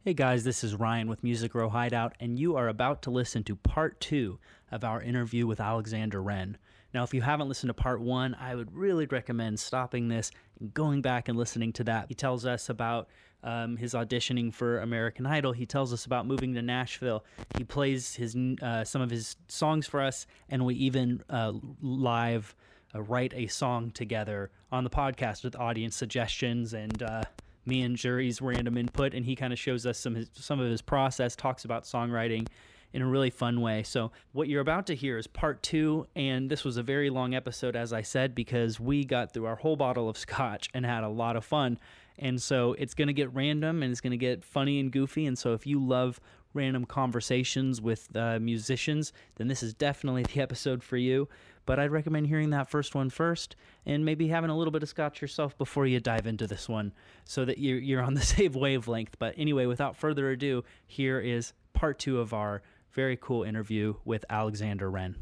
Hey guys, this is Ryan with Music Row Hideout, and you are about to listen to part two of our interview with Alexander Wren. Now, if you haven't listened to part one, I would really recommend stopping this and going back and listening to that. He tells us about um, his auditioning for American Idol. He tells us about moving to Nashville. He plays his uh, some of his songs for us, and we even uh, live uh, write a song together on the podcast with audience suggestions and. Uh, me and Jerry's random input, and he kind of shows us some his, some of his process, talks about songwriting in a really fun way. So what you're about to hear is part two, and this was a very long episode, as I said, because we got through our whole bottle of scotch and had a lot of fun. And so it's going to get random, and it's going to get funny and goofy. And so if you love random conversations with uh, musicians, then this is definitely the episode for you. But I'd recommend hearing that first one first and maybe having a little bit of scotch yourself before you dive into this one so that you're, you're on the same wavelength. But anyway, without further ado, here is part two of our very cool interview with Alexander Wren.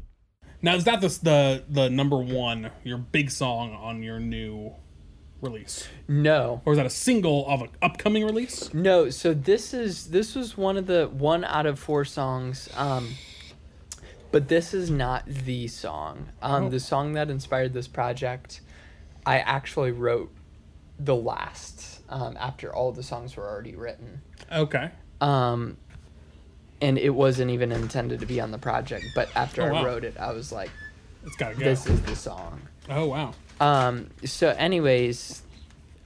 Now, is that the, the, the number one, your big song on your new release? No. Or is that a single of an upcoming release? No, so this is this was one of the one out of four songs. Um, but this is not the song. Oh. Um, The song that inspired this project, I actually wrote the last um, after all the songs were already written, Okay. um, and it wasn't even intended to be on the project. But after Oh, wow. I wrote it, I was like, It's got to go. "This is the song." oh, wow. Um, so, anyways,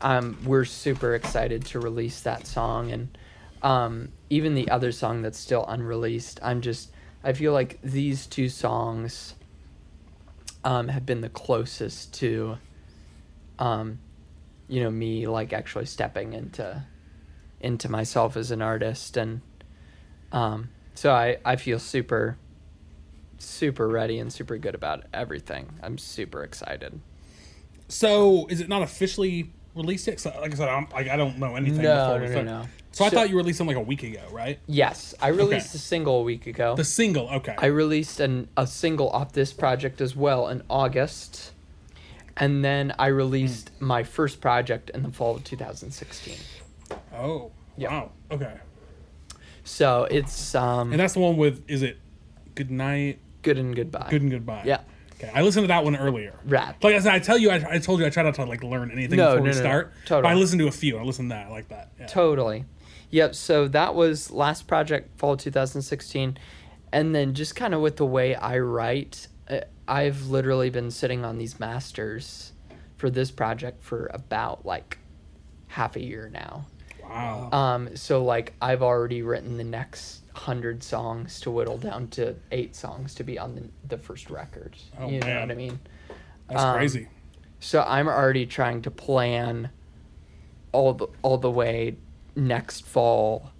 um, we're super excited to release that song, and um, even the other song that's still unreleased. I'm just, I feel like these two songs um, have been the closest to, um, you know, me like actually stepping into, into myself as an artist, and um, so I I feel super, super ready and super good about everything. I'm super excited. So, is it not officially released yet? 'Cause Like I said, I'm, like, I don't know anything. No, before, no, so, no, no. So, I So- thought you released them like a week ago, right? Yes, I released Okay. a single a week ago. The single. Okay. I released an, a single off this project as well in August. And then I released Hmm. my first project in the fall of 2016. oh. Yeah. Wow. Okay. So it's um, And that's the one with is it good night, good and goodbye. good and goodbye. Yeah. Okay. I listened to that one earlier. Rap. Like I said, I tell you, I, I told you I try not to like learn anything No, before no, we no, no. start. Totally. But I listened to a few. I listened to that. I like that. Yeah. Totally. Yep. So that was last project, fall 2016. And then just kind of with the way I write, uh, I've literally been sitting on these masters for this project for about like half a year now. wow. Um, so like I've already written the next hundred songs to whittle down to eight songs to be on the, the first record. Oh, you know man. what I mean? That's um, crazy. So I'm already trying to plan all the all the way next fall,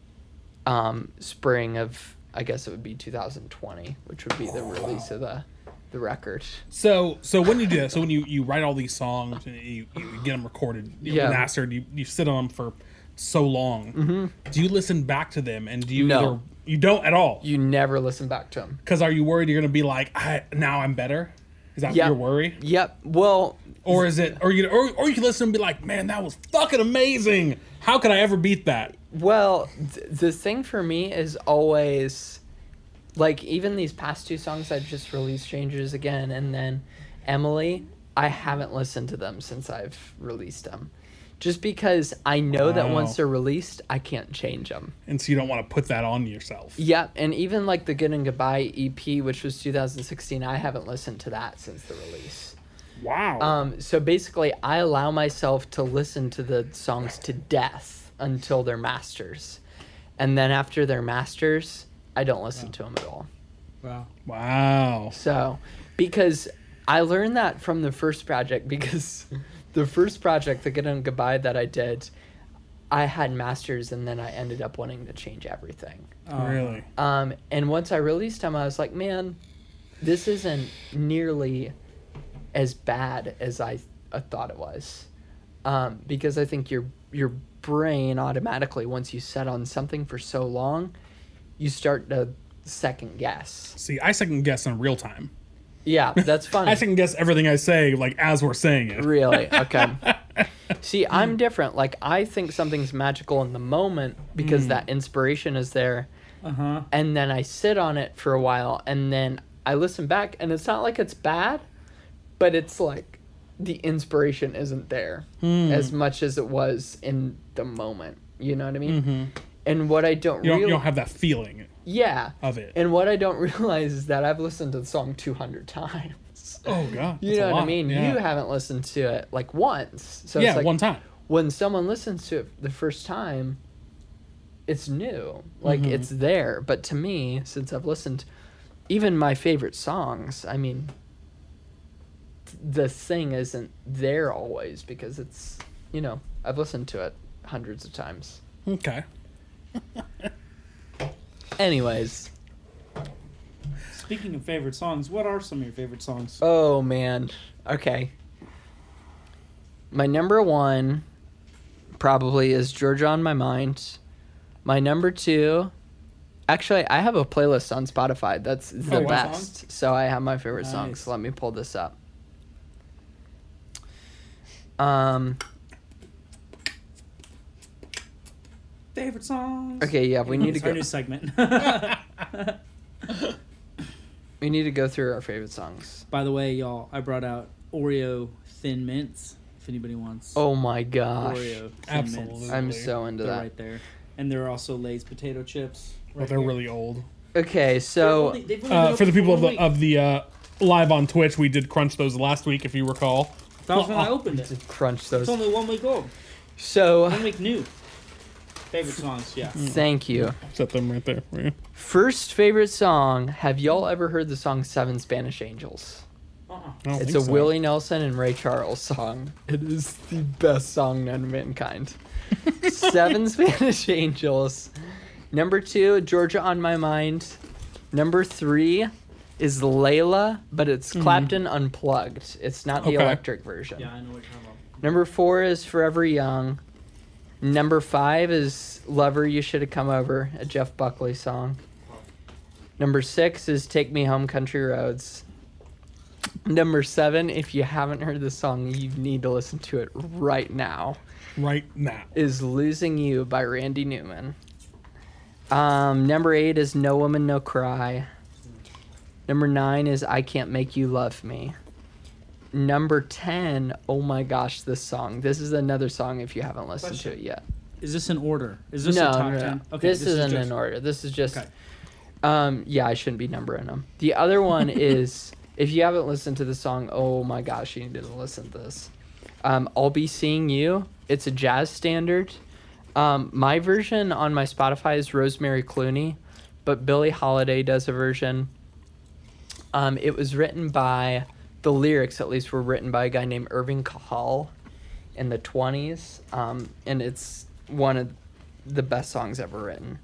um, spring of I guess it would be 2020, which would be the release of the the record. So, so when you do that, so when you, you write all these songs and you, you get them recorded, you Yeah. Mm-hmm. mastered, you, you sit on them for so long, do you listen back to them and do you No. either, you don't at all? You never listen back to them. Because are you worried you're going to be like, I, now I'm better? Is that Yeah. your worry? Yep. Well, Or is it, or you, or, or you can listen and be like, man, that was fucking amazing. How could I ever beat that? Well, th- the thing for me is always like even these past two songs I've just released changes again and then Emily, I haven't listened to them since I've released them. Just because I know that Wow. once they're released, I can't change them. And so you don't want to put that on yourself. Yep, and even like the Good and Goodbye EP, which was 2016, I haven't listened to that since the release. Wow. uh, Um, so basically, I allow myself to listen to the songs to death until they're masters, and then after they're masters, I don't listen to them at all. wow. Wow. So, because I learned that from the first project, because the first project, the Good and Goodbye that I did, I had masters, and then I ended up wanting to change everything. really? Um, and once I released them, I was like, man, this isn't nearly as bad as I, I thought it was, um, because I think your your brain automatically once you set on something for so long, you start to second guess. See, I second guess in real time. Yeah, that's funny. I second guess everything I say, like as we're saying it. really okay. See, I'm different. Like I think something's magical in the moment because that inspiration is there, Uh Uh-huh. huh. and then I sit on it for a while, and then I listen back, and it's not like it's bad, but it's like the inspiration isn't there Hmm. as much as it was in the moment. You know what I mean? Mm-hmm. And what I don't You don't, real- you don't have that feeling yeah. of it. And what I don't realize is that I've listened to the song 200 times. oh god. that's You a know what I lot, mean? Yeah. You haven't listened to it like once. So yeah, it's like one time. when someone listens to it the first time, it's new. Like it's there. But to me, since I've listened even my favorite songs, I mean the thing isn't there always because it's you know, I've listened to it hundreds of times. Okay. Anyways, Speaking of favorite songs, what are some of your favorite songs? Oh man. Okay. My number one probably is Georgia on My Mind. My number two actually I have a playlist on Spotify that's the Oh, wow. best. So I have my favorite songs. Nice. Let me pull this up. Um favorite songs. okay, yeah, we need to It's our go new segment. we need to go through our favorite songs. By the way, y'all, I brought out Oreo thin mints. If anybody wants Oh my gosh. Oreo thin Absolutely. mints, I'm so into they're that. right there. And there are also Lay's potato chips. Well, right Oh, they're here. really old. Okay, They've so only- they've only been Uh, open for the people of one the of the uh, live on Twitch, we did crunch those last week, if you recall. week. that was when I opened it. crunch It's those. only one week old. So One week new. Favorite songs, yeah. thank you. Set them right there for you. First favorite song. Have y'all ever heard the song Seven Spanish Angels? Uh-uh. I don't It's a think so. Willie Nelson and Ray Charles song. It is the best song known to mankind. Seven Spanish Angels. Number two, Georgia on My Mind. Number three is Layla, but it's Clapton Unplugged. It's not the Hmm. Okay. electric version. Yeah, I know what you're talking about. Number four is Forever Young. Number five is Lover, You Should Have Come Over, a Jeff Buckley song. Number six is Take Me Home Country Roads. Number seven, if you haven't heard the song, you need to listen to it right now, right now. is Losing You by Randy Newman. Um, number eight is No Woman, No Cry. Number nine is I Can't Make You Love Me. Number 10, oh my gosh, this song. This is another song if you haven't listened to it yet. Is this an order? Is this no, a no, top no, ten? no. this, isn't just- in order. This is just. Okay. Um, yeah, I shouldn't be numbering them. The other one is if you haven't listened to the song, oh my gosh, you need to listen to this. Um, I'll be seeing you. It's a jazz standard. Um, my version on my Spotify is Rosemary Clooney, but Billie Holiday does a version. Um, it was written by the lyrics, at least, were written by a guy named Irving Cahal in the 20s, um, and it's one of the best songs ever written.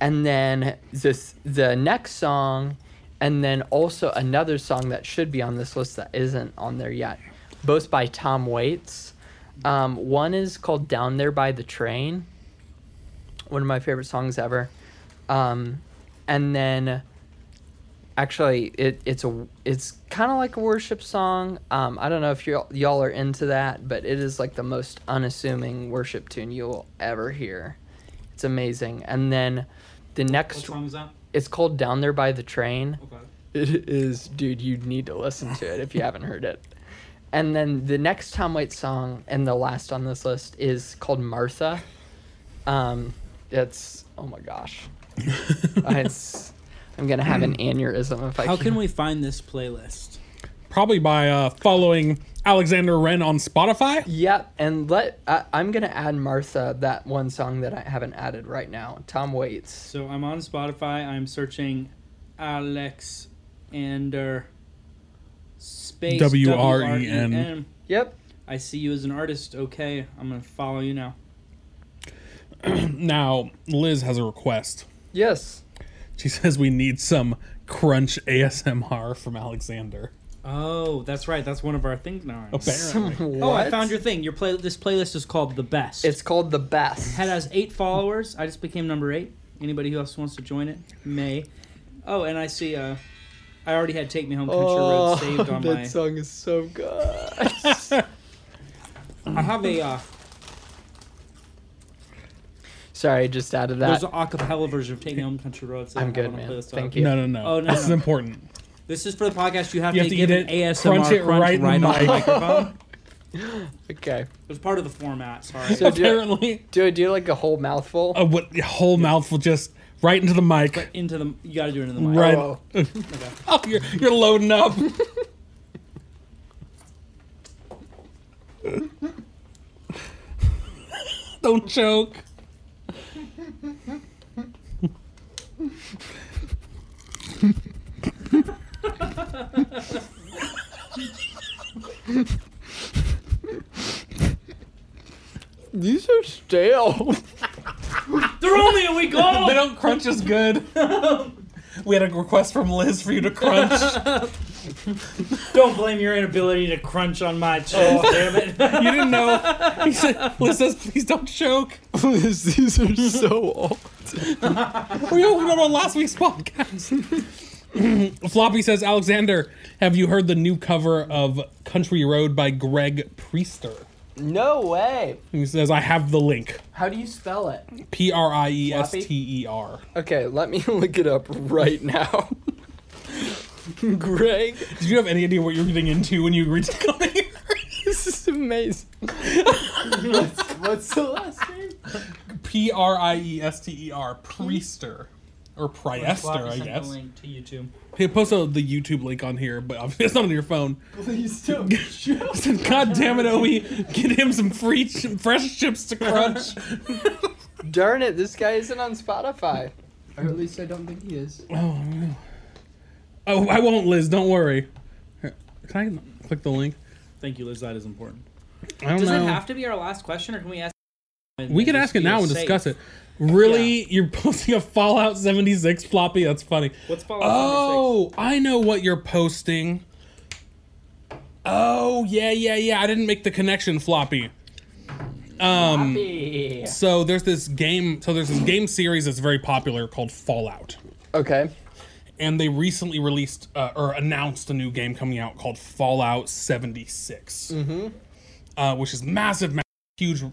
And then this the next song, and then also another song that should be on this list that isn't on there yet, both by Tom Waits. Um, one is called "Down There by the Train," one of my favorite songs ever. Um, and then actually it, it's a it's kind of like a worship song um, i don't know if y'all, y'all are into that but it is like the most unassuming worship tune you'll ever hear it's amazing and then the What next song is that? it's called down there by the train Okay. it is dude you need to listen to it if you haven't heard it and then the next tom waits song and the last on this list is called martha um, it's oh my gosh it's, i'm gonna have an aneurysm if i How can we find this playlist? Probably by uh, following Alexander Wren on Spotify. Yep, and let I, I'm gonna add Martha that one song that I haven't added right now. Tom Waits. So I'm on Spotify. I'm searching Alex Ander space W R E N. W-R-E-N. Yep. I see you as an artist. Okay, I'm gonna follow you now. Now, Liz has a request. Yes. She says we need some crunch ASMR from Alexander. Oh, that's right. That's one of our things now. I know. Okay. Some what? Oh, I found your thing. Your play. This playlist is called the best. It's called the best. Had has eight followers. I just became number eight. Anybody who else wants to join it may. Oh, and I see. Uh, I already had "Take Me Home" Country oh, Road saved on that my. song is so good. I'm have a uh, Sorry, just out of that. there's an acapella version of Take Me Home Country Road. So I'm I good, wanna man. play this Thank up. you. No, no, no. Oh, no, this is no. important. This is for the podcast. You have, You to, have to give eat an it, ASMR crunch, crunch it right in right, on the the microphone. Okay. It's part of the format. Sorry. So do- Apparently, Do I do like a whole mouthful? a what, a whole mouthful just right into the mic. into the you got to do it into the mic. right. Oh. Oh, you're, you're loading up. Don't choke. These are stale. Oh, They're only a week They old. don't crunch as good. we had a request from Liz for you to crunch. don't blame your inability to crunch on Oh. my chest. Damn it. You didn't know. He said, Liz says, please don't choke. These are so old. We opened up on last week's podcast. Floppy says, Alexander, have you heard the new cover of Country Road by Greg Priester? No way. He says, I have the link. How do you spell it? P R I E S T E R. Okay, let me look it up right now. Greg, Did you have any idea what you were getting into when you agreed to come here? this is amazing. What's the last name? P R I E S T E R, Priester. Or Priester, I guess. to YouTube. He posted the YouTube link on here, but obviously it's not on your phone. Please don't. I said, God damn it, Obi, get him some free ch- fresh chips to crunch. Darn it, this guy isn't on Spotify. Or at least I don't think he is. oh, no. Oh, I won't, Liz, don't worry. Here, Can I click the link? Thank you, Liz. That is important. I don't Does know. it have to be our last question, or can we ask? we could ask it now and discuss it. Really? You're posting a Fallout 76 floppy? That's funny. What's Fallout Oh, I know what you're posting. Oh, yeah, yeah, yeah. I didn't make the connection floppy. Um, So there's this game. So there's this game series that's very popular called Fallout, Okay. and they recently released uh, or announced a new game coming out called Fallout 76, mm-hmm. uh, which is massive, massive huge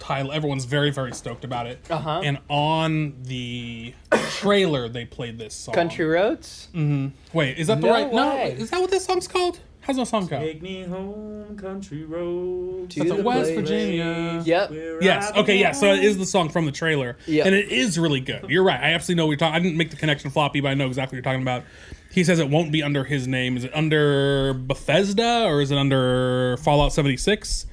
title. Everyone's very, very stoked about it. Uh-huh. And on the trailer, they played this song. Country Roads? Wait, is that the No right? No, way. is that what this song's called? How's that song called? Take me home, country road. To the West place- Virginia. Yep. where Yes. I Okay. Yeah. So it is belong. the song from the trailer, Yeah. and it is really good. You're right. I absolutely know what you're talking. I didn't make the connection floppy, but I know exactly what you're talking about. He says it won't be under his name. Is it under Bethesda or is it under Fallout 76?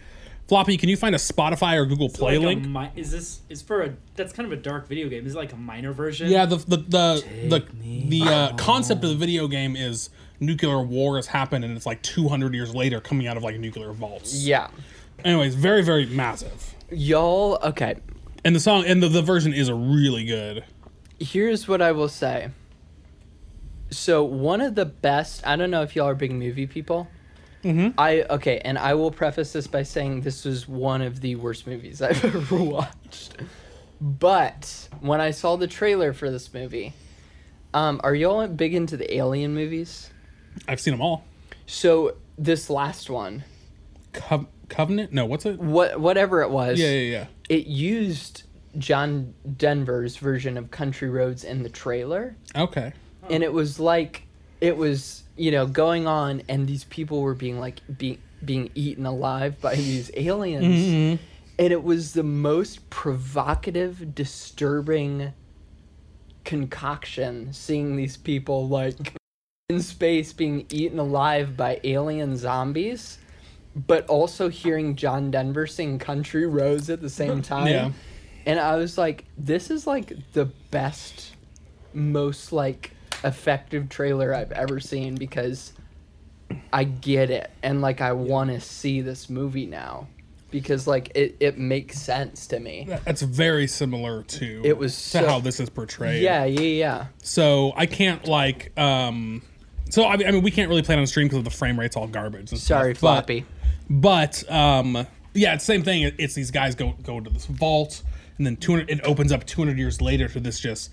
Floppy, can you find a Spotify or Google Play Like um, a link? mi- is this is for a that's kind of a dark video game. Is it like a minor version? Yeah. The the the Take the, me the uh, concept of the video game is nuclear war has happened, and it's like 200 years later, coming out of like nuclear vaults. Yeah. Anyways, very very massive. Y'all, okay. And the song and the, the version is really good. Here's what I will say. So, one of the best, I don't know if y'all are big movie people. Mm-hmm. I okay, and I will preface this by saying this was one of the worst movies I've ever watched. But when I saw the trailer for this movie, um, are y'all big into the alien movies? I've seen them all. So this last one, Cov Covenant? No, what's it? what whatever it was, Yeah, yeah, it used John Denver's version of Country Roads in the trailer. yeah. Okay. and it was like it was you know going on and these people were being like be, being eaten alive by these aliens and it was the most provocative disturbing concoction seeing these people like in space being eaten alive by alien zombies but also hearing John Denver sing Country Roads at the same time Yeah. and I was like, this is like the best, most like effective trailer I've ever seen because I get it and like I want to see this movie now because like it, it makes sense to me. That- That's very similar to It was to so- how this is portrayed. Yeah, yeah, yeah. So I can't like um so I mean, I mean we can't really play it on stream because the frame rate's all garbage. and stuff, Sorry, but- Floppy. But um, yeah, it's the same thing. It- It's these guys go go to this vault, and then 200. It opens up 200 years later to this just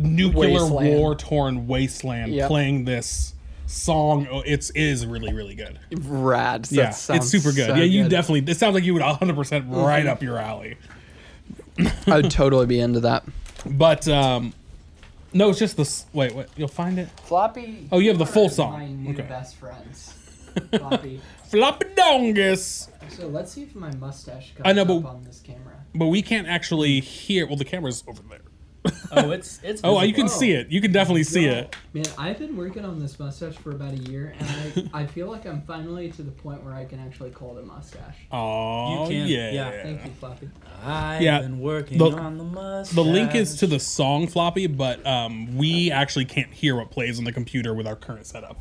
nuclear Wasteland. war torn wasteland, Yep. playing this song oh, it's is really really good. Rad. That yeah, it's sounds super good. so yeah, you good. definitely. It sounds like you would 100 percent right up your alley. I would totally be into that. But um, no, it's just this. Wait, what? You'll find it. Floppy. Oh, you have the full are song. My new Okay. best friends. Floppy. Floppadongus. So let's see if my mustache comes I know, up but- on this camera. But we can't actually hear. Well, the camera's over there. Oh, it's it's. Oh, you visible. can see it. You can definitely Oh, see No. it. Man, I've been working on this mustache for about a year, and I, I feel like I'm finally to the point where I can actually call it a mustache. Oh, can, yeah. yeah. Thank you, Floppy. I've Yeah. been working The- on the mustache. The link is to the song floppy, but um, we actually can't hear what plays on the computer with our current setup.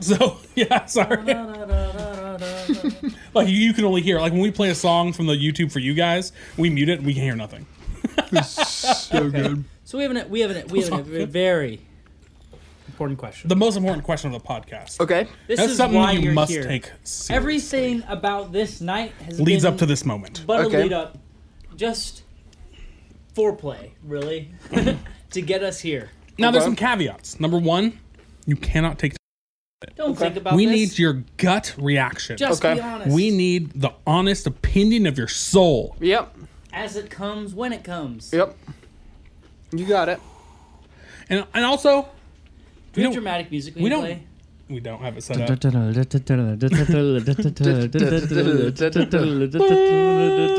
So yeah, sorry. Like you- you can only hear like when we play a song from the YouTube for you guys, we mute it and we can hear nothing. So good. So we have an we have an we have a v- very important question. The most important question of the podcast. Okay. this That's is something why you you're must here. take. Seriously. Everything about this night has leads been up to this moment. but Okay. a lead up, just foreplay, really, to get us here. Now there's some Okay. caveats. Number one, you cannot take. Don't think about we this. need your gut reaction. Just Okay. be honest. we need the honest opinion of your soul. Yep. as it comes when it comes. Yep. You got it. And and also, Do we don't- dramatic music we, we can don't- play. we don't have it set up.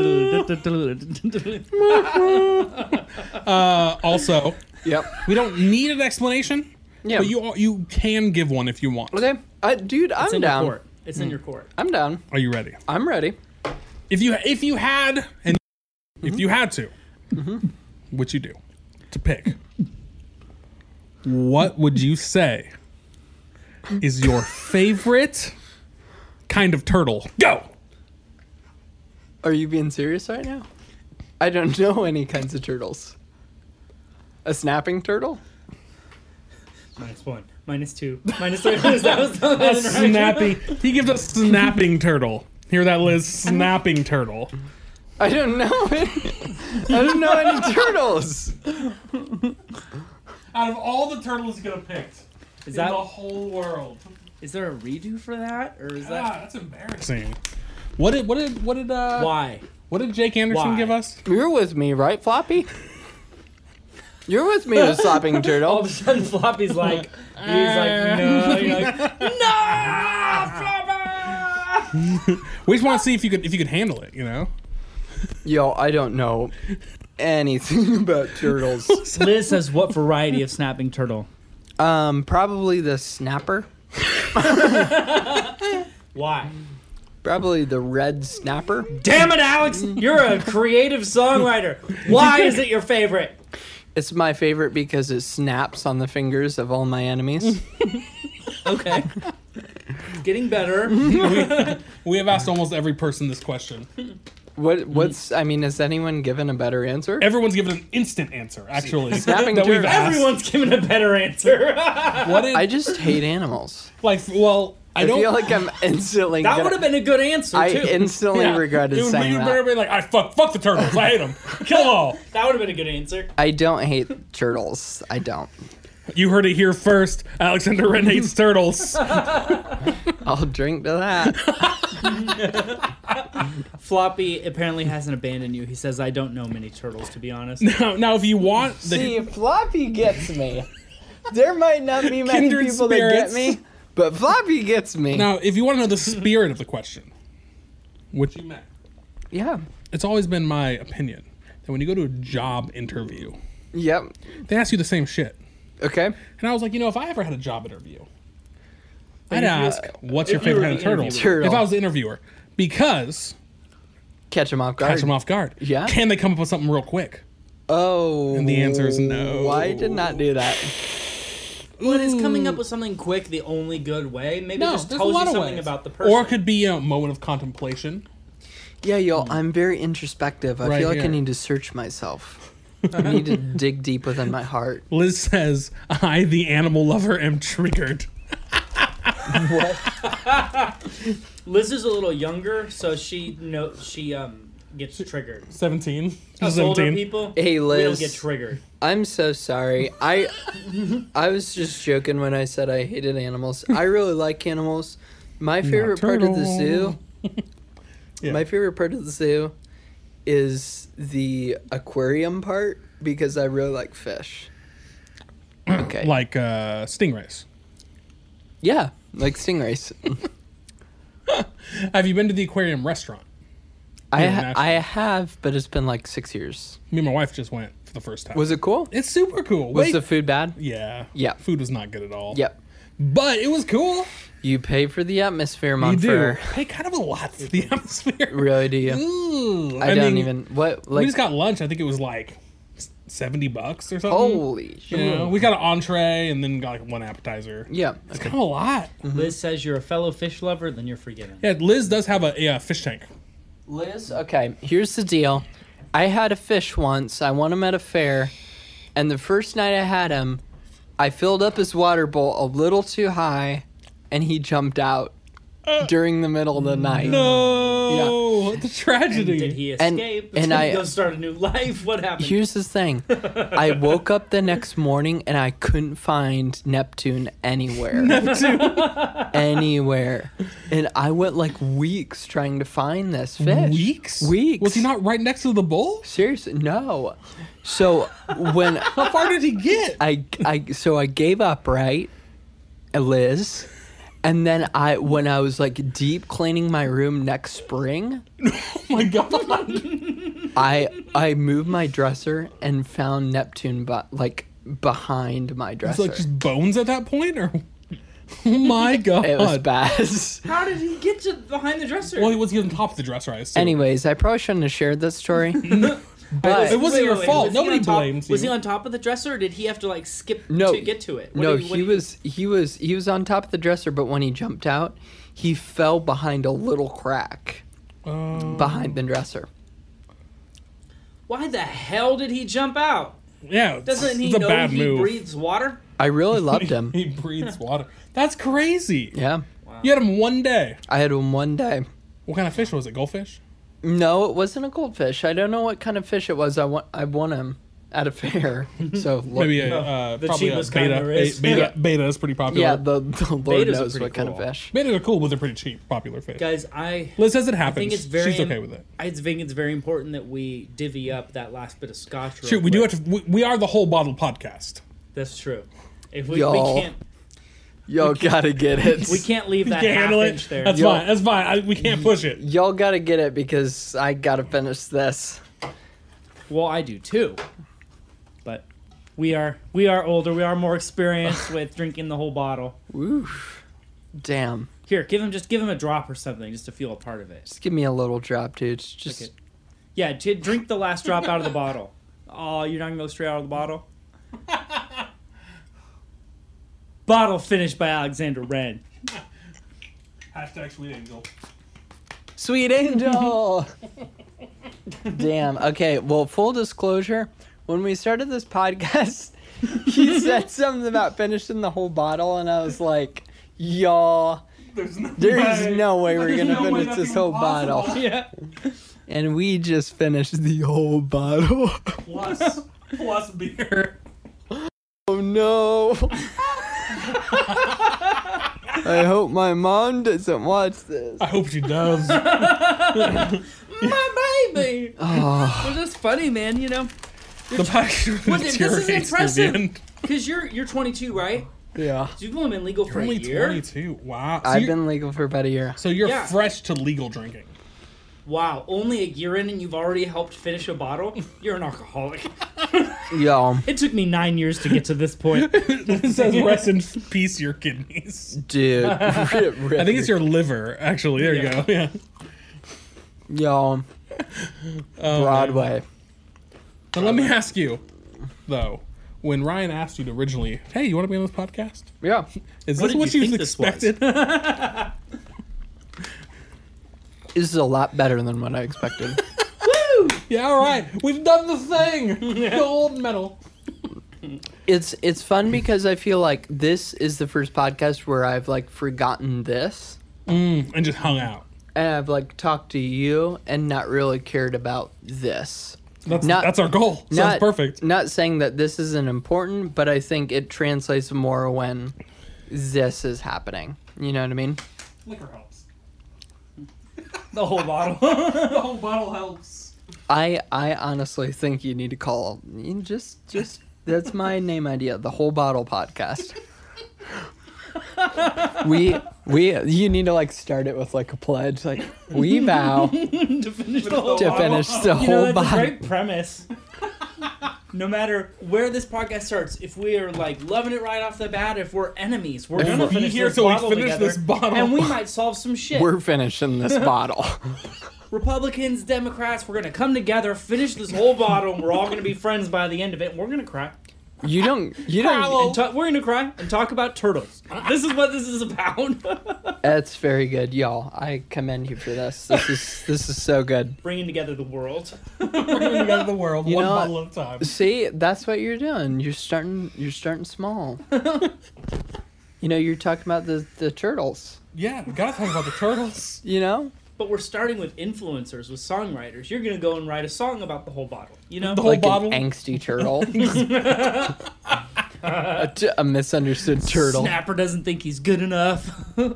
That's Uh, also, Yep. we don't need an explanation, Yeah. but you all, you can give one if you want. okay. I, dude, I'm It's in down. Mm. your court. It's in your court. I'm down. Are you ready? I'm ready. If you if you had and if you had to, Mm-hmm. what you do to pick? what would you say is your favorite kind of turtle? Go. Are you being serious right now? I don't know any kinds of turtles. A snapping turtle? Minus one. Minus two. Minus three. that was, that was that A was- snappy. He gives a snapping turtle. Hear that, Liz? Snapping turtle. I don't know any. I don't know any turtles. Out of all the turtles you could have picked Is that whole world. is there a redo for that or is that Ah, that's embarrassing. What did what did what did uh why? what did Jake Anderson Why? give us? You're with me, right, Floppy? You're with me, the snapping All of turtle. a sudden, Floppy's like, he's like, no, You're like, We just want to see if you could if you could handle it, you know? Yo, I don't know anything about turtles. Liz says, what variety of snapping turtle? Um, probably the snapper. Why? Probably the red snapper. Damn it, Alex! You're a creative songwriter. Why is it your favorite? It's my favorite because it snaps on the fingers of all my enemies. Okay. Getting better. We have asked almost every person this question. What? What's? I mean, has anyone given a better answer? Everyone's given an instant answer, actually. Snapping that we've turtle. asked. Everyone's giving a better answer. What did I just hate animals. like well I, I, don't feel like I'm instantly. that gonna- would have been a good answer, I too. instantly yeah, regretted it would saying be- that. better be like I fuck fuck the turtles. I hate them. Kill 'em all. that would have been a good answer. I don't hate turtles. I don't. You heard it here first. Alexander Wren hates turtles. I'll drink to that. Floppy apparently hasn't abandoned you. He says, I don't know many turtles, to be honest. now, now, if you want the See, Floppy gets me. There might not be many Kindred people spirits. that get me, but Floppy gets me. Now, if you want to know the spirit of the question, which you meant, Yeah. it's always been my opinion that when you go to a job interview, Yep. they ask you the same shit. Okay. And I was like, you know, if I ever had a job interview, I'd you- ask, what's your if you were favorite kind of the turtle? interviewer. If I was the interviewer, because Catch him off guard. catch them off guard. Yeah. Can they come up with something real quick? Oh. And the answer is no. I did not do that. But is coming up with something quick the only good way? Maybe it No, just there's a tells you lot of something ways. about the person. Or it could be a moment of contemplation. Yeah, y'all, I'm very introspective. I Right feel like I here. need to search myself. I need to dig deep within my heart. Liz says, I, the animal lover, am triggered. Liz is a little younger, so she know she um gets triggered. Seventeen. Us older Seventeen. people, Hey, we don't Liz. get triggered. I'm so sorry. I I was just joking when I said I hated animals. I really like animals. My favorite part of the zoo. Yeah. My favorite part of the zoo is the aquarium part because I really like fish. Okay. Like uh, stingrays. yeah, like stingrays. Have you been to the aquarium restaurant? I Yeah, ha- naturally. I have, but it's been like six years. Me and my wife just went for the first time. Was it cool? It's super cool. Was Wait- the food bad? yeah. Yeah. Food was not good at all. Yep. But it was cool. You pay for the atmosphere, You do. Monfer. Pay kind of a lot for the atmosphere. Really do you? Ooh. I, don't mean, even what we like just got lunch. I think it was like s- seventy bucks or something. holy shit. You know, we got an entree and then got like one appetizer. Yeah. It's kind of a lot. Mm-hmm. Liz says you're a fellow fish lover, then you're forgiven. Yeah, Liz does have a yeah, fish tank. Liz, okay, here's the deal. I had a fish once. I won him at a fair, and the first night I had him, I filled up his water bowl a little too high, and he jumped out during the middle of the night. No, the And tragedy. did he Mm. And- escape? and did I- he go start a new life? What happened? Here's the thing. I woke up the next morning and I couldn't find Neptune anywhere. anywhere. And I went like weeks trying to find this fish. Weeks. Weeks. Was he not right next to the bowl? Seriously, no. So when How far did he get? I, I so I gave up, right, Liz, and then I when I was like deep cleaning my room next spring, Oh my god. I I moved my dresser and found Neptune, but like behind my It's dresser. like just bones at that point, or oh my god. it was bad. How did he get to behind the dresser? Well, he was he was on top of the dresser, I assume. Anyways, I probably shouldn't have shared that story. but it wasn't your fault. he on Nobody top- blames Was you. he on top of the dresser, or did he have to like skip No, to get to it? What no, did what he did was he was he was on top of the dresser, but when he jumped out, he fell behind a little crack Uh, behind the dresser. Why the hell did he jump out? yeah. it's- Doesn't he it's a know bad he move. breathes water? I really loved him. He breathes water. That's crazy. Yeah. You had him one day. I had him one day. What kind of fish was it? Goldfish? No, it wasn't a goldfish. I don't know what kind of fish it was. I won, I won him at a fair. So look, Maybe a, uh, the probably a cheapest kind beta. there Be- is. Beta, Yeah. beta is pretty popular. yeah, the, the Betas Lord are knows pretty what kind of cool. fish. betas are cool, but they're pretty cheap, popular fish. Guys, I Liz says it happens. think it's very She's im- okay with it. I think it's very important that we divvy up that last bit of scotch. real Shoot, we do quick. have to. We, we are the whole bottle podcast. That's true. If we, we Y'all. can't Y'all gotta get it. we can't leave that Can't half handle inch it. there. That's Yo. fine. That's fine. I, we can't push it. Y'all gotta get it because I gotta finish this. Well, I do too. But we are we are older. We are more experienced with drinking the whole bottle. Oof. Damn. Here, give him just give him a drop or something just to feel a part of it. Just give me a little drop, dude. Just Okay. Yeah, j- drink the last drop out of the bottle. Oh, you're not gonna go straight out of the bottle. bottle finished by Alexander Wren. Hashtag sweet angel. Sweet Angel. Damn. Okay. Well, full disclosure, when we started this podcast, he said something about finishing the whole bottle, and I was like, y'all, There's no there is no way we're There's going to no way finish that's this even whole possible. bottle. Yeah. And we just finished the whole bottle. plus plus beer. oh, no. I hope my mom doesn't watch this. I hope she does. My baby. Oh. Well, that's funny, man. You know, the podcast What, this is deteriorates near the impressive. end. because you're you're 22, right? Yeah. So you've only been legal for You're only a year. 22. Wow. So I've you're, been legal for about a year. so you're Yeah. fresh to legal drinking. Wow, only a year in and you've already helped finish a bottle? You're an alcoholic. Yo, It took me nine years to get to this point. it says rest in peace, your kidneys. dude. I I think it's your liver, actually. There you Yeah. go. Yeah. Yo, Oh, man. Broadway. Now, let me ask you, though, when Ryan asked you originally, "Hey, you want to be on this podcast?" Yeah. Is What this did what you you think this was? expected? This is a lot better than what I expected. yeah. All right. We've done the thing. Gold medal. it's it's fun because I feel like this is the first podcast where I've like forgotten this Mm, and just hung out. and I've like talked to you and not really cared about this. That's Not- that's our goal. Sounds not, perfect. Not saying that this isn't important, but I think it translates more when this is happening. You know what I mean? Liquor helps. The whole bottle. the whole bottle helps. I I honestly think you need to call you just just that's my name idea, the whole bottle podcast. we we you need to like start it with like a pledge like we vow to finish the whole to bottle. finish the You know, whole that's a bottle. great premise. No matter where this podcast starts, if we are like loving it right off the bat, if we're enemies, we're If gonna we finish here this till we bottle finish together, this bottle. and we might solve some shit. We're finishing this bottle. Republicans, Democrats, we're gonna come together, finish this whole bottle, and we're all gonna be friends by the end of it. And we're gonna cry. You don't you And don't ta- we're gonna cry and talk about turtles. This is what this is about. That's very good, y'all. I commend you for this. This is this is so good. Bringing together the world. We're going together the world You one know what? bottle at a time. See, that's what you're doing. You're starting. You're starting small. you know, you're talking about the the turtles. Yeah, we gotta talk about the turtles. You know, But we're starting with influencers, with songwriters. You're gonna go and write a song about the whole bottle. You know, The whole like bottle. an angsty turtle, a, t- a misunderstood turtle. Snapper doesn't think he's good enough.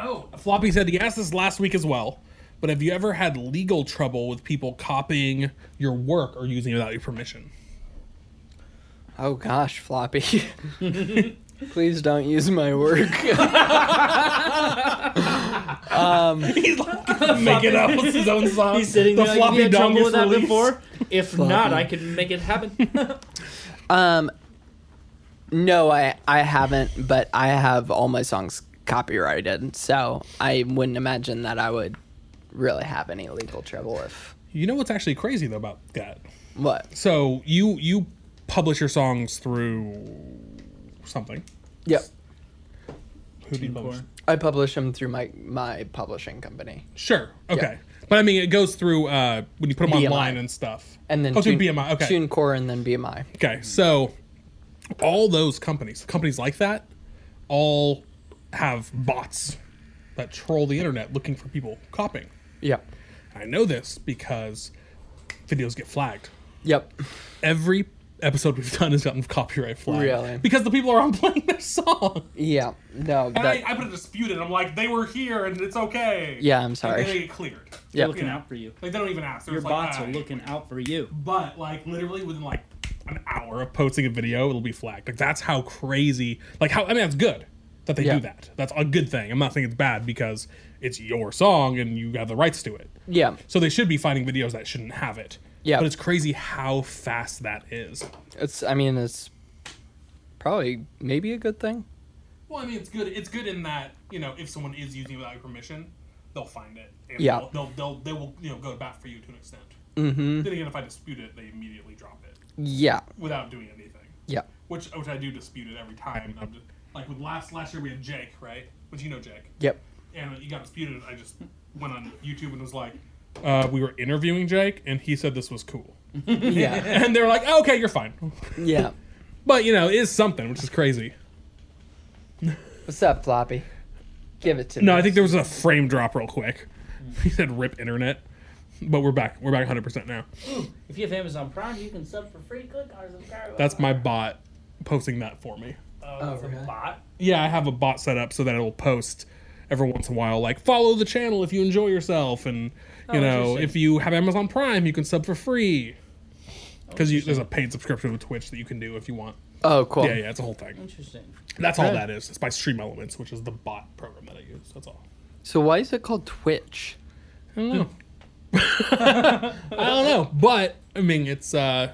Oh, Floppy said he asked this last week as well. But have you ever had legal trouble with people copying your work or using it without your permission? Oh gosh, floppy. Please don't use my work. He's like making up with his own song. he's sitting the there like, "Have floppy you had dong trouble is with that released." before. If not, Floppy. I can make it happen. Um, no, I I haven't, but I have all my songs copyrighted, so I wouldn't imagine that I would really have any legal trouble if You know what's actually crazy though about that? what? So you you publish your songs through something. Yep. Who do you publish? I publish them through my my publishing company, Sure. Okay. But I mean, it goes through uh, when you put them BMI. online and stuff. and then oh, through Tune- BMI. Okay. TuneCore and then BMI. Okay. So all those companies, companies like that, all have bots that troll the internet looking for people copying. Yep. I know this because videos get flagged. Yep. Every episode we've done has gotten copyright flagged. Really? Because the people are on playing their song. Yeah. No. And That, I, I put a dispute in. I'm like, they were here and it's okay. yeah. I'm Like, they sorry. get cleared. They're Yep. looking out for you. Like, they don't even ask. They're Your just like, bots "Ah." are looking out for you. But, like, literally within like an hour of posting a video, it'll be flagged. Like, that's how crazy. Like, how. I mean, that's good that they Yeah. do that. That's a good thing. I'm not saying it's bad because it's your song and you have the rights to it. Yeah. So they should be finding videos that shouldn't have it. Yeah. But it's crazy how fast that is. It's. I mean, it's probably maybe a good thing. Well, I mean, it's good. It's good in that you know if someone is using it without your permission, they'll find it. And Yeah. They'll, they'll they'll they will you know go back for you to an extent. Mm-hmm. Then again, if I dispute it, they immediately drop it Yeah. without doing anything. Yeah. Which which I do dispute it every time. I'm just, like with last last year we had Jake right, which you know Jake, Yep. and you got disputed. I just went on YouTube and was like, uh, we were interviewing Jake, and he said this was cool, Yeah. and they were like, okay, you're fine. yeah. But you know, it is something, which is crazy. What's up, Floppy? Give it to me. No, I think there was a frame drop real quick. He said rip internet. But we're back. We're back 100% now. If you have Amazon Prime, you can sub for free. Click on subscribe. That's my bot posting that for me. oh, it's a really? bot. Yeah, I have a bot set up so that it'll post every once in a while like follow the channel if you enjoy yourself and you know, interesting. if you have Amazon Prime, you can sub for free. Cuz you there's a paid subscription with Twitch that you can do if you want. Oh, cool. Yeah, yeah, it's a whole thing. Interesting. That's all Okay. that is. It's by Stream Elements, which is the bot program that I use. That's all. So why is it called Twitch? I don't know. I don't know, but I mean, it's. uh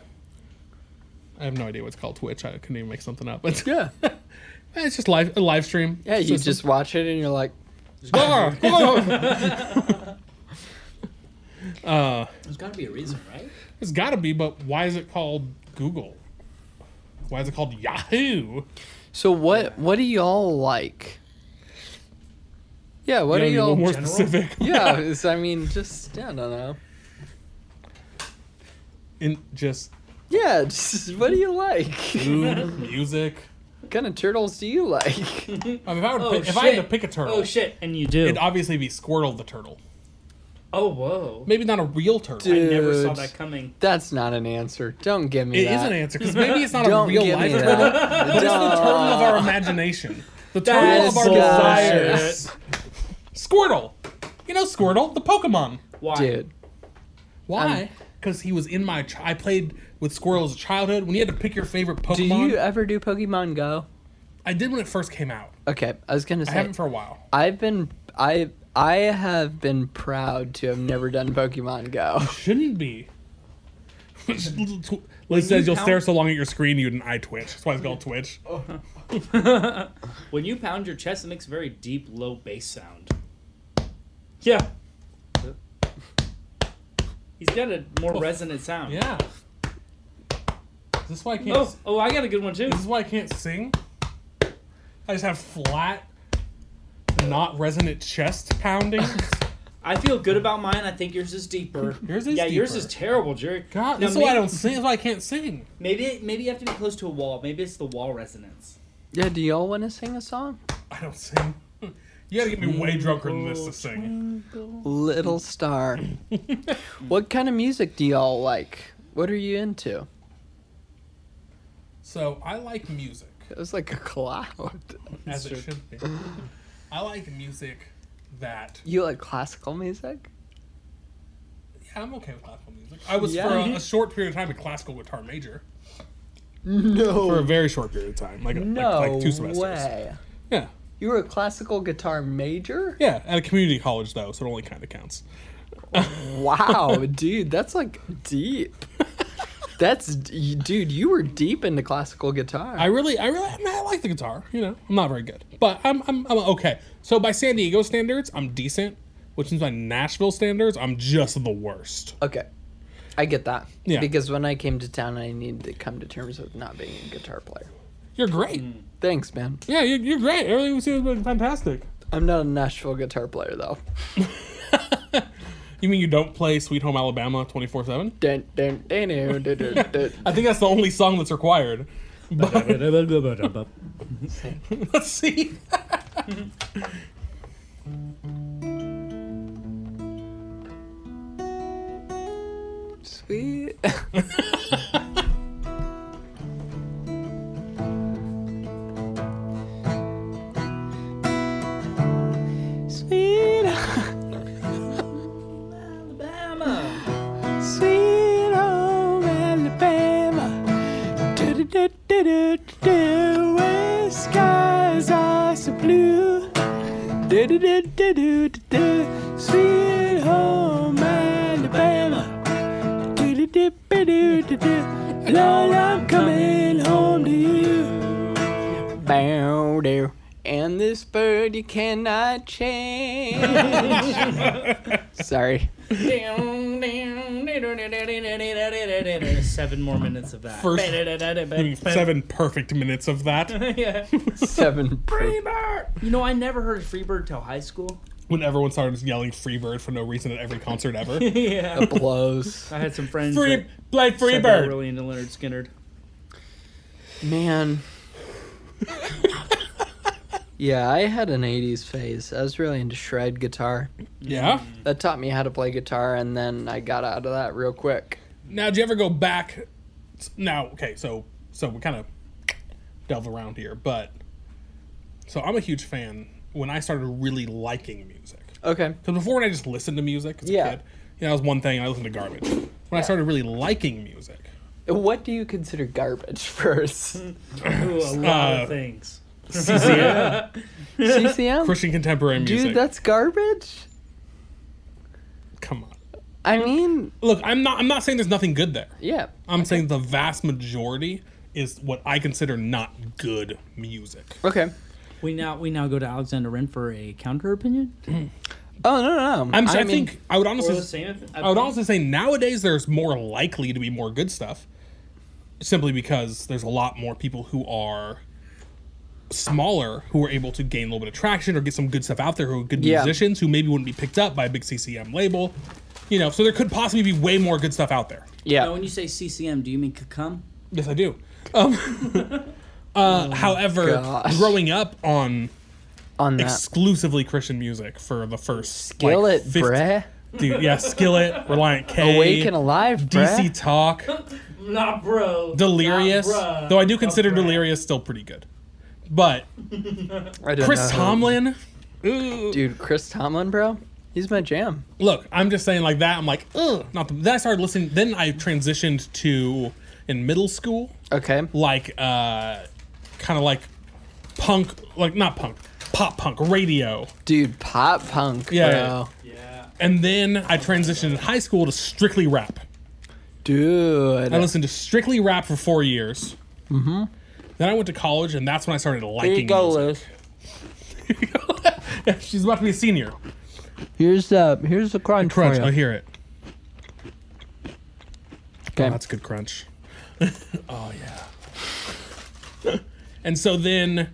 I have no idea what's called Twitch. I couldn't even make something up. It's, Yeah. it's just live a live stream. Yeah. You system. just watch it and you're like, Ah, ah. There's got to be a reason, right? it's got to be, but why is it called Google? Why is it called Yahoo? so what? What do y'all like? Yeah. What do You know, y'all? a little more General? specific? yeah. It's, I mean, just I don't know. in just Yeah. Just what do you like? food, music, kind of turtles do you like? I mean, if I, would Oh, pick, if I had to shit. pick a turtle, Oh shit! And you do. it'd obviously be Squirtle the turtle. oh whoa! Maybe not a real turtle. I Dude. never saw Dude. that coming. That's not an answer. Don't give me It is that. an answer because maybe it's not Don't a real give life me turtle. that. But it's the turtle of our Don't. imagination. The That turtle is of our bullshit. desires. Squirtle. You know Squirtle, the Pokemon. Why? Dude, Um, Why? Because he was in my. Ch- I played with Squirtle as a childhood. When you had to pick your favorite Pokemon, do you ever do Pokemon Go? I did when it first came out. Okay, I was gonna I say haven't for a while. I've been I I have been proud to have never done Pokemon Go. Shouldn't be. Liz says you'll count- stare so long at your screen you'd an eye twitch. That's why it's called Twitch. When you pound your chest, it makes a very deep, low bass sound. Yeah. He's got a more resonant sound. Oh. Yeah. Is this why I can't? Oh, oh, I got a good one too. This is why I can't sing. I just have flat, not resonant chest pounding. I feel good about mine. I think yours is deeper. Yours is yeah, yours deeper. is terrible, Jerry. God, Now, this is why I may- don't sing. This is why I can't sing. Maybe maybe you have to be close to a wall. Maybe it's the wall resonance. Yeah, do y'all want to sing a song? I don't sing. You gotta get me way drunker than this to sing. Little Star. what kind of music do y'all like? What are you into? So I like music, It was like a cloud. as it should be. I like music that You like classical music? yeah, I'm okay with classical music. I was for Yeah. a, a short period of time a classical guitar major. No. For a very short period of time, like no like, like two semesters. way. Yeah, You were a classical guitar major? yeah, at a community college though, so it only kind of counts. Wow, dude, that's like deep. That's d- dude, you were deep into classical guitar. I really, I really, I, mean, I like the guitar. You know, I'm not very good, but I'm, I'm, I'm okay. So by San Diego standards, I'm decent. Which means by Nashville standards, I'm just the worst. okay. I get that. Yeah. Because when I came to town, I needed to come to terms with not being a guitar player. You're great. Thanks, man. Mm. Yeah, you're, you're great. Everything we see has been fantastic. I'm not a Nashville guitar player though. You mean you don't play Sweet Home Alabama 24 seven? Dun, dun, dun, dun, dun, dun, dun. I think that's the only song that's required. But let's see. Sweet. Sweet. Alabama. Sweet home Alabama. Do do do do do. Where skies are so blue. Do do do do do do. Sweet home Alabama. Do do do do do do. Lord, I'm coming home to you. Bow do. And this bird you cannot change. Sorry. Seven more minutes of that. First- Seven perfect minutes of that. Yeah. Seven. proof. You know, I never heard of Freebird till high school. When everyone started yelling Freebird for no reason at every concert ever. Yeah. blows. Oh, I had some friends Free, that play said they were Freebird. really into Leonard Skinner. Man. yeah, I had an 80s phase. I was really into shred guitar. Yeah. That taught me how to play guitar, and then I got out of that real quick. Now, do you ever go back? Now, okay, so so we kind of delve around here, but so I'm a huge fan. When I started really liking music, Okay. because before when I just listened to music as a Yeah. kid, you know, that was one thing. I listened to garbage. When I started really liking music, What do you consider garbage first? Ooh, a lot Uh, of things. CCM, CCM? Christian contemporary music. Dude, that's garbage? Come on, I mean, look, I'm not I'm not saying there's nothing good there. yeah. I'm saying the vast majority is what I consider not good music. Okay. We now we now go to Alexander Wren for a counter opinion. Oh, no, no, no. I'm, I, mean, think I would Or honestly the same. I would also say nowadays there's more likely to be more good stuff simply because there's a lot more people who are smaller who are able to gain a little bit of traction or get some good stuff out there who are good Yeah. musicians who maybe wouldn't be picked up by a big CCM label. You know, so there could possibly be way more good stuff out there. Now, Yeah. when you say CCM, do you mean cum? Yes, I do. Um, Uh, however, Oh gosh. growing up on on that exclusively Christian music for the first like, skillet, 50 bruh. dude, yeah, Skillet, Reliant K, Awake and alive, bruh. DC Talk, Nah, bro. Delirious. Nah, bruh. though I do consider Nah, bruh. Delirious still pretty good, but I don't Chris know. Tomlin. Ooh. dude, Chris Tomlin, bro. He's my jam. Look, I'm just saying like that. I'm like, ugh. Not the, then I started listening. Then I transitioned to in middle school, Okay. like uh, kind of like punk, like not punk, pop punk radio. Dude, pop punk, Yeah, bro. Yeah. And then I transitioned in high school to strictly rap. Dude. I listened to strictly rap for four years. Mm-hmm. Then I went to college, and that's when I started Here liking you go, music. Liz. She's about to be a senior. Oh, Here's the here's the crunch, Crunch. for I you. hear it. Okay. Oh, that's good crunch. oh yeah. and so then,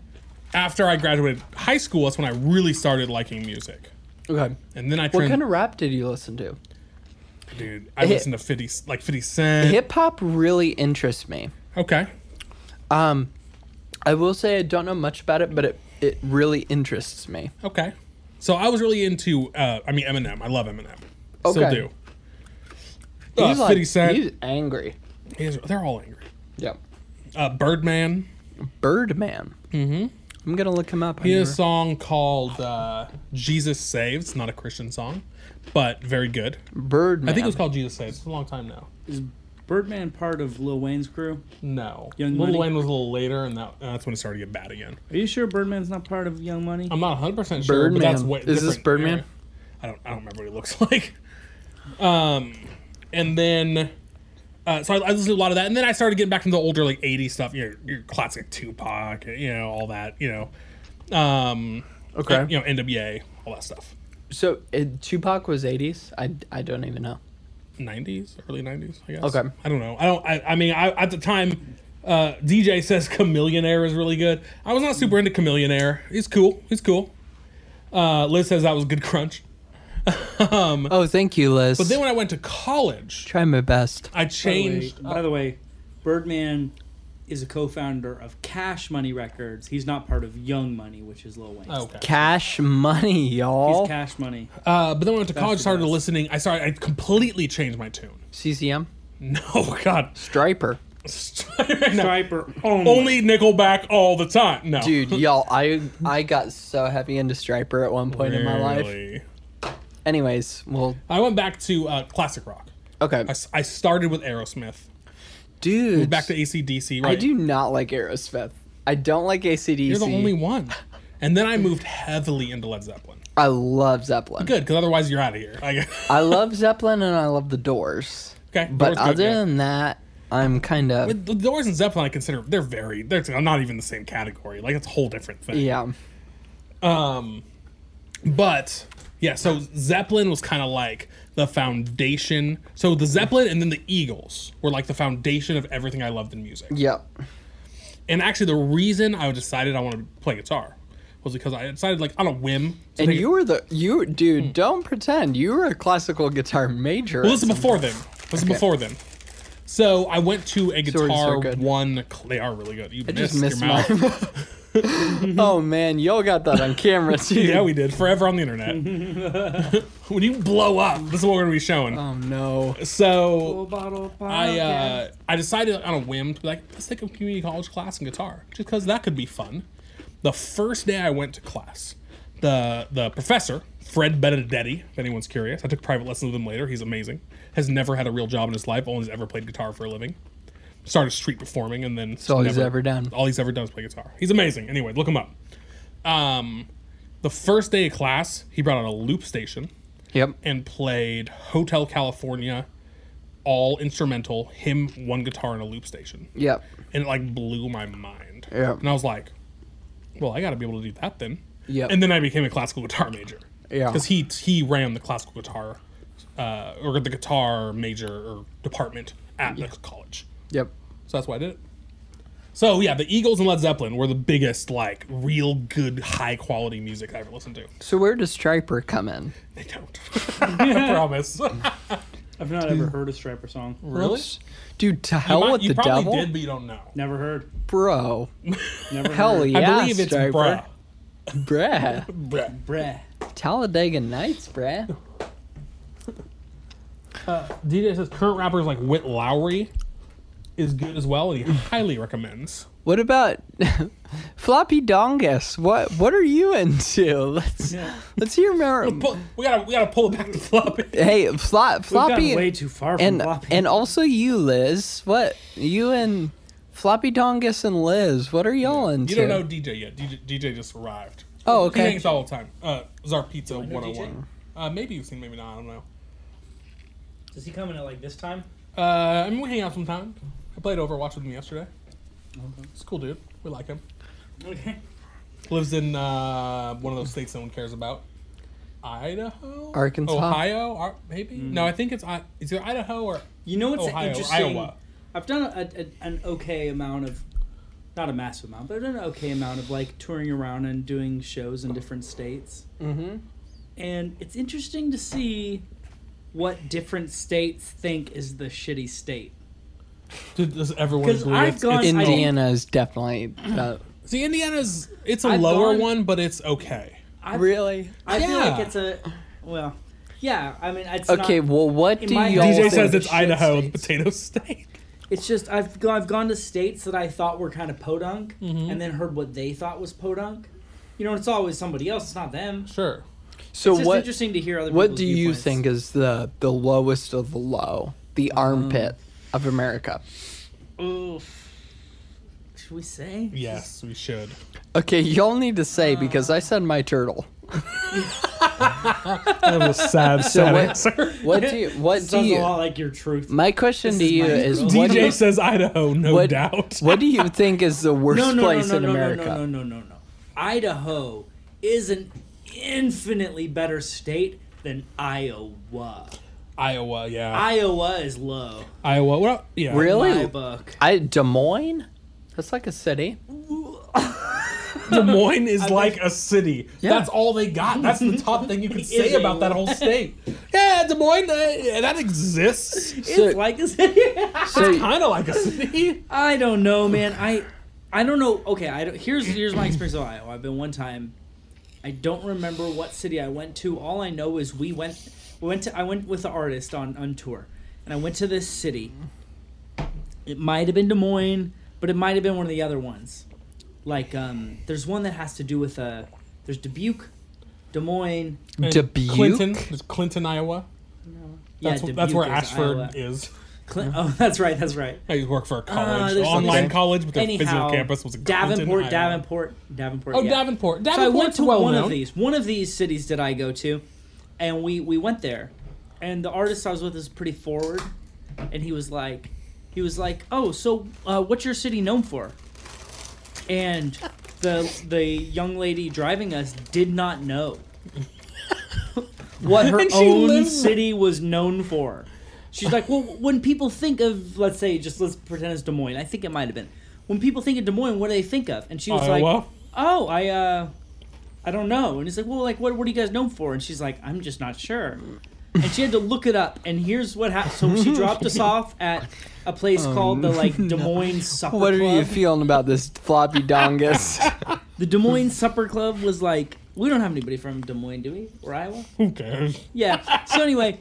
after I graduated high school, that's when I really started liking music. okay. And then I What turned, kind of rap did you listen to? dude. I Hip- listened to Fifty, like Fifty Cent. Hip hop really interests me. Okay. Um, I will say I don't know much about it, but it it really interests me. Okay. So I was really into. Uh, I mean Eminem. I love Eminem. Still Okay. do. Uh, he's like, Fifty Cent. He's angry. He's- they're all angry. Yep. Uh, Birdman. Birdman. Mm-hmm. I'm gonna look him up. He has a song called uh, "Jesus Saves." Not a Christian song, but very good. Birdman. I think it was called "Jesus Saves." It's a long time now. Is Birdman part of Lil Wayne's crew? No, Young Lil Money? Wayne was a little later, and that, that's when it started to get bad again. Are you sure Birdman's not part of Young Money? I'm not 100 percent sure, but that's Birdman. way. Is this different Birdman? era. I don't. I don't remember what he looks like. Um, and then. Uh, so I, I listened to a lot of that, and then I started getting back into the older like '80s stuff, you know, your classic Tupac, you know, all that, you know, um, Okay. you know, NWA, all that stuff. So it, Tupac was 80s. I, I don't even know. 90s, early 90s, I guess. Okay. I don't know. I don't. I, I mean, I, at the time, uh, DJ says Chameleon Air is really good. I was not super into Chameleon Air. He's cool. He's cool. Uh, Liz says that was good crunch. um, Oh, thank you, Liz. but then when I went to college, Try my best. By the I way- changed. By the way, Birdman is a co-founder of Cash Money Records. He's not part of Young Money, which is Lil Wayne. Oh, okay. Cash money, y'all. He's Cash Money. Uh, but then when I went to That's college, the started best. listening. I started. I completely changed my tune. CCM. No, God. Striper. No. Striper only. Only Nickelback all the time. No, Dude, y'all, I I got so heavy into Striper at one point in my life. Really. Anyways, well, I went back to uh, classic rock. okay. I, s- I started with Aerosmith. Dude, Back to ACDC, right? I do not like Aerosmith. I don't like ACDC. You're the only one. And then I moved heavily into Led Zeppelin. I love Zeppelin. Good, because otherwise you're out of here. I, I love Zeppelin and I love the Doors. okay, But Doors good, other yeah. than that, I'm kind of But the Doors and Zeppelin, I consider they're very they're not even the same category. Like it's a whole different thing. yeah. Um, but yeah, so Zeppelin was kind of like the foundation. So the Zeppelin and then the Eagles were like the foundation of everything I loved in music. Yep. And actually, the reason I decided I wanted to play guitar was because I decided like on a whim. to And take- you were the you dude, don't pretend. You were a classical guitar major. Hmm. Well, this is before them. This is before them. So I went to a Swords are guitar good. one. cl- They are really good. You I missed, just missed your mouth. mine. oh man, y'all got that on camera too. yeah, we did. Forever on the internet. when you blow up, this is what we're gonna be showing. Oh no. so Bottle I uh, I decided on a whim to be like let's take a community college class in guitar just because that could be fun. The first day I went to class, the the professor Fred Benedetti, if anyone's curious, I took private lessons with him later. He's amazing. Has never had a real job in his life. Only has ever played guitar for a living. Started street performing and then all he's ever done. All he's ever done is play guitar. He's amazing. Anyway, look him up. Um, the first day of class, he brought out a loop station Yep. and played Hotel California, all instrumental, him one guitar and a loop station, Yep. and it like blew my mind. Yeah. And I was like, well, I got to be able to do that then. Yep. And then I became a classical guitar major. Yeah. Because he he ran the classical guitar, uh, or the guitar major or department at the college. Yep. So that's why I did it. So yeah, the Eagles and Led Zeppelin were the biggest like real good high quality music I ever listened to. So where does Striper come in? They don't. I promise. I've not ever heard a Striper song. Really? Oops. Dude, to You hell might- with you the probably devil. did, but you don't know. Never heard. Bro. Never Hell heard. yeah. I believe it's Striper. bruh. Bruh. Bruh. Bruh. Talladega Nights, bruh. DJ says current rappers like Whit Lowry is good as well, and he highly recommends. What about Floppy Dongus? What what are you into? Let's Yeah. let's hear more. Pull, we gotta we gotta pull it back to floppy. Hey, Flop We've gotten Floppy way too far from and floppy. and also you, Liz. What you and Floppy Dongus and Liz? What are y'all into? You don't know DJ yet. DJ, DJ just arrived. Oh, He okay. hangs out all the time. Uh, Czar Pizza I know 101. Uh, maybe you've seen, maybe not. I don't know. Does he come in at like this time? Uh, I mean, we hang out sometime. I played Overwatch with him yesterday. It's a cool dude. We like him. Okay. Lives in uh, one of those states no one cares about. Idaho, Arkansas. Ohio, Ar- maybe. No, I think it's I- it's either Idaho or You know what's Ohio, interesting? Iowa. I've done a, a, an okay amount of, not a massive amount, but I've done an okay amount of like touring around and doing shows in different states. Mm-hmm. And it's interesting to see what different states think is the shitty state. Dude, does everyone 'Cause agree? I've It's- gone- it's- I- Indiana is definitely uh, the- see, Indiana's it's a I've lower gone- one, but it's okay. I, really I feel Yeah. like it's a, well, yeah, I mean, it's okay. not, well, what in do my- y'all DJ think DJ says the it's shit Idaho, states- potato state. it's just, I've, go, I've gone to states that I thought were kind of podunk Mm-hmm. and then heard what they thought was podunk. You know, it's always somebody else, it's not them. Sure. So it's just what? interesting to hear other What people's do you viewpoints. think is the the lowest of the low? Um, The armpit of America. Oof. Should we say? Yes, we should. Okay, y'all need to uh, say because I said my turtle. That was a sad, sad what- answer. What do you? What do Sounds a you? lot like your truth. My question to is you my is turtle. what? do DJ you- says Idaho, no what- doubt. What do you think is the worst No, no, place no, in no, no, no, America? no, no, no, no, no. Idaho is an infinitely better state than Iowa. Iowa, yeah. Iowa is low. Iowa. Well, yeah. Really? My book. I Des Moines. That's like a city. Des Moines is like a city. Yeah. That's all they got. That's the top thing you can say is a about that whole state. Yeah, Des Moines, uh, yeah, that exists. It's So- It's like a city. So, kind of like a city. I don't know, man. I I don't know. Okay, I don't, here's here's my experience of Iowa. I've been one time. I don't remember what city I went to. All I know is we went we went to I went with the artist on on tour, and I went to this city. It might have been Des Moines, but it might have been one of the other ones. Like um, there's one that has to do with uh, there's Dubuque, Des Moines. And Dubuque? Clinton. There's Clinton, Iowa. That's, yeah, that's Dubuque where is Ashford Iowa. is. Clin- oh, that's right. That's right. I used to work for a college, there's online something- college, but their physical Anyhow, campus was in Clinton, Davenport, Iowa. Davenport, Davenport. Oh, yeah. Davenport. So I Davenport's went to well one known. of these. One of these cities did I go to, and we we went there, and the artist I was with is pretty forward, and he was like, he was like, oh, so uh, what's your city known for? And the the young lady driving us did not know what her And she own lives- city was known for. She's like, well, when people think of, let's say, just let's pretend it's Des Moines. I think it might have been. When people think of Des Moines, what do they think of? And she was Iowa. like, oh, I, uh, I don't know. And he's like, well, like, what, what are you guys known for? And she's like, I'm just not sure. And she had to look it up. And here's what happened. So she dropped us off at a place called the like Des Moines Supper Oh, what are Club. you feeling about this floppy dongus? the Des Moines Supper Club was like, we don't have anybody from Des Moines, do we? Or Iowa? Who cares? Yeah. So anyway,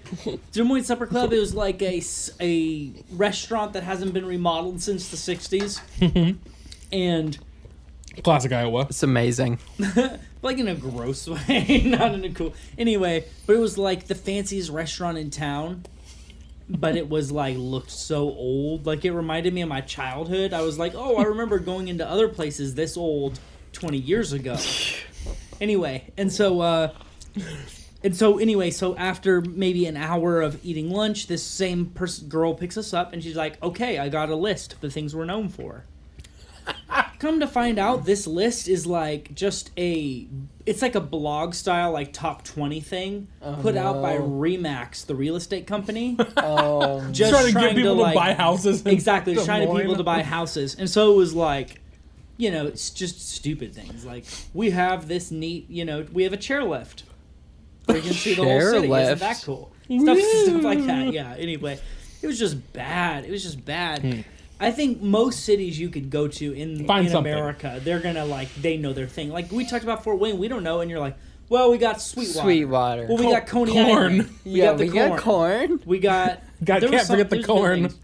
Des Moines Supper Club. It was like a, s- a restaurant that hasn't been remodeled since the '60s, and Classic Iowa. it's amazing. like in a gross way, not in a cool. Anyway, but it was like the fanciest restaurant in town, but it was like looked so old. Like it reminded me of my childhood. I was like, oh, I remember going into other places this old twenty years ago. Anyway, and so uh and so anyway, so after maybe an hour of eating lunch, this same person girl picks us up and she's like, "Okay, I got a list of the things we're known for." Come to find out, this list is like just a it's like a blog style like top 20 thing put out by no. Remax, the real estate company. Um, just trying to get people to, like- buy houses. in Exactly, just Des trying to get Moines. people to buy houses. And so it was like, you know, it's just stupid things. Like, we have this neat, you know, we have a chairlift. We can see the whole city. Isn't that Chairlift? cool? stuff, stuff like that. Yeah. Anyway, it was just bad. It was just bad. I think most cities you could go to in, Find in something. America, they're gonna like they know their thing. Like we talked about Fort Wayne, we don't know, and you're like, well, we got Sweetwater. Sweetwater. Well, we Co- got Coney corn. Island. We yeah, got the we corn. got corn. We got. God, there was can't some- forget the there's good corn. things.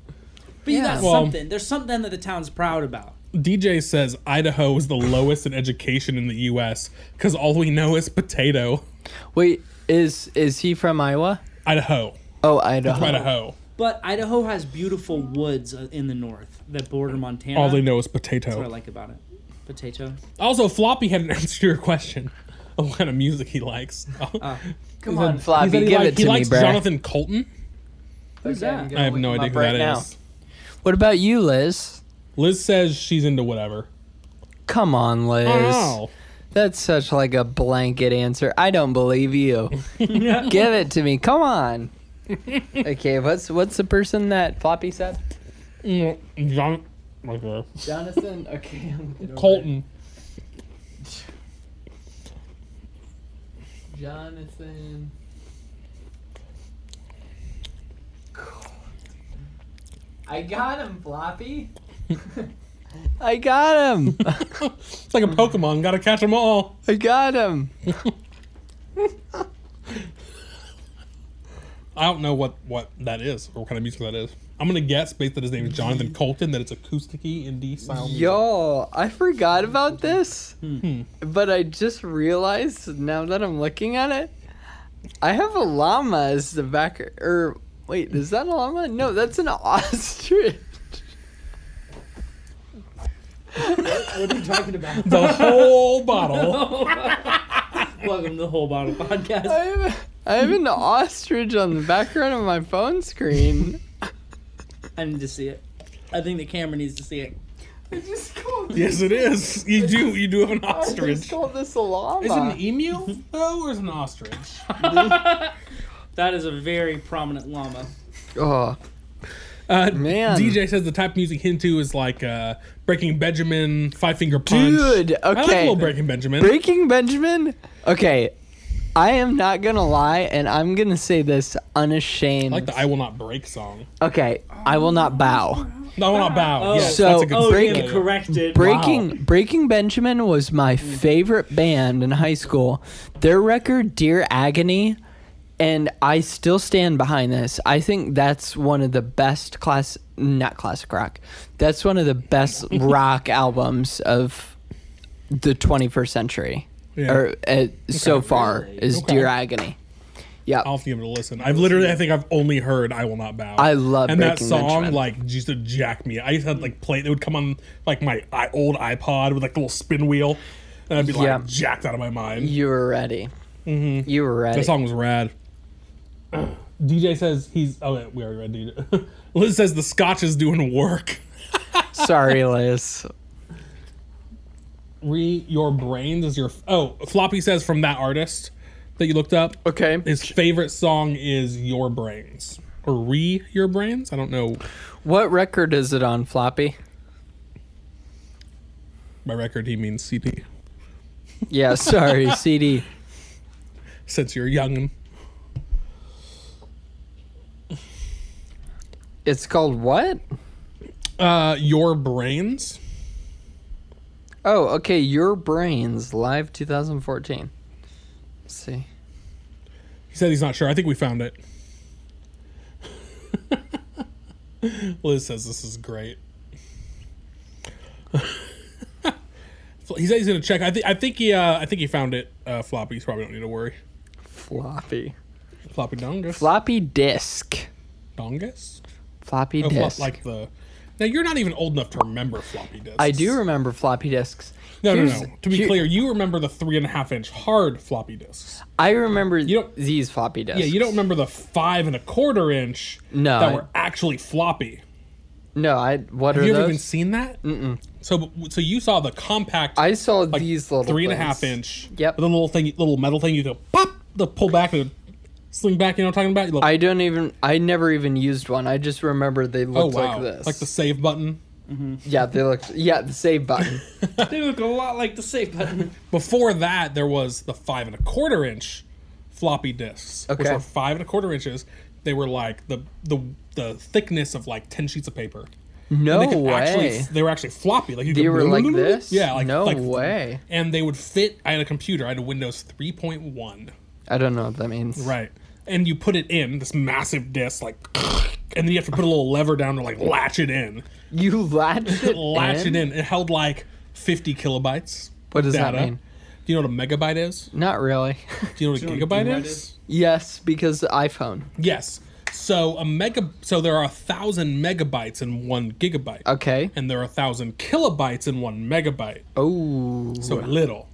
But you got Well- something. There's something that the town's proud about. DJ says Idaho is the lowest in education in the U.S. because all we know is potato. Wait, is is he from Iowa? Idaho, Oh, Idaho. Idaho. But Idaho has beautiful woods uh, in the north that border Montana. All they know is That's what I potato. like about it. Potato. Also, Floppy hadn't answered your question. on What kind of music he likes? Oh. Come He said- on, he Floppy, said he give like- it he to me, likes bruh. Jonathan Colton. Who's Okay, I'm that? gonna I have look no him idea up who right that is. now. What about you, Liz? Liz says she's into whatever. Come on, Liz. Oh, That's such like a blanket answer. I don't believe you. Give it to me. Come on. okay, what's what's the person that Floppy said? Mm, John, like that. Jonathan, okay, I'm looking over Colton. it. Jonathan. I got him, Floppy. I got him. It's like a Pokemon. Gotta catch them all. I got him. I don't know what what that is or what kind of music that is. I'm gonna guess based on his name is Jonathan Colton that it's acousticy indie sound. music. Yo, I forgot about this, but I just realized now that I'm looking at it, I have a llama as the backer. Or wait, is that a llama? No, that's an ostrich. What are you talking about? the whole bottle. Welcome to the Whole Bottle Podcast. I have, I have an ostrich on the background of my phone screen. I need to see it. I think the camera needs to see it. I just called Yes, it is. You do. You do have an I just ostrich. called this a llama. Is it an emu though, or is it an ostrich? That is a very prominent llama. oh, Uh, Man. DJ says the type of music hint to is like uh, Breaking Benjamin, Five Finger Punch. dude. Okay. I like a little Breaking Benjamin. Breaking Benjamin. Okay, I am not gonna lie, and I'm gonna say this unashamed. I like the "I Will Not Break" song. Okay, I will not bow. No, I will not bow. Oh. yes, Ah. So- that's a good Oh, song. Break- yeah, corrected. Breaking Breaking Benjamin was Mm. my favorite band in high school. Their record Dear Agony and I still stand behind this. I think that's one of the best class not classic rock. That's one of the best rock albums of the 21st century. Yeah. Or uh, so far is Okay. Dear Agony. Yeah. I'll have to give it a listen. I've literally, I think I've only heard "I Will Not Bow." I love and that Breaking song Benjamin. like used to jack me. I used to have, like play. It would come on like my i- old iPod with like a little spin wheel, and I'd be like Yeah. jacked out of my mind. You were ready. Mm-hmm. You were ready. That song was rad. DJ says he's. Oh, wait, we already read DJ. Liz says the scotch is doing work. Sorry, Liz. Re your brains is your. Oh, Floppy says from that artist that you looked up. Okay. His favorite song is Your Brains. Or Re Your Brains? I don't know. What record is it on, Floppy? By record, he means CD. Yeah, sorry, CD. Since you're young. It's called what? Uh, Your Brains? Oh, okay. Your Brains Live 2014. Let's see. He said he's not sure. I think we found it. Liz says this is great. he said he's gonna check. I think I think he uh, I think he found it. Uh, floppy. You probably don't need to worry. Floppy. Floppy dongus. Floppy disk. dongus. Floppy Oh, flop, disk. like the. Now you're not even old enough to remember floppy disks. I do remember floppy disks. No, no, Here's- no. To be here- clear, you remember the three and a half inch hard floppy disks. I remember don't- these floppy disks. Yeah, you don't remember the five and a quarter inch No, that I- were actually floppy. No, I. What Have are you those? ever even seen that? Mm-mm. So, so you saw the compact I saw these little three and a things. half inch. Yep. The little thing, little metal thing. You go pop, the pull back and sling back. You know what I'm talking about? You look, I don't even. I never even used one. I just remember they oh looked wow, like this. the save button. yeah, they looked. Yeah, the save button. They look a lot like the safe button. Before that, there was the five and a quarter inch floppy disks, which Okay. were five and a quarter inches. They were like the the the thickness of like ten sheets of paper. No And they could way. Actually, they were actually floppy. Like you They could were like this? Yeah, like No like- way. And they would fit. I had a computer. I had a Windows three point one. I don't know what that means. Right. And you put it in this massive disc, like, and then you have to put a little lever down to like latch it in. You latched it Latch in? it in. It held like 50 kilobytes. What of does that mean? Do you know what a megabyte is? Not really. Do you know what a Do you know what gigabyte gigabyte is? is? yes, because the iPhone. Yes. So a mega. So there are a thousand megabytes in one gigabyte, Okay. and there are a thousand kilobytes in one megabyte. Oh. So little.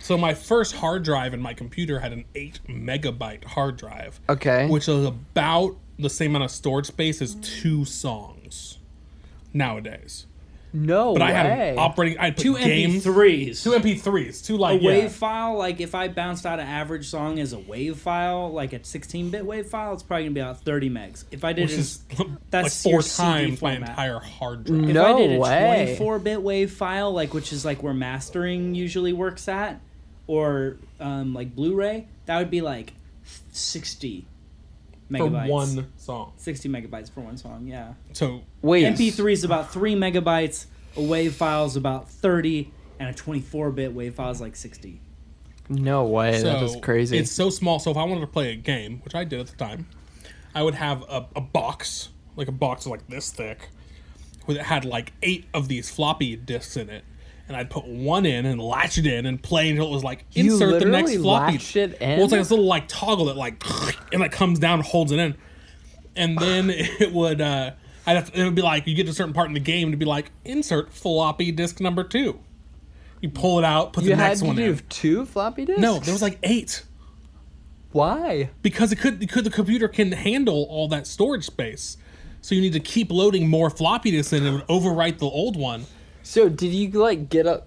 So my first hard drive in my computer had an eight megabyte hard drive. Okay. Which is about the same amount of storage space as two songs nowadays. no But way. I had an operating. I put Two games. MP3s. Two MP3s. a Two like yeah. wave file, like if I bounced out an average song as a wave file, like a 16 bit wave file, it's probably gonna be about 30 megs. If I did which it, is that's like your four CD times my format. entire hard drive. if I No did a way. 24 bit wave file, like which is like where mastering usually works at, or um, like Blu ray, that would be like 60 for megabytes. one Oh, song. 60 megabytes for one song, yeah. So Wait. MP3 is about 3 megabytes, a wave file is about 30, and a 24 bit wave file is like 60. No way. that is crazy. It's so small. So if I wanted to play a game, which I did at the time, I would have a, a box, like a box like this thick, with it had like eight of these floppy disks in it, and I'd put one in and latch it in and play until it was like You insert the next literally floppy. latched it in? Well, it's like this little like toggle that like and it comes down, and holds it in, and then it would. uh I'd have to, it would be like you get to a certain part in the game to be like insert floppy disk number two. You pull it out, put you the had next to one do in. two floppy disks? No, there was like eight Why? because it could, it could the computer can handle all that storage space. So you need to keep loading more floppy disks in and it would overwrite the old one. So did you like get a?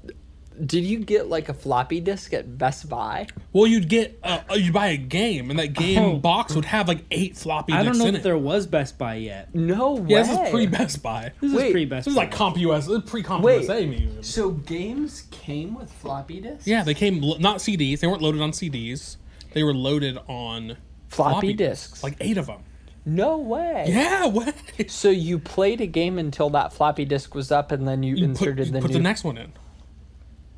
Did you get like a floppy disk at Best Buy? Well, you'd get uh, you'd buy a game and that game Oh. box would have like eight floppy I disks don't know in if it. there was Best Buy yet. No way. yeah, this is pre Best Buy. This This Wait, is pre Best is Buy. like CompUS, this is pre Wait. CompUSA. even. So games came with floppy disks. Yeah, they came lo- not CDs. They weren't loaded on CDs. They were loaded on Floppy disks, disks. like eight of them. No way. Yeah, what? So you played a game until that floppy disk was up, and then you, You put, inserted you the put new. the next one in.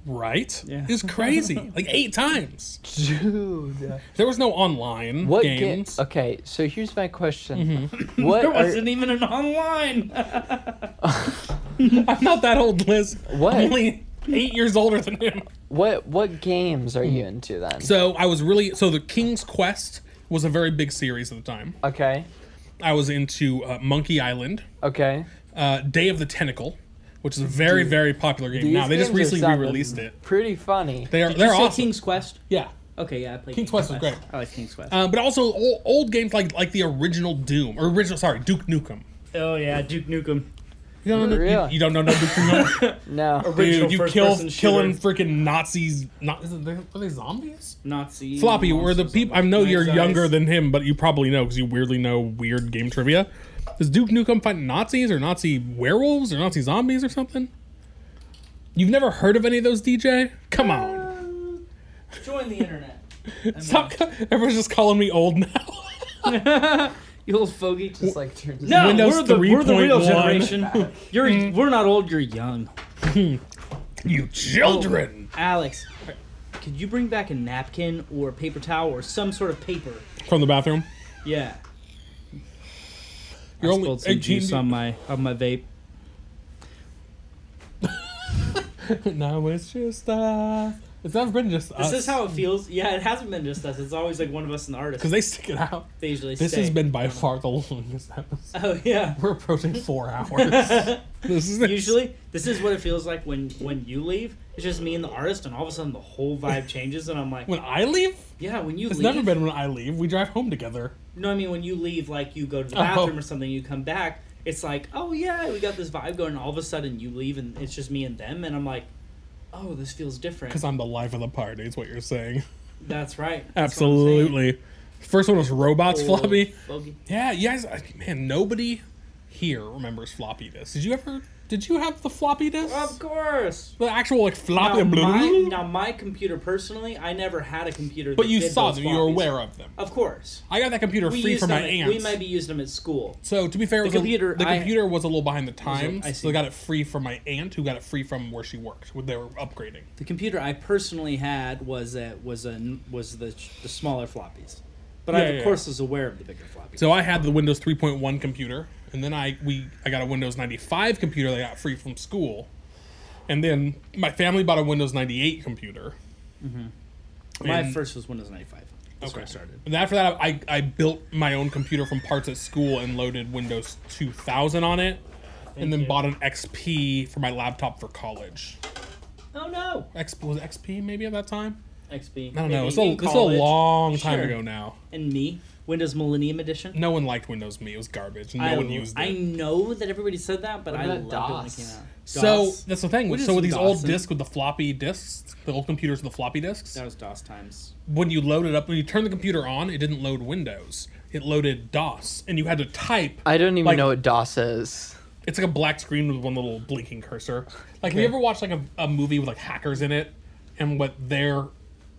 Right? Yeah. It's crazy. like eight times. Dude. There was no online What ga- games. Okay, so here's my question. What there are- wasn't even an online. I'm not that old, Liz. What? I'm only eight years older than him. what what games are you into then? So I was really so the King's Quest was a very big series at the time. okay. I was into uh, Monkey Island, Okay. uh, Day of the Tentacle, which is a very very popular game. These Now they just games are recently sounding re-released it. Pretty funny. They are Did they're you say awesome. King's Quest? yeah. Okay, yeah, I played King's Quest was great. I like King's Quest. Uh, but also old, old games like like the original Doom or original sorry Duke Nukem. oh yeah, Duke Nukem. You don't know, Really? you, you don't know no Duke Nukem, No. dude. Original You kill first-person killing shooter. freaking Nazis. Not is it, they- are they zombies? Nazi Floppy, were the monsters people? I on know the you're nice younger eyes. than him, but you probably know because you weirdly know weird game trivia. Does Duke Nukem fight Nazis or Nazi werewolves or Nazi zombies or something? You've never heard of any of those, DJ? Come on, Join the internet. stop! ca- Everyone's just calling me old now. You old fogey. Just like turns No, Windows we're the, we're the real 3.1. generation. You're Mm. we're not old. You're young. you children Alex, could you bring back a napkin or a paper towel or some sort of paper? from the bathroom. Yeah. You're I only spilled some 18 juice on my on my vape. now it's just uh, it's never been just us. Is this how it feels? Yeah, it hasn't been just us. It's always like one of us and the artist. because they stick it out. They usually This stay. has been by far the longest episode. Oh yeah. We're approaching four hours. this is Usually, this is what it feels like when when you leave. It's just me and the artist, and all of a sudden the whole vibe changes, and I'm like, when I leave. yeah, when you It's leave, never been when I leave. We drive home together. you know what I mean? When you leave, like you go to the Oh. bathroom or something, you come back, it's like, oh yeah, we got this vibe going. And all of a sudden you leave, and it's just me and them, and I'm like, oh, this feels different. Because I'm the life of the party, is what you're saying. That's right. That's what I'm saying. Oh. Absolutely. First one was robots, Old floppy. Fogey. Yeah, you guys, I- man, nobody here remembers floppy disks. Did you ever Did you have the floppy disk? Of course. the actual like floppy. Now my, blue? now my computer personally, I never had a computer. but that you did saw those them. You were floppies. aware of them. Of course. I got that computer We free used from my them at- aunt. We maybe used them at school. So to be fair, it was a- the computer, computer, the I- computer was a little behind the I times. so see. I got it free from my aunt, who got it free from where she worked when they were upgrading. The computer I personally had was a was a was the the smaller floppies, but I Yeah, of yeah, course was aware of the bigger floppies. So I had the Windows 3.1 computer, and then I we I got a Windows 95 computer that I got free from school, and then my family bought a Windows 98 computer. my and- first was Windows ninety five. That's where I started. And after that, I, I built my own computer from parts at school and loaded Windows 2000 on it, and then you. bought an XP for my laptop for college. Oh no, X, was it XP maybe at that time? XP. I don't know. Maybe It's a, in it's a college. long time Sure. ago now. And me, Windows Millennium Edition. No one liked Windows Me. It was garbage. No I, one used it. I know that everybody said that, but What I about loved it when it DOS? came out. so DOS. that's the thing. What so is with these DOS old and- discs with the floppy discs, the old computers with the floppy discs, that was DOS times. when you loaded up, when you turned the computer on, it didn't load Windows. It loaded DOS, and you had to type. I don't even Like- know what DOS is. It's like a black screen with one little blinking cursor. Like, have you ever watched like a, a movie with like hackers in it, and what they're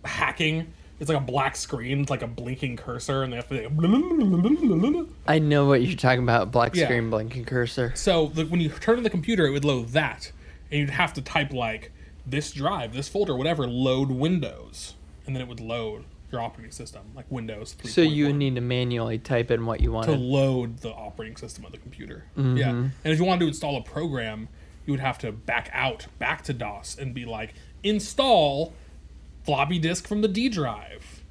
hacking? It's like a black screen, it's like a blinking cursor, and they have to. I know what you're talking about. Black Yeah. screen blinking cursor. So the, when you turn on the computer, it would load that, and you'd have to type like this drive, this folder, whatever, load Windows, and then it would load your operating system, like Windows. 3. So you need to manually type in what you to wanted. load the operating system on the computer. Mm-hmm. Yeah, and if you wanted to install a program, you would have to back out, back to DOS, and be like, install floppy disk from the D drive.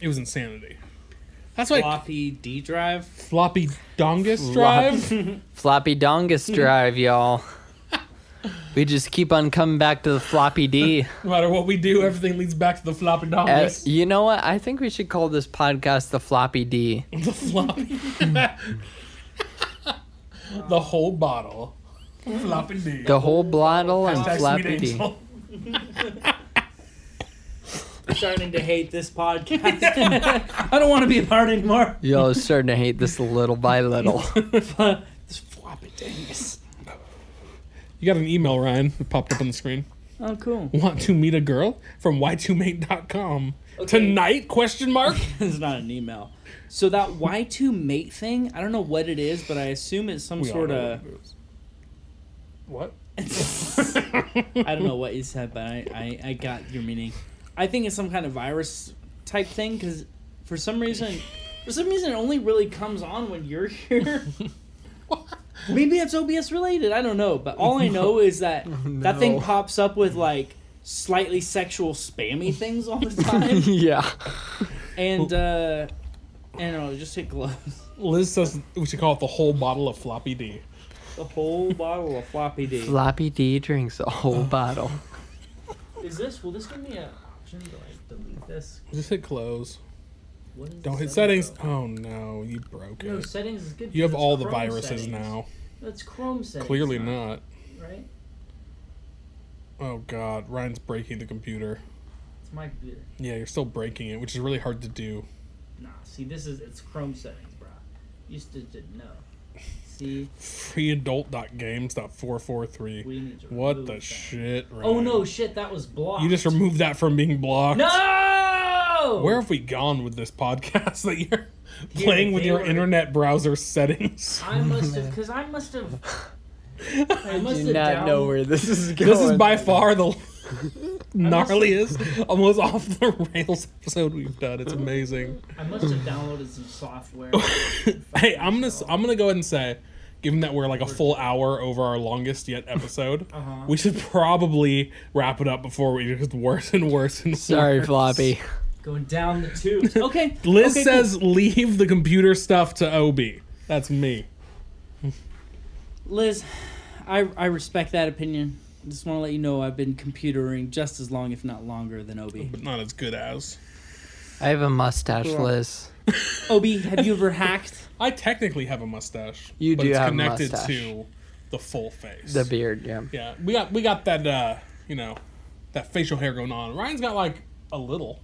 It was insanity. That's why Floppy D drive. floppy dongus drive. Floppy dongus drive, y'all. We just keep on coming back to the floppy D. no matter what we do, everything leads back to the floppy Uh, dongus. you know what? I think we should call this podcast the floppy D. the floppy. the whole bottle. Floppy D. The whole blottle and Hashtag Sweet floppy D. Angel. starting to hate this podcast. I don't want to be a part anymore. Yo, I'm starting to hate this little by little. This floppy dingus. You got an email, Ryan. It popped up on the screen. Oh, cool. Want to meet a girl from y2mate.com Okay. tonight? Question mark. it's not an email. So that Y2 mate thing, I don't know what it is, but I assume it's some We all sort know of. what it is. What? I don't know what you said, but I, I, I got your meaning. I think it's some kind of virus type thing because for some reason, for some reason, it only really comes on when you're here. Maybe that's OBS related. I don't know, but all I know is that that thing pops up with like slightly sexual spammy things all the time, yeah. and uh, and I'll just hit close. Liz says we should call it the whole bottle of floppy D. The whole bottle of floppy D. Floppy D drinks a whole bottle. Is this? Will this give me an option to like delete this? Just hit close. What is Don't the hit settings, settings. Oh no, you broke No, it. settings is good. You have That's all the Chrome viruses settings. now. That's Chrome settings. Clearly not. Right? Oh god, Ryan's breaking the computer. It's my computer. Yeah, you're still breaking it, which is really hard to do. Nah, see, this is it's Chrome settings, bro. You just didn't know. See, Freeadult.games.443. we need to. What remove the that. shit, Ryan? Oh no, shit! That was blocked. You just removed that from being blocked. No. Where have we gone with this podcast that you're playing with they your were- internet browser settings? I must have, cause I must have. I must Do have not down- know where this is going. This is by far the gnarliest, almost off the rails episode we've done. It's amazing. I must have downloaded some software. Hey, I'm gonna s- I'm gonna go ahead and say, given that we're like a full hour over our longest yet episode, Uh-huh. we should probably wrap it up before we just worse and worse and worse. Sorry, Floppy. Going down the tubes. Okay. Liz okay, cool. says leave the computer stuff to Ob. That's me. Liz, I, I respect that opinion. Just want to let you know I've been computering just as long, if not longer, than Obi. But not as good as. I have a mustache, Liz. Obi, have you ever hacked? I technically have a mustache. You but do it's have a connected mustache. to the full face. The beard, yeah. yeah, we got we got that uh, you know, that facial hair going on. Ryan's got like a little.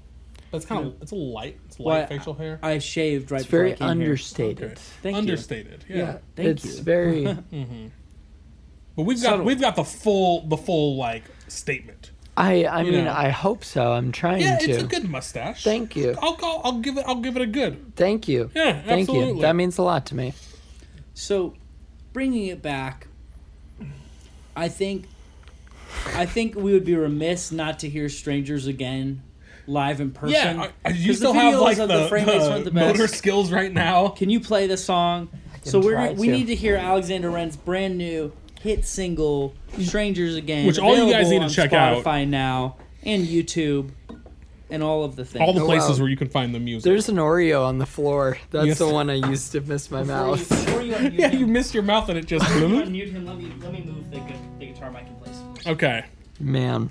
That's kind of it's a light, it's light Well, facial hair. I shaved right It's very before I came here. understated. Okay. Thank you. Understated. Yeah. Thank it's you. very But we've got So do we've got the full the full like statement. I I You mean know. I hope so. I'm trying Yeah, to. it's a good mustache. Thank you. I'll call, I'll give it I'll give it a good. Thank you. Yeah, Thank absolutely. you. That means a lot to me. So, bringing it back, I think, I think we would be remiss not to hear "Strangers" again, live in person. Yeah, I- I- 'Cause you the still have videos like the, of the frame rates weren't the the motor best. skills right now. Can you play the song? So we're try gonna- we to. need to hear Alexander Wren's brand new hit single "Strangers Again," Which all you guys available need to on check out. Spotify now and YouTube and all of the things. All the Oh, places wow. where you can find the music. There's an Oreo on the floor. That's Yes. the one I used to miss my mouth. yeah, you missed your mouth and it just. unmute him. Let me let me move the, gu- the guitar mic in place. okay. Man.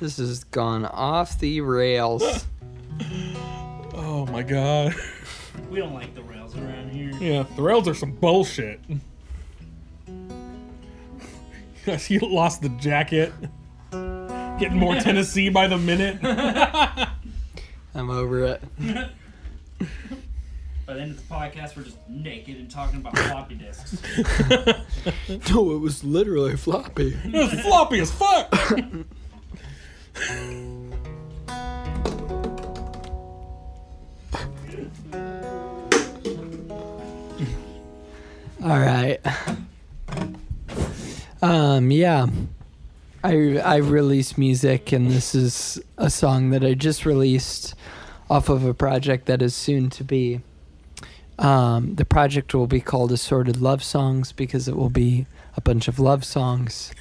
This has gone off the rails. Oh my god. We don't like the rails around here. Yeah, the rails are some bullshit. Yes, you lost the jacket. Getting more Tennessee by the minute. I'm over it. By the end of the podcast, we're just naked and talking about floppy disks. No, it was literally floppy. It was floppy as fuck. All right. Um, yeah. I I release music and this is a song that I just released off of a project that is soon to be. Um, the project will be called Assorted Love Songs because it will be a bunch of love songs.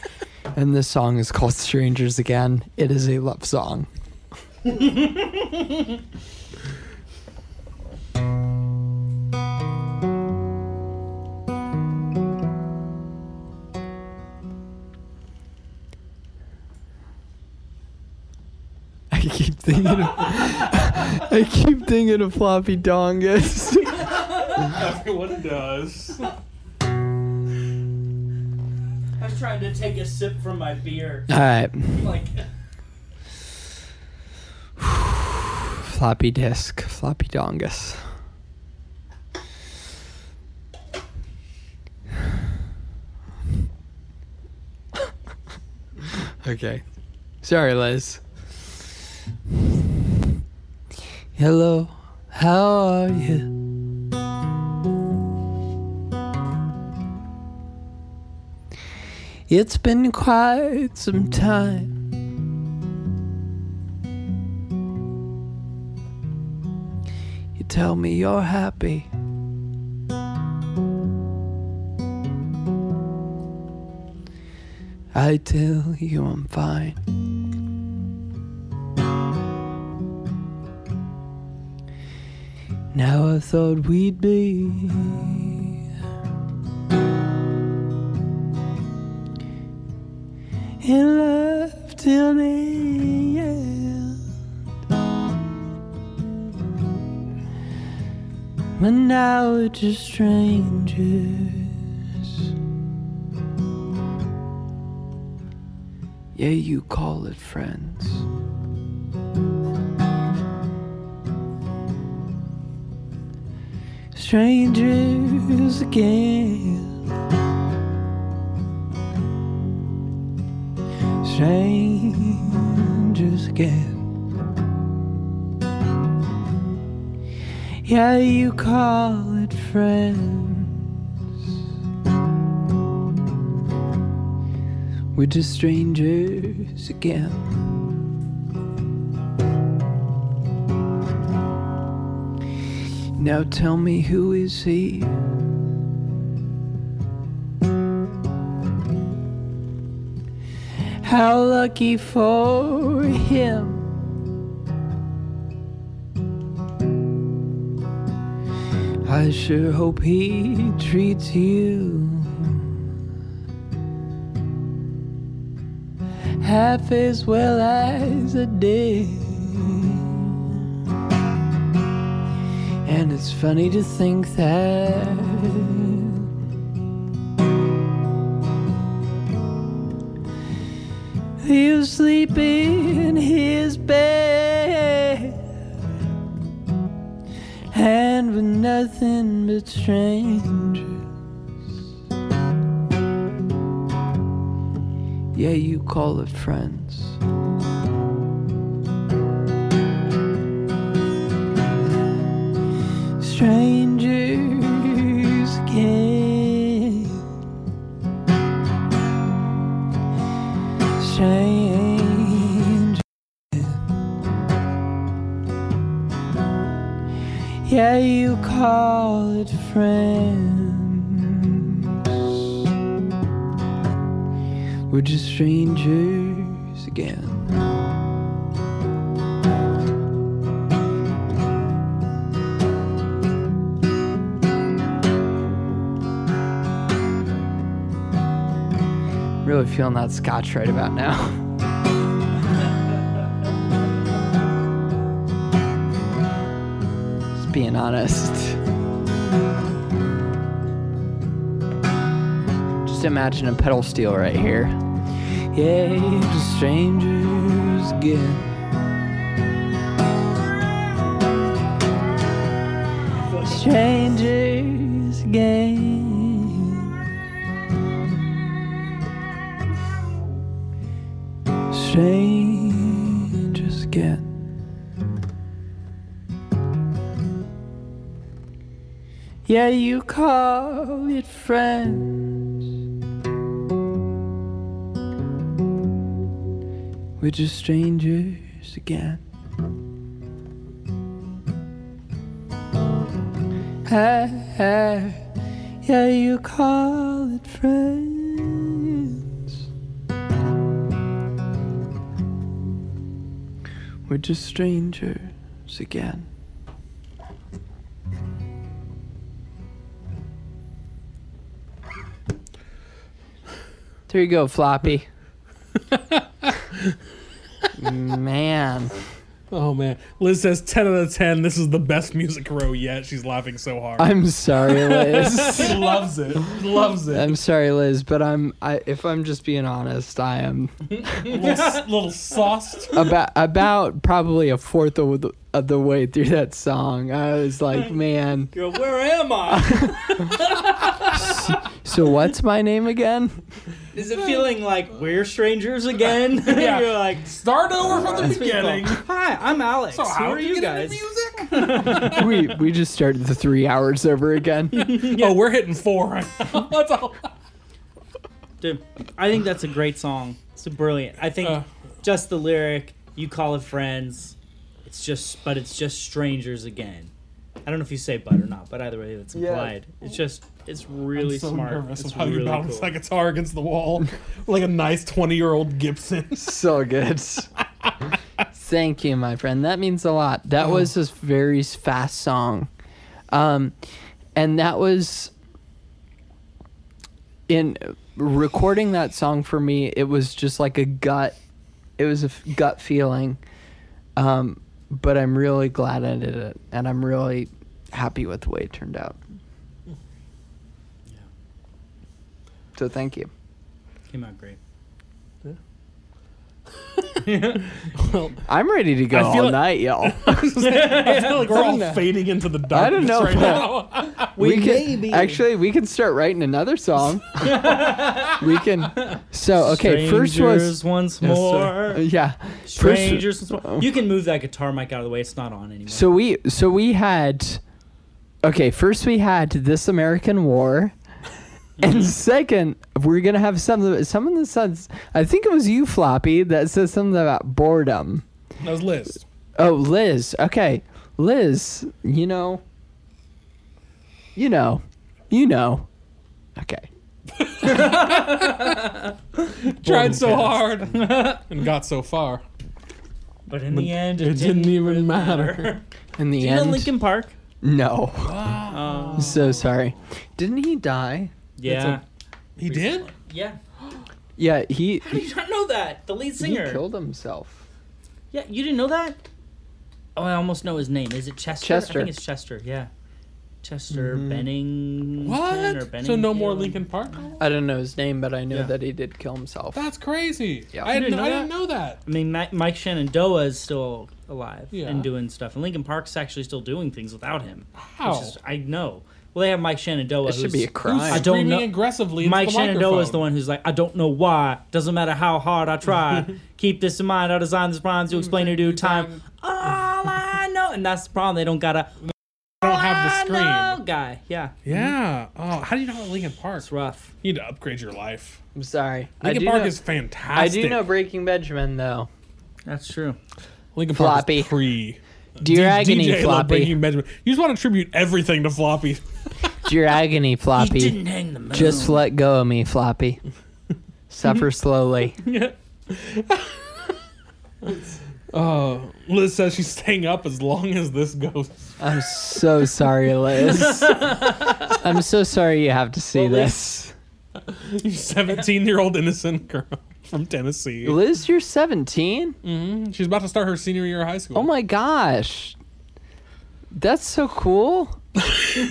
And this song is called Strangers Again. It is a love song. I keep thinking of, I keep thinking of floppy dongus. Everyone does. I was trying to take a sip from my beer. All right. Like, floppy disk, floppy dongus. okay. Sorry, Liz. Hello, how are you? It's been quite some time. You tell me you're happy. I tell you I'm fine. Now I thought we'd be in love till the end. But now we're just strangers. Yeah, you call it friends. Strangers again. Strangers again. Yeah, you call it friends. We're just strangers again. Now tell me who is he? How lucky for him. I sure hope he treats you half as well as I did. And it's funny to think that you sleep in his bed and with nothing but strangers. Yeah, you call it friends. Strangers again. Strange. Yeah, you call it friends. We're just strangers again. Really feeling that scotch right about now. Just being honest. Just imagine a pedal steel right here. Yeah, just strangers again. Strangers again. Strangers again. Yeah, you call it friends. We're just strangers again. Ah, ah, yeah, you call it friends. We're just strangers again. There you go, Floppy. Man. Oh man, Liz says ten out of ten. This is the best music row yet. She's laughing so hard. I'm sorry, Liz. she loves it. Loves it. I'm sorry, Liz, but I'm I if I'm just being honest, I am little, little sauced. about about probably a fourth of the, of the way through that song. I was like, man. Yo, where am I? So what's my name again? Is it feeling like we're strangers again? Yeah. You're like, Start over from the beginning. hi, I'm Alex. So Who how are do you you get into guys? music? We we just started the three hours over again. Oh, we're hitting four right now. That's all. Dude, I think that's a great song. It's brilliant. I think Uh. just the lyric, you call it friends. It's just, but it's just strangers again. I don't know if you say but or not, but either way, it's implied. It's just, it's really I'm so smart. nervous it's of how you really bounce cool. that guitar against the wall, like a nice twenty-year-old Gibson. so good. Thank you, my friend. That means a lot. That was a very s- fast song. Um, and that was in recording that song for me, it was just like a gut, it was a f- gut feeling. Um, but I'm really glad I did it. And I'm really happy with the way it turned out. So thank you. Came out great. I'm ready to go I feel all like- night, y'all. I feel like we're all Something- fading into the darkness I don't know, right but- now. we can actually we can start writing another song. we can. So okay, first was Strangers once Yes, more. sir. Uh, yeah. First- Strangers once more. You can move that guitar mic out of the way. It's not on anymore. Oh. so we so we had okay. First we had this American War, and second we're gonna have something. Someone that says I think it was you, Floppy, that said something about boredom. That was Liz. Oh, Liz. Okay, Liz. You know. You know. You know. Okay. Tried so hard and got so far. but in the end, It didn't even matter. In the You know end. Lincoln Park? No. Uh, So sorry. Didn't he die? yeah. He did. yeah. Yeah, he How do you not know that? The lead he singer. killed himself. Yeah, you didn't know that? Oh, I almost know his name. Is it Chester? Chester. I think it's Chester. Yeah. Chester Benning. Or Mm-hmm. What? Bennington So no more or- Lincoln Park. I don't know his name, but I know Yeah. that he did kill himself. That's crazy. Yeah. I, You didn't, didn't I know didn't know that. I mean, Ma- Mike Shenandoah is still alive Yeah. and doing stuff, and Lincoln Park's actually still doing things without him. How? Which is, I know. Well, they have Mike Shenandoah. That should be a who's- Who's I crime. don't screaming know- aggressively. into Mike the Shenandoah is the microphone? one who's like, I don't know why. Doesn't matter how hard I try. Keep this in mind. I designed this rhyme Mm-hmm. to explain in due time. All I know, and that's the problem. They don't got a I don't have the "All I scream. know" guy. Yeah, Mm-hmm. Yeah. Oh, how do you know about Lincoln Park? it's rough. You need to upgrade your life. I'm sorry. I Lincoln do, Park know, is I fantastic. do know Breaking Benjamin though. That's true. Lincoln Park Floppy. is pre. Dear D- agony, DJ loved floppy. Breaking Benjamin. You just want to attribute everything to Floppy. Dear agony, floppy. hang the moon. Just let go of me, floppy. Suffer slowly. Oh, Liz says she's staying up as long as this goes. I'm so sorry, Liz. I'm so sorry you have to see this. You 17 year old innocent girl from Tennessee. Liz, you're 17? hmm She's about to start her senior year of high school. Oh my gosh. That's so cool. She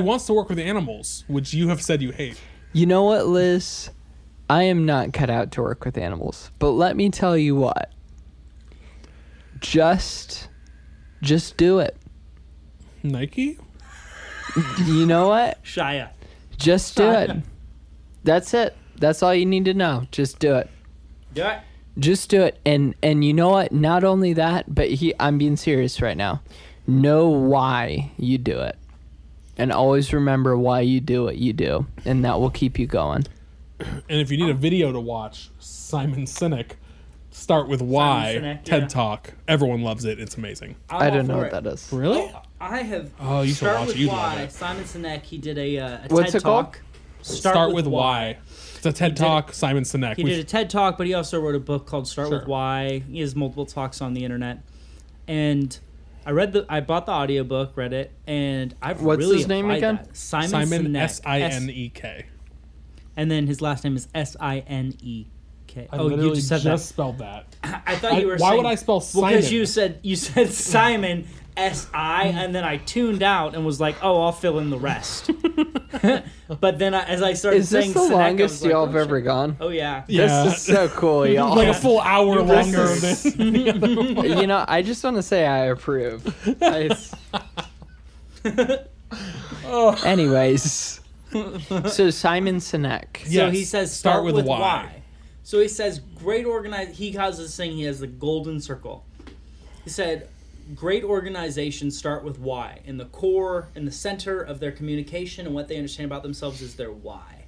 wants to work with animals, which you have said you hate. You know what, Liz? I am not cut out to work with animals. But let me tell you what. Just just do it. Nike? You know what? Shia. Just do it. That's it. That's all you need to know. Just do it. Do it. Just do it. And and you know what? Not only that, but he I'm being serious right now. Know why you do it. And always remember why you do what you do. And that will keep you going. And if you Oh. need a video to watch, Simon Sinek, start with why Sinek, TED yeah. Talk. Everyone loves it. It's amazing. I'm I all don't for know it. what that is. Really? I have. Oh, you should start watch it. with You'd love why it. Simon Sinek. He did a, uh, a What's TED it called? talk. Start, with, why. It's a TED it. Talk, Simon Sinek. He We did a should- TED talk, but he also wrote a book called Start Sure. with Why. He has multiple talks on the internet, and I read the. I bought the audiobook, read it, and I've What's really his name applied again? that. Simon, Simon Sinek. S I S- N E K. and then his last name is S I N E K. I Oh, literally you just said spelled that. that. I thought I- you were. why would saying- I spell Because Simon? you said you said Simon S I, and then I tuned out and was like, oh, I'll fill in the rest. but then I, as I started Is saying, this the Sinek, I longest was like, y'all oh, have shit. ever gone? Oh yeah. Yeah. This is so cool, y'all. like a full hour longer of this. is- than the other one. you know, I just want to say I approve. I s- Oh. Anyways, so Simon Sinek. So Yes. he says start, with, why. So he says great organize. He has this thing. He has the golden circle. He said great organizations start with why, and the core and the center of their communication and what they understand about themselves is their why.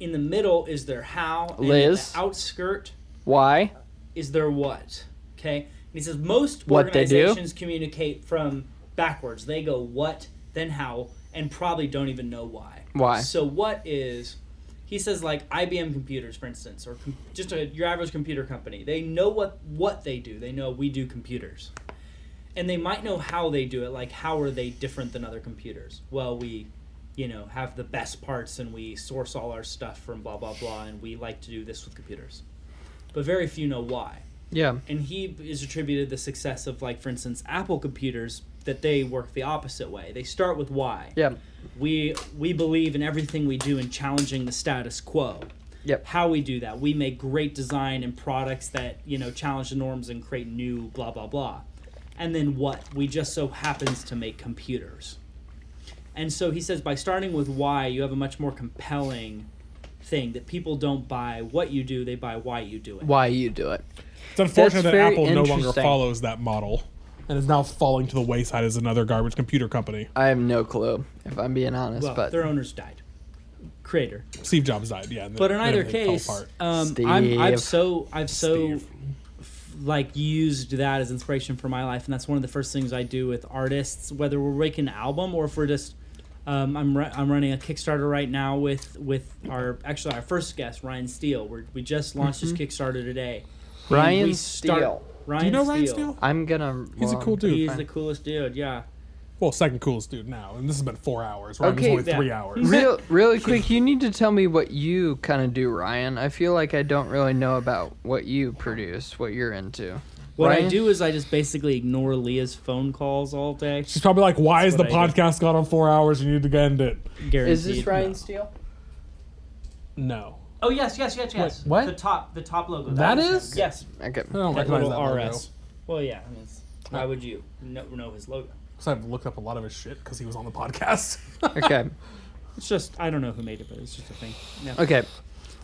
In the middle is their how. And in Liz? the outskirt Why? is their what. Okay. And he says most What they do? organizations communicate from backwards. They go what, then how, and probably don't even know why. Why? So what is? He says like IBM computers, for instance, or com- just a, your average computer company. They know what what they do. They know we do computers, and they might know how they do it. Like how are they different than other computers? Well, we, you know, have the best parts, and we source all our stuff from blah blah blah, and we like to do this with computers. But very few know why Yeah. and he is attributed the success of like for instance apple computers that they work the opposite way they start with why Yep. we we believe in everything we do in challenging the status quo Yep. how we do that we make great design and products that you know challenge the norms and create new blah blah blah and then what we just so happens to make computers and so he says by starting with why you have a much more compelling thing that people don't buy what you do they buy why you do it Why you do it? It's unfortunate that That's very Apple no longer interesting. follows that model and is now falling to the wayside as another garbage computer company. I have no clue, if I'm being honest. well, but their owners died. Creator, Steve Jobs died, yeah. and but in then either everything case, fell apart. um, I'm, I've Steve. so I've so Steve. f- like used that as inspiration for my life, and that's one of the first things I do with artists, whether we're making an album or if we're just. Um, I'm ru- I'm running a Kickstarter right now with with our actually our first guest Ryan Steele. We're, we just launched this Kickstarter today. And Ryan we start- Steele. Ryan Do you know Ryan Steele. Steele? I'm gonna. He's a well, cool dude. He's the coolest dude. Yeah. Well, second coolest dude now, and this has been four hours. Ryan's Okay, only yeah. three hours. Real, really quick, you need to tell me what you kind of do, Ryan. I feel like I don't really know about what you produce, what you're into. What I Ryan? do is I just basically ignore Leah's phone calls all day. She's probably like, "Why is the That's what I do. podcast gone on four hours? You need to end it." Guaranteed. Is this No. Ryan Steele? No, Oh yes, yes, yes, yes. Wait, what? The top, the top logo. That was him. is? Yes. Okay. I don't That recognize that little logo. RS. Well, yeah. I mean, it's- why would you know, know his logo? Because I've looked up a lot of his shit because he was on the podcast. Okay. It's just I don't know who made it, but it's just a thing. Yeah. Okay.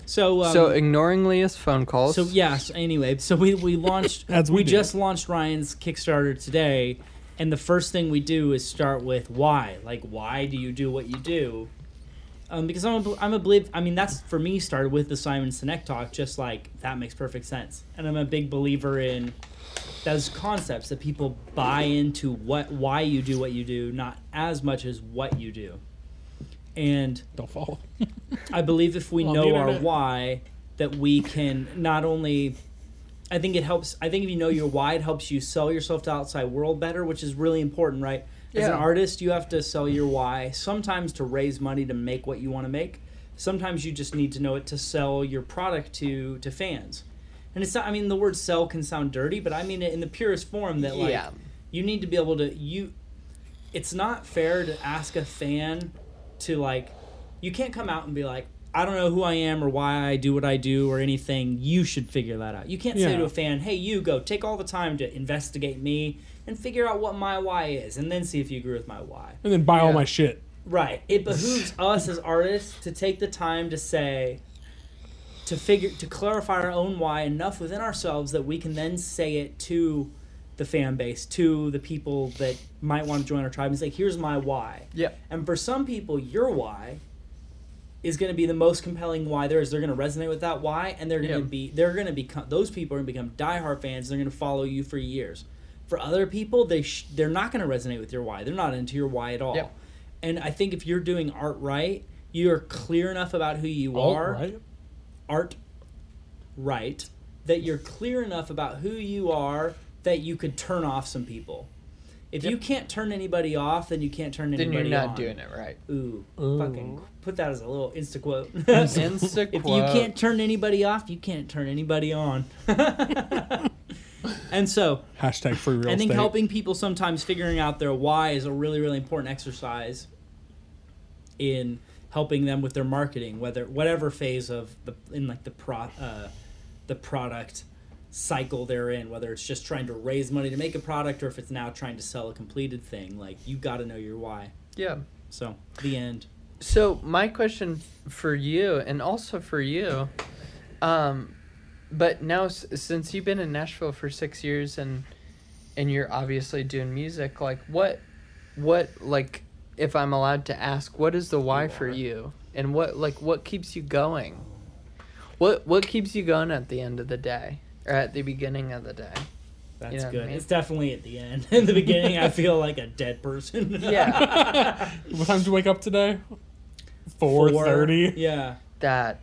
So um, so ignoring Leah's phone calls. So yeah. So anyway, so we we launched. As we we do. just launched Ryan's Kickstarter today, and the first thing we do is start with why. Like, why do you do what you do? Um, because I'm a, I'm a believe. I mean, that's for me started with the Simon Sinek talk. Just like that makes perfect sense, and I'm a big believer in those concepts that people buy into what why you do what you do, not as much as what you do. And Don't follow. I believe if we Well, know neither our do- why, that we can not only. I think it helps. I think if you know your why, it helps you sell yourself to outside world better, which is really important, right? As an Yeah. artist, you have to sell your why sometimes to raise money to make what you want to make. Sometimes you just need to know it to sell your product to to fans. And it's not. I mean, the word "sell" can sound dirty, but I mean it in the purest form. That like Yeah. you need to be able to you it's not fair to ask a fan to like you can't come out and be like i don't know who i am or why i do what i do or anything you should figure that out you can't say Yeah. to a fan hey you go take all the time to investigate me and figure out what my why is and then see if you agree with my why And then buy all Yeah. my shit. Right. It behooves us as artists to take the time to say, to figure, to clarify our own why enough within ourselves that we can then say it to the fan base, to the people that might want to join our tribe, and say, "Here's my why." Yep. And for some people, your why is going to be the most compelling why there is. They're going to resonate with that why, and they're going to Yeah. be they're going to become those people are going to become diehard fans. And they're going to follow you for years. For other people, they sh- they're not going to resonate with your why. They're not into your why at all. Yep. And I think if you're doing art right, you're clear enough about who you are, right? art right, that you're clear enough about who you are that you could turn off some people. If you can't turn anybody off, then you can't turn anybody then you're on. not doing it right. Ooh, fucking put that as a little insta quote. Insta If you quote. can't turn anybody off, you can't turn anybody on. and so, Hashtag free real I think estate. helping people sometimes figuring out their why is a really, really important exercise in helping them with their marketing, whether whatever phase of the in like the pro uh, the product cycle they're in, whether it's just trying to raise money to make a product or if it's now trying to sell a completed thing. Like you got to know your why. Yeah. So the end. So my question for you, and also for you, um, but now s- since you've been in Nashville for six years, and and you're obviously doing music, like what, what like, if I'm allowed to ask, what is the why for you, and what like what keeps you going? What what keeps you going at the end of the day, or at the beginning of the day? That's Yeah, good. man. It's definitely at the end. In the beginning, I feel like a dead person. Yeah. What time did you wake up today? Four thirty. Yeah. That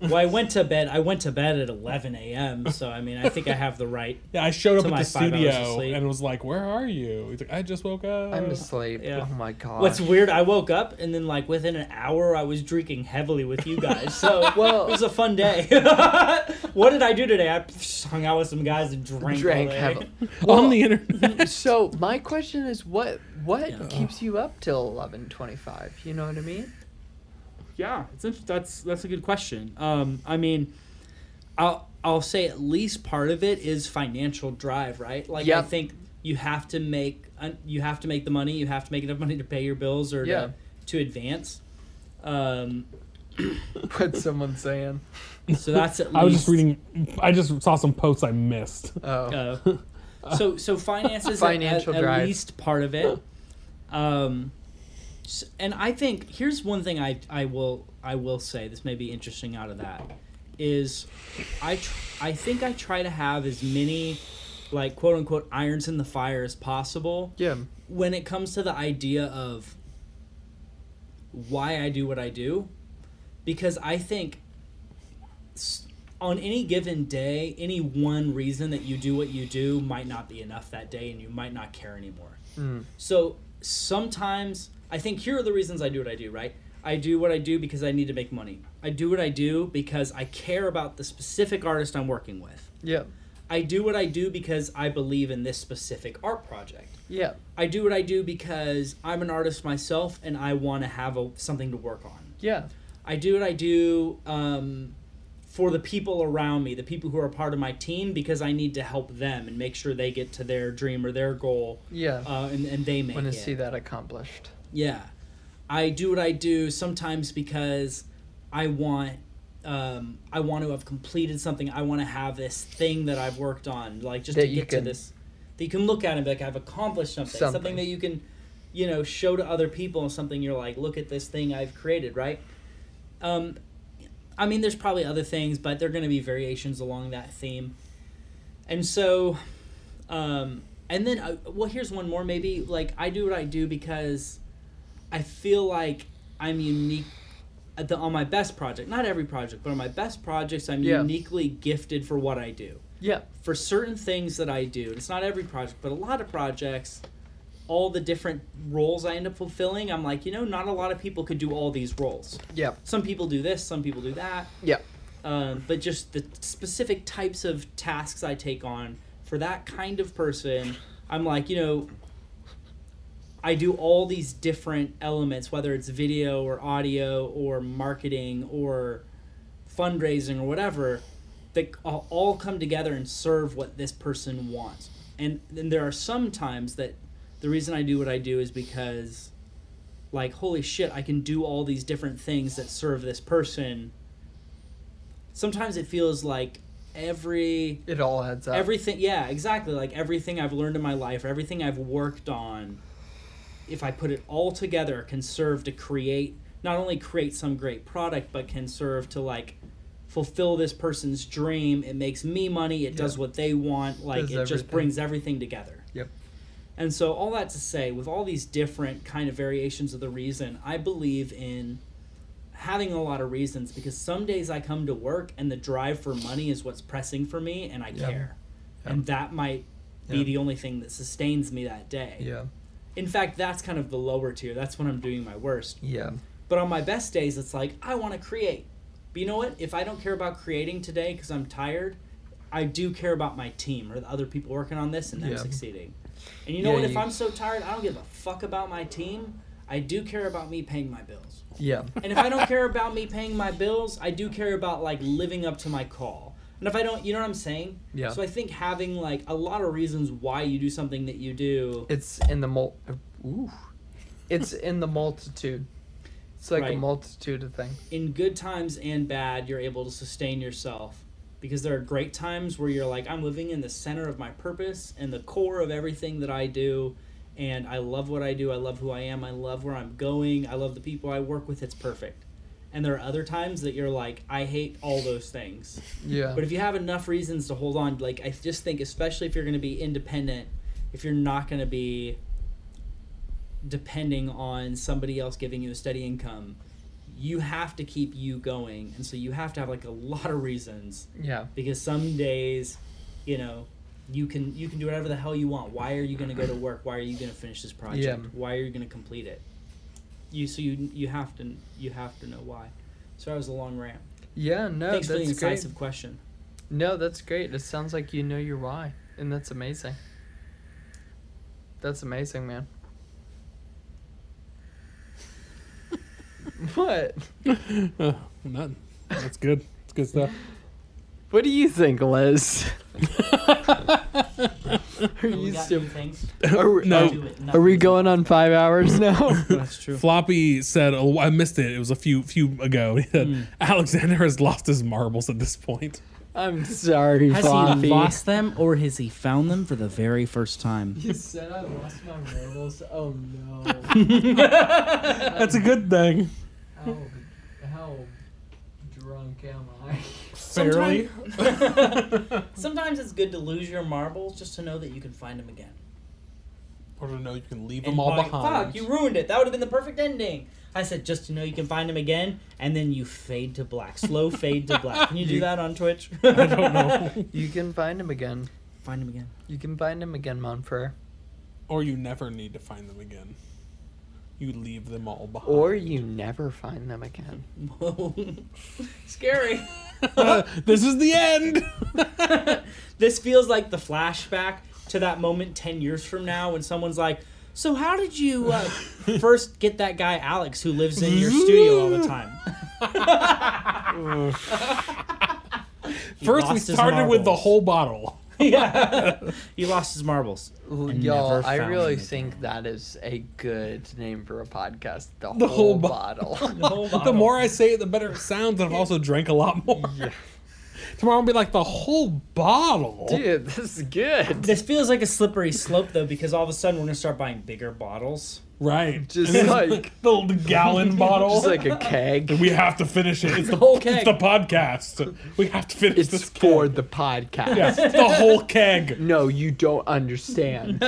Well, I went to bed. I went to bed at 11 a.m. So I mean, I think I have the right. Yeah, I showed up To at my the five hours of studio sleep. and was like, "Where are you?" He's like, "I just woke up." I'm asleep. Uh, yeah. Oh my god. What's weird? I woke up and then like within an hour, I was drinking heavily with you guys. So Well- it was a fun day. what did I do today? I hung out with some guys and drank. Drank all day. heavily. on the internet. so my question is what what Yeah. keeps you up till 11:25 you know what i mean Yeah, it's int- that's that's a good question. Um, I mean, I'll I'll say at least part of it is financial drive, right? Like I Yep. think you have to make un- you have to make the money, you have to make enough money to pay your bills or Yeah. to, to advance. Um, what someone's saying so that's at least. I was just reading. I just saw some posts I missed. oh Uh, so so finances Financial at, at, drive. at least part of it. Um, s- and I think here's one thing I I will I will say this may be interesting out of that is I tr- I think I try to have as many like quote unquote irons in the fire as possible yeah when it comes to the idea of why I do what I do, because I think s- on any given day, any one reason that you do what you do might not be enough that day and you might not care anymore. So sometimes I think here are the reasons I do what I do, right? I do what I do because I need to make money. I do what I do because I care about the specific artist I'm working with. yeah I do what I do because I believe in this specific art project. yeah I do what I do because I'm an artist myself and I want to have a, something to work on. yeah I do what I do um, for the people around me, the people who are part of my team, because I need to help them and make sure they get to their dream or their goal, Yeah. uh, and, and they make Want to it. see that accomplished. Yeah. I do what I do sometimes because I want um, I want to have completed something. I want to have this thing that I've worked on, like just That to you get can- to this that you can look at and be like, I've accomplished something. something. Something. that you can, you know, show to other people and something you're like, look at this thing I've created, right? Um, I mean, there's probably other things, but they're going to be variations along that theme. And so, um, and then, uh, well, here's one more maybe. Like, I do what I do because I feel like I'm unique at the, on my best project. Not every project, but on my best projects, I'm Yeah. uniquely gifted for what I do Yeah. for certain things that I do, and it's not every project, but a lot of projects, all the different roles I end up fulfilling, I'm like, you know, not a lot of people could do all these roles. Yeah. Some people do this, some people do that. Yeah. Um, but just the specific types of tasks I take on for that kind of person, I'm like, you know, I do all these different elements, whether it's video or audio or marketing or fundraising or whatever, that all- all come together and serve what this person wants. And then there are some times that the reason I do what I do is because, like, holy shit, I can do all these different things that serve this person. Sometimes it feels like every It all adds up. everything yeah exactly like everything i've learned in my life everything i've worked on if i put it all together can serve to create not only create some great product but can serve to like fulfill this person's dream it makes me money it does what they want like Does it just everything. brings everything together Yep. and so all that to say with all these different kind of variations of the reason i believe in having a lot of reasons because some days I come to work and the drive for money is what's pressing for me and I care. And that might be Yeah. the only thing that sustains me that day. Yeah. In fact, that's kind of the lower tier. That's when I'm doing my worst. Yeah. But on my best days, it's like, I want to create. But you know what? If I don't care about creating today because I'm tired, I do care about my team or the other people working on this and them Yeah. succeeding. And you know Yeah, what? If you- I'm so tired, I don't give a fuck about my team. I do care about me paying my bills. Yeah. And if I don't care about me paying my bills, I do care about like living up to my call. And if I don't, you know what I'm saying? Yeah. So I think having like a lot of reasons why you do something that you do. It's in the mul. Ooh. It's in the multitude. It's like a Right. multitude of things. in good times and bad, you're able to sustain yourself. Because there are great times where you're like, I'm living in the center of my purpose and the core of everything that I do. And I love what I do. I love who I am. I love where I'm going. I love the people I work with. It's perfect. And there are other times that you're like, I hate all those things. Yeah. But if you have enough reasons to hold on, like I just think, especially if you're going to be independent, if you're not going to be depending on somebody else giving you a steady income, you have to keep you going, and so you have to have like a lot of reasons Yeah. because some days, you know, you can you can do whatever the hell you want. Why are you going to go to work? Why are you going to finish this project? Yeah. Why are you going to complete it? You so you you have to you have to know why. Sorry, I was a long rant. Yeah. No, Thanks for the that's great. incisive question. No, that's great. It sounds like you know your why, and that's amazing. That's amazing, man. what? Uh, that, that's good. It's good stuff. What do you think, Liz? Are We you got sim- new things. Are we, No. are- are we going on five hours now? That's true. Floppy said, oh, "I missed it. It was a few few ago." He said, "Alexander has lost his marbles at this point." I'm sorry, Has Floppy. he lost them or has he found them for the very first time? You said I lost my marbles. Oh no. That's a good thing. How, how drunk am I? Fairly. Sometimes it's good to lose your marbles just to know that you can find them again. Or to know you can leave And like, Fuck, you ruined it. That would have been the perfect ending. I said just to know you can find them again, and then you fade to black. Slow fade to black. Can you do You- that on Twitch? I don't know. You can find him again. Find them again. You can find him again, Monfer. or you never need to find them again. You leave them all behind. Or you never find them again. Whoa. Scary. Uh, this is the end. this feels like the flashback to that moment 10 years from now when someone's like so how did you uh, first get that guy alex who lives in your studio all the time First, we lost his started with the marbles. whole bottle. yeah. he lost his marbles. Ooh, and y'all, never I found really him think that is a good name for a podcast. The, The whole, whole bo- bottle. The whole The bottle. more I say it, the better it sounds. And I've also drank a lot more. Tomorrow will be like the whole bottle. Dude, this is good. This feels like a slippery slope though, because all of a sudden we're gonna start buying bigger bottles. Right. Just And then like- the, the gallon bottle. Just like a keg. we have to finish it. It's the, whole keg. it's the podcast. We have to finish It's this for keg. the podcast. Yeah, the whole keg. No, you don't understand.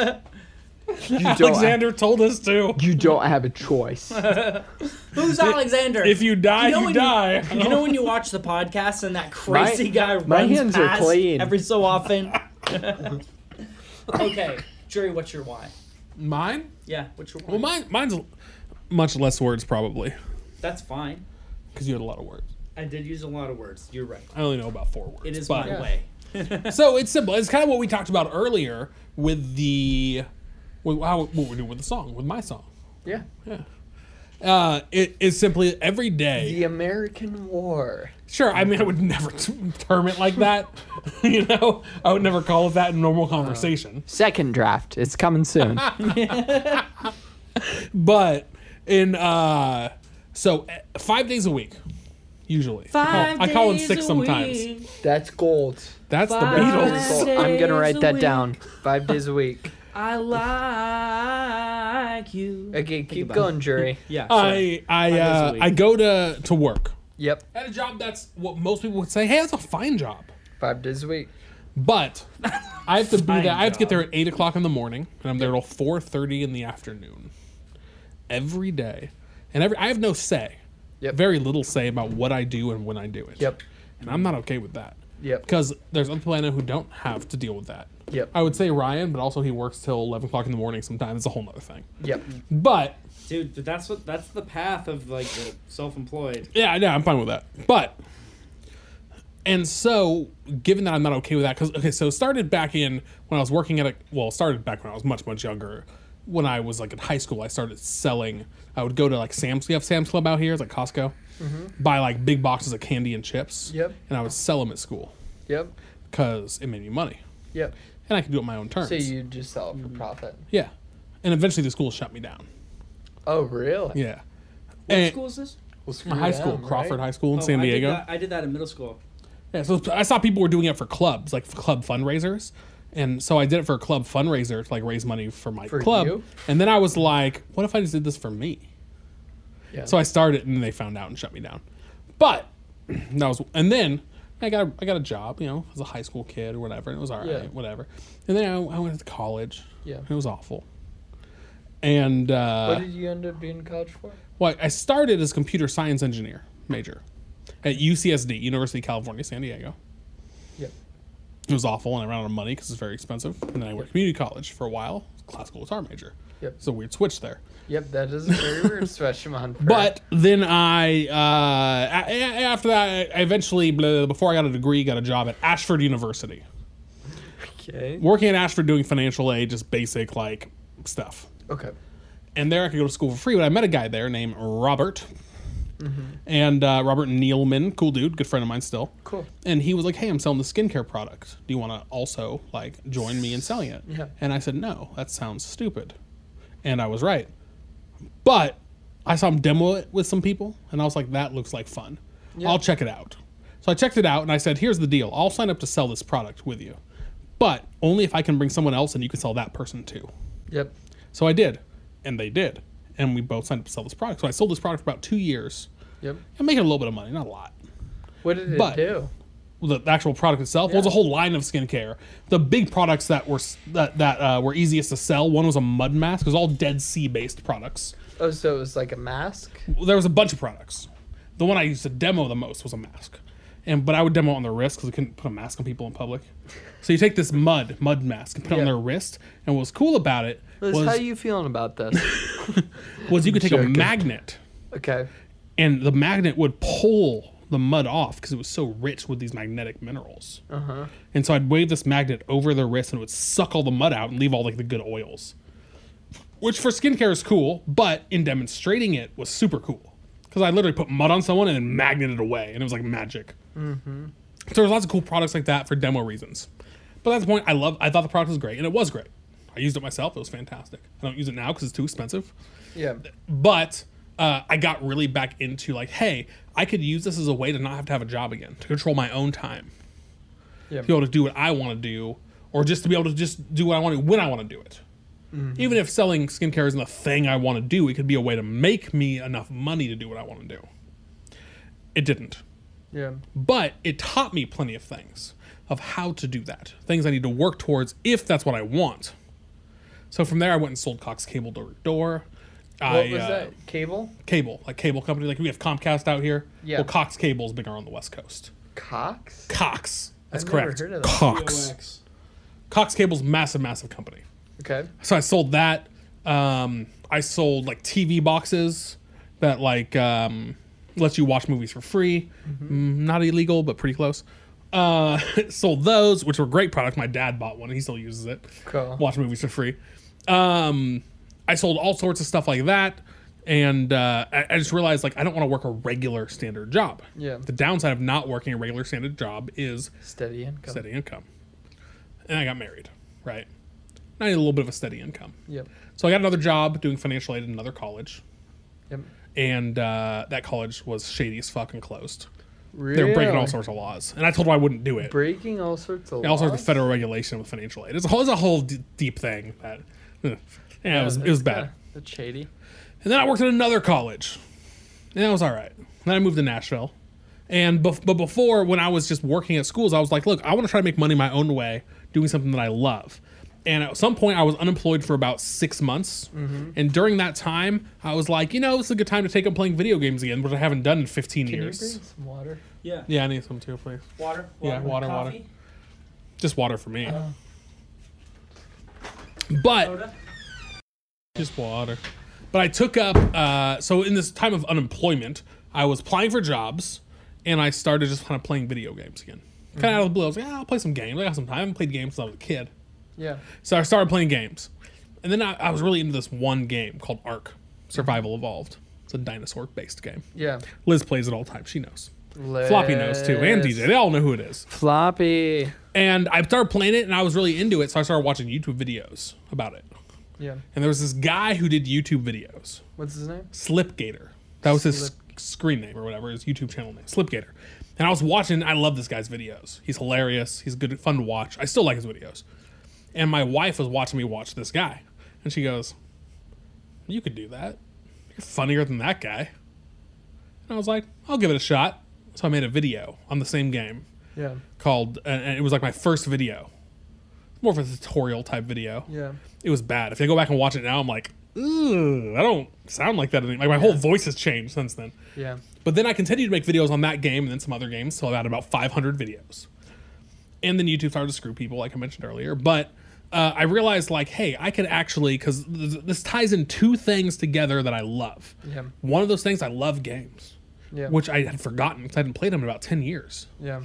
You don't, Alexander told us to. you don't have a choice. Who's Alexander? If you You die, you, know when you- die. You know when you watch the podcast and that crazy My- guy my runs hands are past clean. every so often. okay, Jerry, what's your why? mine? Yeah, what's your why? Well, mine, mine's much less words probably That's fine. because you had a lot of words. I did use a lot of words. You're right. I only know about four words. It is but- my way. So it's simple. It's kind of what we talked about earlier with the with how what we're doing with the song, with my song. Yeah. Uh, it is simply every day. The American War. Sure, I mean, I would never t- term it like that. you know, I would never call it that in normal Uh-huh. conversation. Second draft. It's coming soon. But in uh, so eh, five days a week, usually. I call, I call it six sometimes. That's gold. That's Five the That's Beatles. gold. I'm gonna days write a that week. down. Five days a week. I like you. Okay, keep about going, jury. Yeah. I I days a uh, week. I go to to work Yep. at a job that's what most people would say. Hey, that's a fine job. Five days a week. But I have to be Fine there. I have to get job. there at eight o'clock in the morning, and I'm there till four thirty in the afternoon, every day. And every I have no say, Yep. very little say about what I do and when I do it. Yep. And I'm not okay with that Yep. because there's other people I know who don't have to deal with that. Yep. I would say Ryan, but also he works till eleven o'clock in the morning sometimes. It's a whole other thing. Yep. But Dude, but that's what that's the path of like the self-employed. Yeah, yeah, I'm fine with that. But and so, given that I'm not okay with that, because okay, so it started back in when I was working at a well, it started back when I was much much younger. When I was like in high school, I started selling. I would go to like Sam's. We have Sam's Club out here. It's like Costco. Mm-hmm. Buy like big boxes of candy and chips. Yep. And I would sell them at school Yep. because it made me money, Yep. and I could do it on my own terms. So you just sell it for Mm-hmm. profit. yeah. And eventually, the school shut me down. Oh, really? Yeah. What And- school is this? Well, screw High school, them, right? Crawford High School Eh. in Oh, San Diego. I did, that, I did that in middle school. Yeah, so I saw people were doing it for clubs, like for club fundraisers. And so I did it for a club fundraiser to like raise money for my For club. you? And then I was like, what if I just did this for me? Yeah. So I started and they found out and shut me down. But that was and then I got a, I got a job, you know, as a high school kid or whatever, and it was all right, Yeah. whatever. And then I, I went to college. Yeah. It was awful. And uh What did you end up being in college for? well, I started as computer science engineer major at UCSD, University of California, San Diego. Yep. It was awful, and I ran out of money because it's very expensive. And then I went to community college for a while, classical guitar major. Yep. It's a weird switch there. Yep. That is a very weird switch, man. But then I, uh, a- a- after that, I eventually, blah, before I got a degree, got a job at Ashford University. okay. Working at Ashford doing financial aid, just basic like stuff. Okay. and there I could go to school for free. But I met a guy there named Robert, Mm-hmm. and uh, Robert Nealman, cool dude, good friend of mine still. Cool. And he was like, "Hey, I'm selling this skincare product. Do you want to also like join me in selling it?" Yeah. And I said, "No, that sounds stupid," and I was right. But I saw him demo it with some people, and I was like, "That looks like fun. I'll check it out." So I checked it out, and I said, "Here's the deal. I'll sign up to sell this product with you." But only if I can bring someone else and you can sell that person too. Yep. So I did, and they did, and we both signed up to sell this product. So I sold this product for about two years. Yep. I'm making a little bit of money, not a lot. What did it But- do? Well, the actual product itself well, it was a whole line of skincare. The big products that were s- that that uh, were easiest to sell. One was a mud mask. It was all Dead Sea based products. Oh, so it was like a mask. Well, there was a bunch of products. The one I used to demo the most was a mask, and but I would demo it on their wrist because I couldn't put a mask on people in public. So you take this mud mud mask and put it Yeah. on their wrist, and what was cool about it Liz, how was, you feeling about this? was you could take Joking. a magnet. okay. and the magnet would pull the mud off because it was so rich with these magnetic minerals. And so I'd wave this magnet over their wrist and it would suck all the mud out and leave all like the good oils, which for skincare is cool, but in demonstrating it was super cool because I literally put mud on someone and then magneted away and it was like magic. So there's lots of cool products like that for demo reasons. But at the point, I love. I thought the product was great, and it was great. I used it myself. It was fantastic. I don't use it now because it's too expensive. Yeah. But uh, I got really back into like, hey, I could use this as a way to not have to have a job again, to control my own time, Yeah. to be able to do what I want to do, or just to be able to just do what I want to when I want to do it. Mm-hmm. Even if selling skincare isn't the thing I want to do, it could be a way to make me enough money to do what I want to do. It didn't Yeah. but it taught me plenty of things of how to do that things i need to work towards if that's what i want so from there i went and sold cox cable door to door What I, was uh, that? Cable? cable like cable company like we have comcast out here Yeah. well cox cable is bigger on the west coast Cox? cox that's I've never correct heard of that. cox Cox. cox cable's massive massive company Okay. so I sold that. Um, I sold like TV boxes that like um, let you watch movies for free. Mm-hmm. Mm, not illegal, but pretty close. Uh, sold those, which were great products. My dad bought one; and he still uses it. Cool. Watch movies for free. Um, I sold all sorts of stuff like that, and uh, I, I just realized like I don't want to work a regular standard job. Yeah. The downside of not working a regular standard job is Steady income. steady income. And I got married, right? And I need a little bit of a steady income. Yep. So I got another job doing financial aid at another college, Yep. and uh, that college was shady as fuck and closed. Really? They were breaking all sorts of laws, and I told them I wouldn't do it. Breaking all sorts of And all sorts laws? of federal regulation with financial aid. It's a whole, it's a whole d- deep thing that, eh, yeah, it was it was That's bad. kinda- That's shady. And then I worked at another college. And that was all right. Then I moved to Nashville. And bef- but before, when I was just working at schools, I was like, look, I want to try to make money my own way, doing something that I love. And at some point, I was unemployed for about six months. Mm-hmm. And during that time, I was like, you know, this is a good time to take up playing video games again, which I haven't done in 15 Can you bring years. some water? Yeah. yeah, I need some too, please. Water. Yeah, water, water. coffee, Just water for me. Uh-huh. but Soda. just water. But I took up. Uh, so in this time of unemployment, I was applying for jobs, and I started just kind of playing video games again, kind of out of the blue. I was like, "Ah, I'll play some games. I got some time. I haven't played games since I was a kid, Yeah. so I started playing games. And then I, I was really into this one game called Ark Survival Evolved. It's a dinosaur-based game. Yeah. Liz plays it all the time. She knows. Floppy knows too, and DJ. They all know who it is. Floppy. And I started playing it, and I was really into it, so I started watching YouTube videos about it. Yeah. And there was this guy who did YouTube videos. What's his name? Slipgator. That was his Slip- screen name or whatever, his YouTube channel name, Slipgator. And I was watching, I love this guy's videos. He's hilarious. He's good, fun to watch. I still like his videos. And my wife was watching me watch this guy. And she goes, You could do that. You're funnier than that guy. And I was like, I'll give it a shot. So I made a video on the same game Yeah. called, and- and it was like my first video. More of a tutorial type video Yeah. it was bad. If I go back and watch it now, I'm like, ooh, I don't sound like that anymore. Like my whole voice has changed since then. Yeah. But then I continued to make videos on that game and then some other games, so I've had about 500 videos. And then YouTube started to screw people, like I mentioned earlier. But uh, I realized, like, hey, I could actually, because th- th- this ties in two things together that I love. Yeah. One of those things, I love games, Yeah. which I had forgotten because I hadn't played them in about 10 years. Yeah.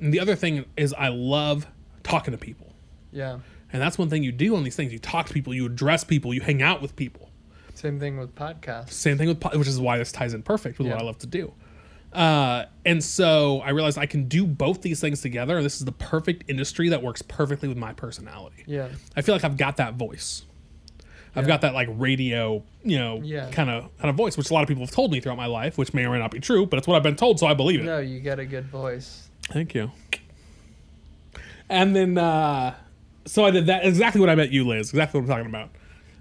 And the other thing is, I love talking to people. Yeah. And that's one thing you do on these things. You talk to people, you address people, you hang out with people. Same thing with podcasts. Same thing with, po- which is why this ties in perfect with what Yeah. I love to do. Uh, and so I realized I can do both these things together. And this is the perfect industry that works perfectly with my personality. Yeah. I feel like I've got that voice. I've Yeah. got that like radio, you know, Yeah. kind of kind of voice, which a lot of people have told me throughout my life, which may or may not be true, but it's what I've been told, so I believe it. No, you got a good voice. Thank you. And then, uh, so I did that exactly what I met you, Liz. Exactly what I'm talking about.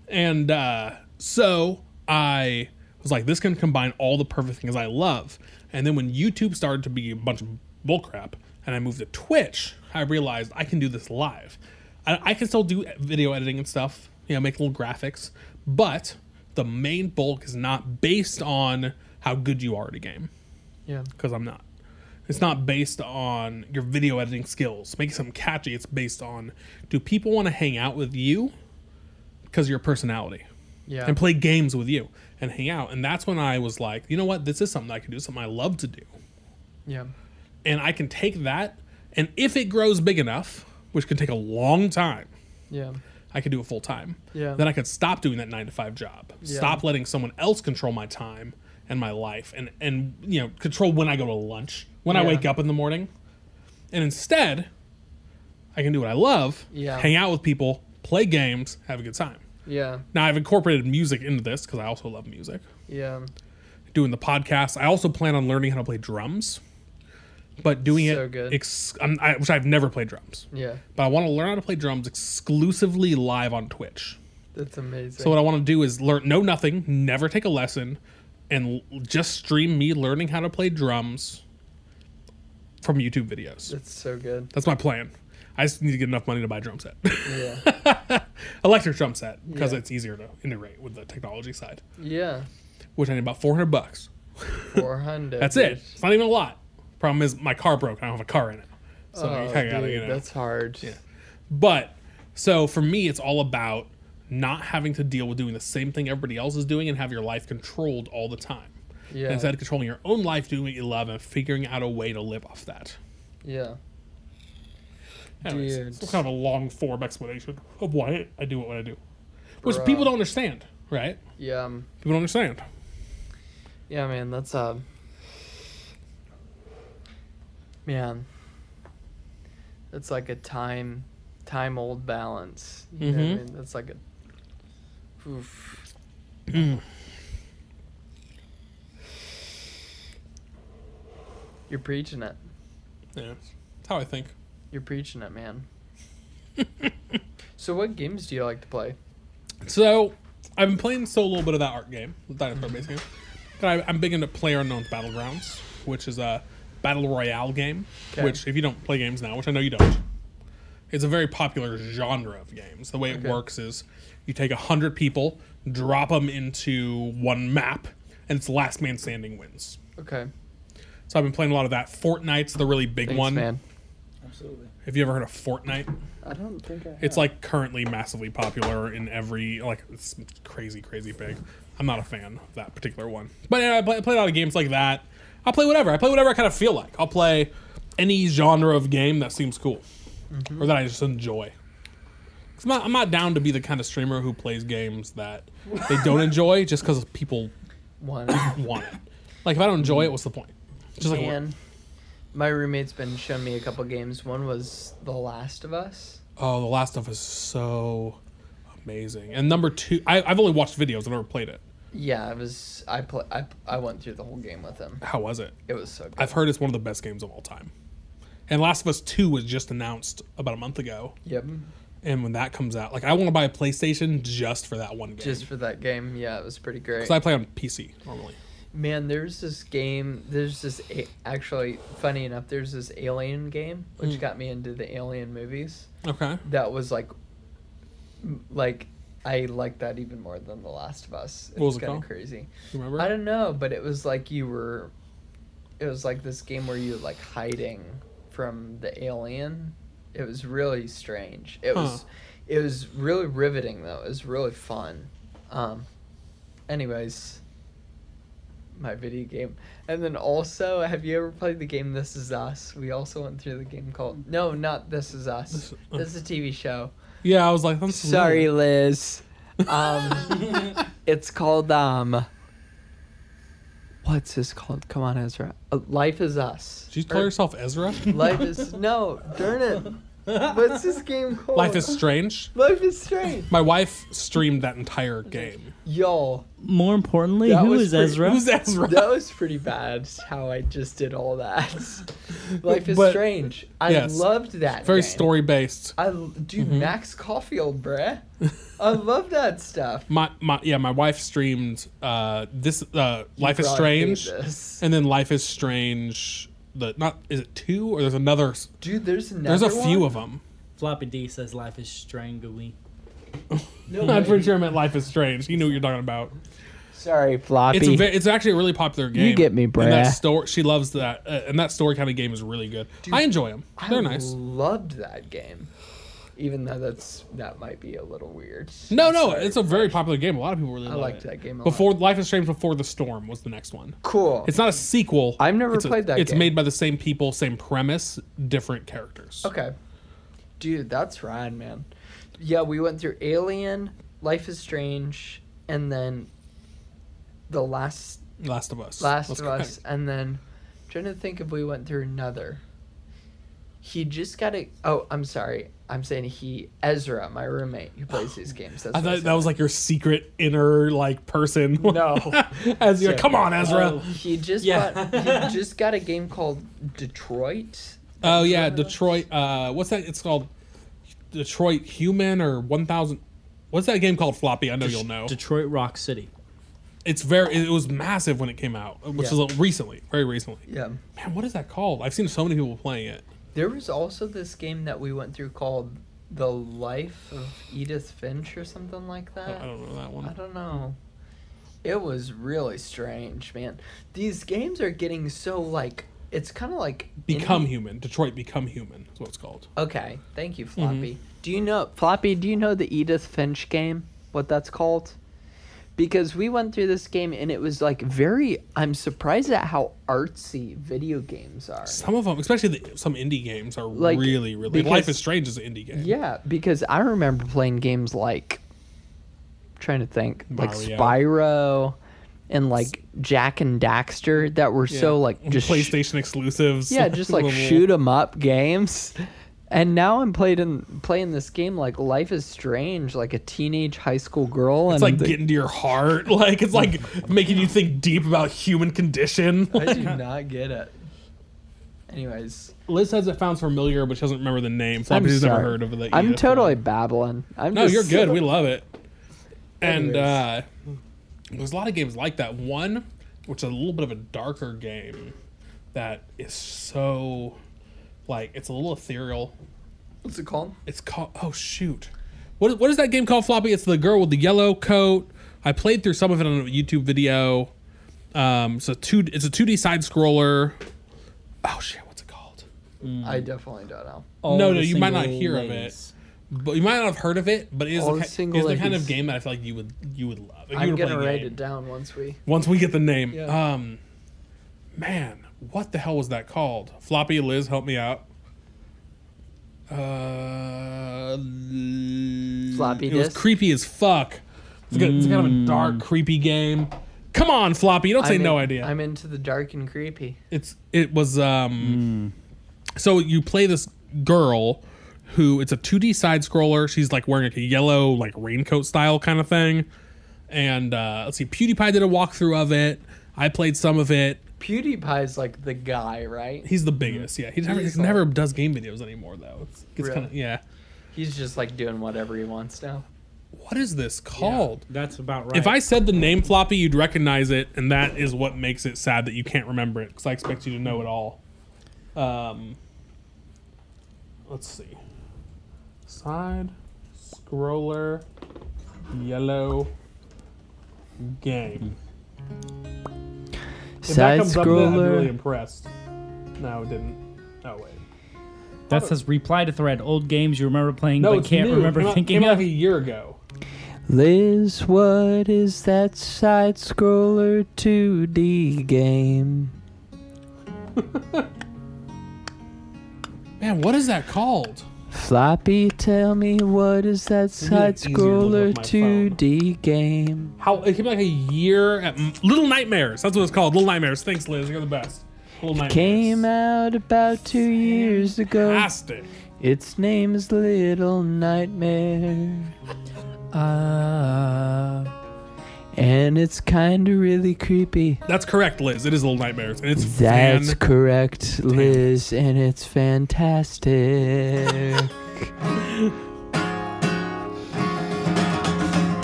And uh, so I was like, this can combine all the perfect things I love. And then when YouTube started to be a bunch of bullcrap, and I moved to Twitch, I realized I can do this live. I, I can still do video editing and stuff, you know, make little graphics, but the main bulk is not based on how good you are at a game Yeah. because I'm not. It's not based on your video editing skills. Make something catchy. It's based on do people want to hang out with you because of your personality Yeah. and play games with you and hang out. And that's when I was like, you know what? This is something I can do, something I love to do. yeah. And I can take that, and if it grows big enough, which could take a long time, Yeah. I could do it full time. Yeah. Then I could stop doing that nine to five job. Yeah. Stop letting someone else control my time and my life, and and you know control when I go to lunch, when I Yeah. wake up in the morning. And instead, I can do what I love, Yeah. hang out with people, play games, have a good time. Yeah. Now I've incorporated music into this because I also love music. Yeah. Doing the podcast, I also plan on learning how to play drums, but doing So it, good. Ex- I'm, I, which I've never played drums, Yeah. but I want to learn how to play drums exclusively live on Twitch. That's amazing. So what I want to do is learn know nothing, never take a lesson, and l- just stream me learning how to play drums from YouTube videos. That's so good. That's my plan. I just need to get enough money to buy a drum set, Yeah. electric drum set, because Yeah. it's easier to integrate with the technology side, yeah. which I need about four hundred bucks. 400. That's it. It's not even a lot. Problem is my car broke. I don't have a car in it, so Oh, I gotta dude, you know. That's hard. Yeah. But so for me, it's all about not having to deal with doing the same thing everybody else is doing and have your life controlled all the time. Yeah. And instead of controlling your own life, doing what you love, and figuring out a way to live off that. Yeah. Anyways, Dude. It's kind of a long form explanation of why I do what I do, which Bruh. people don't understand, right? Yeah. um, People don't understand. Yeah, man. That's uh. Man. That's like a time, time old balance. You know what I Mhm. mean? That's like a. Oof. Mm. You're preaching it. Yeah, that's how I think. You're preaching it, man. so, what games do you like to play? So I've been playing so a little bit of that art game, the dinosaur Mm-hmm. base game. But I, I'm big into Player Unknown's Battlegrounds, which is a battle royale game. 'Kay. Which, if you don't play games now, which I know you don't, it's a very popular genre of games. The way it Okay. works is you take a hundred people, drop them into one map, and it's last man standing wins. Okay. So I've been playing a lot of that. Fortnite's the really big Thanks, one. man. Absolutely. Have you ever heard of Fortnite? I don't think I. It's like currently massively popular in every like it's crazy, crazy big. I'm not a fan of that particular one, but yeah, I play, I play a lot of games like that. I play whatever. I play whatever I kind of feel like. I'll play any genre of game that seems cool or that I just enjoy. 'Cause I'm not, I'm not down to be the kind of streamer who plays games that they don't enjoy just because people One. want it. Like if I don't enjoy it, what's the point? Just like Man, my roommate's been showing me a couple games. One was The Last of Us. oh, The Last of Us is so amazing. And number two, I, I've only watched videos. I've never played it. Yeah, it was. I play. I, I went through the whole game with him. How was it? It was so good. I've heard it's one of the best games of all time. And Last of Us 2 was just announced about a month ago. yep. And when that comes out, like I want to buy a PlayStation just for that one game. Just for that game, yeah, it was pretty great. so I play on PC normally. Man, there's this game. There's this a- actually funny enough. There's this Alien game, which Hmm. got me into the Alien movies. Okay. That was like, m- like I like that even more than The Last of Us. It What was it kinda called? crazy. You remember? I don't know, but it was like you were. It was like this game where you were like hiding from the alien. It was really strange. It was, Huh. it was really riveting though. It was really fun. Um, anyways, my video game, and then also, have you ever played the game This Is Us? We also went through the game called No, not This Is Us. This is a TV show. yeah, I was like, I'm Sorry, Liz. Um, it's called um. What's this called? Come on, Ezra. Uh, Life is Us. Did you call Or yourself Ezra? Life is no. Darn it. What's this game called? Life is Strange. Life is Strange. My wife streamed that entire game. Yo, More importantly, That who was is pretty- Ezra? Who's Ezra? that was pretty bad. How I just did all that. Life is But- Strange. I yes. loved that. Very Mm-hmm. game. story based. I l- dude, Max Caulfield, bruh. I love that stuff. My, my yeah, my wife streamed uh this uh Life is Probably hate Strange. this. And then Life is Strange. The not is it two or there's another? s- Dude, there's another. There's a few one? of them. Floppy D says life is strangling. No, I'm way. pretty sure I meant Life is Strange. You know what you're talking about. Sorry, floppy. It's a ve- it's actually a really popular game. get me, And that bruh. story, she loves that, uh, and that story kind of game is really good. I enjoy them. They're I nice. Loved that game, even though that's that might be a little weird. No, I'm no, sorry. it's a very popular game. A lot of people really I love liked it. that game a lot. Before Life is Strange, Before the Storm was the next one. Cool. It's not a sequel. I've never It's a- played that It's game. made by the same people, same premise, different characters. okay, dude, that's rad, man. Yeah, we went through Alien, Life is Strange, and then the last Last of Us. Last That's of Us, and then trying to think if we went through another. He just got a. Oh, I'm sorry. I'm saying he Ezra, my roommate, who plays these games. That's I what I thought that was like your secret inner like person. No. As you're, So- come on, Ezra. Oh. He just Yeah. bought, he just got a game called Detroit. Oh yeah, Detroit. Uh, what's that? It's called Detroit Human or One Thousand. What's that game called? Floppy. I know you'll know. Detroit Rock City. It's very. It was massive when it came out, which Yeah. is recently, very recently. Yeah. Man, what is that called? I've seen so many people playing it. There was also this game that we went through called The Life of Edith Finch or something like I that. I don't know that I one. don't know. It was really strange, man. These games are getting so like it's kind of like Become indie- Human. Detroit Become Human is what it's called. Okay, thank you, Floppy. Do you know Floppy, do you know the Edith Finch game? What that's called? Because we went through this game and it was like very. I'm surprised at how artsy video games are. Some of them, especially the, some indie games, are Like, really, really. because- Life is Strange is an indie game. Yeah, because I remember playing games like trying to think, like Mario. Spyro and like Jack and Daxter that were so like just sh- PlayStation exclusives. yeah, just like little- shoot 'em up games. And now I'm played in, playing this game like Life is Strange, like a teenage high school girl. It's and like I'm getting to your heart. Like it's like making you think deep about human condition. thi- I do not get it. Anyways, Liz says it sounds familiar, but she doesn't remember the name. I'm Floppy's never sorry. heard of it. I'm Edith totally one. babbling. I'm No, just, you're good. We love it. And Anyways. uh, there's a lot of games like that. One, which is a little bit of a darker game, that is so, like, it's a little ethereal. What's it called? It's called. Oh shoot, what what is that game called? Floppy. It's the girl with the yellow coat. I played through some of it on a YouTube video. Um, it's a two. It's a two D side scroller. Oh shit, what's it called? Mm. I definitely don't know. All No, the no, you might not single hear of ladies. But you might not have heard of it, but it is, All the, ki- single is the kind of ladies. game that I feel like you would you would love. Like, you I'm would gonna play the write game. it down once we. Once we get the name, Yeah. um, man, what the hell was that called? Floppy Liz, help me out. Uh, Floppy it was disk? creepy as fuck. It's, good, it's kind of a dark, creepy game. Come on, Floppy, don't say I'm no in- idea. I'm into the dark and creepy. it's it was um, so you play this girl who it's a 2D side scroller. She's like wearing like a yellow like raincoat style kind of thing. And uh, let's see, PewDiePie did a walkthrough of it. I played some of it. PewDiePie's like the guy, right? He's the biggest. Yeah, he never, he He's never does game videos anymore though. It's, it's Really? kind of yeah. He's just like doing whatever he wants now. What is this called? That's about right. If I said the name floppy, you'd recognize it, and that is what makes it sad that you can't remember it because I expect you to know it all. Um, let's see. Side scroller, yellow game. If side that comes up, then I'm really scroller? impressed. No, it didn't. Oh wait. that says reply to thread. Old games you remember playing No, but it's can't new. remember Came out- thinking came out of. like a year ago. Liz, what is that side scroller 2D game? Man, what is that called? Floppy, tell me what is that side it's easier to scroller look up my phone. 2D game? How it came out like a year at Little Nightmares. That's what it's called. Little Nightmares. Thanks, Liz. You're the best. Little Nightmares. Came out about two years ago. Fantastic. Its name is Little Nightmare. Uh, and it's kinda really creepy. That's correct, Liz. It is Little Nightmares, and it's That's fan. correct, Liz, and it's fantastic.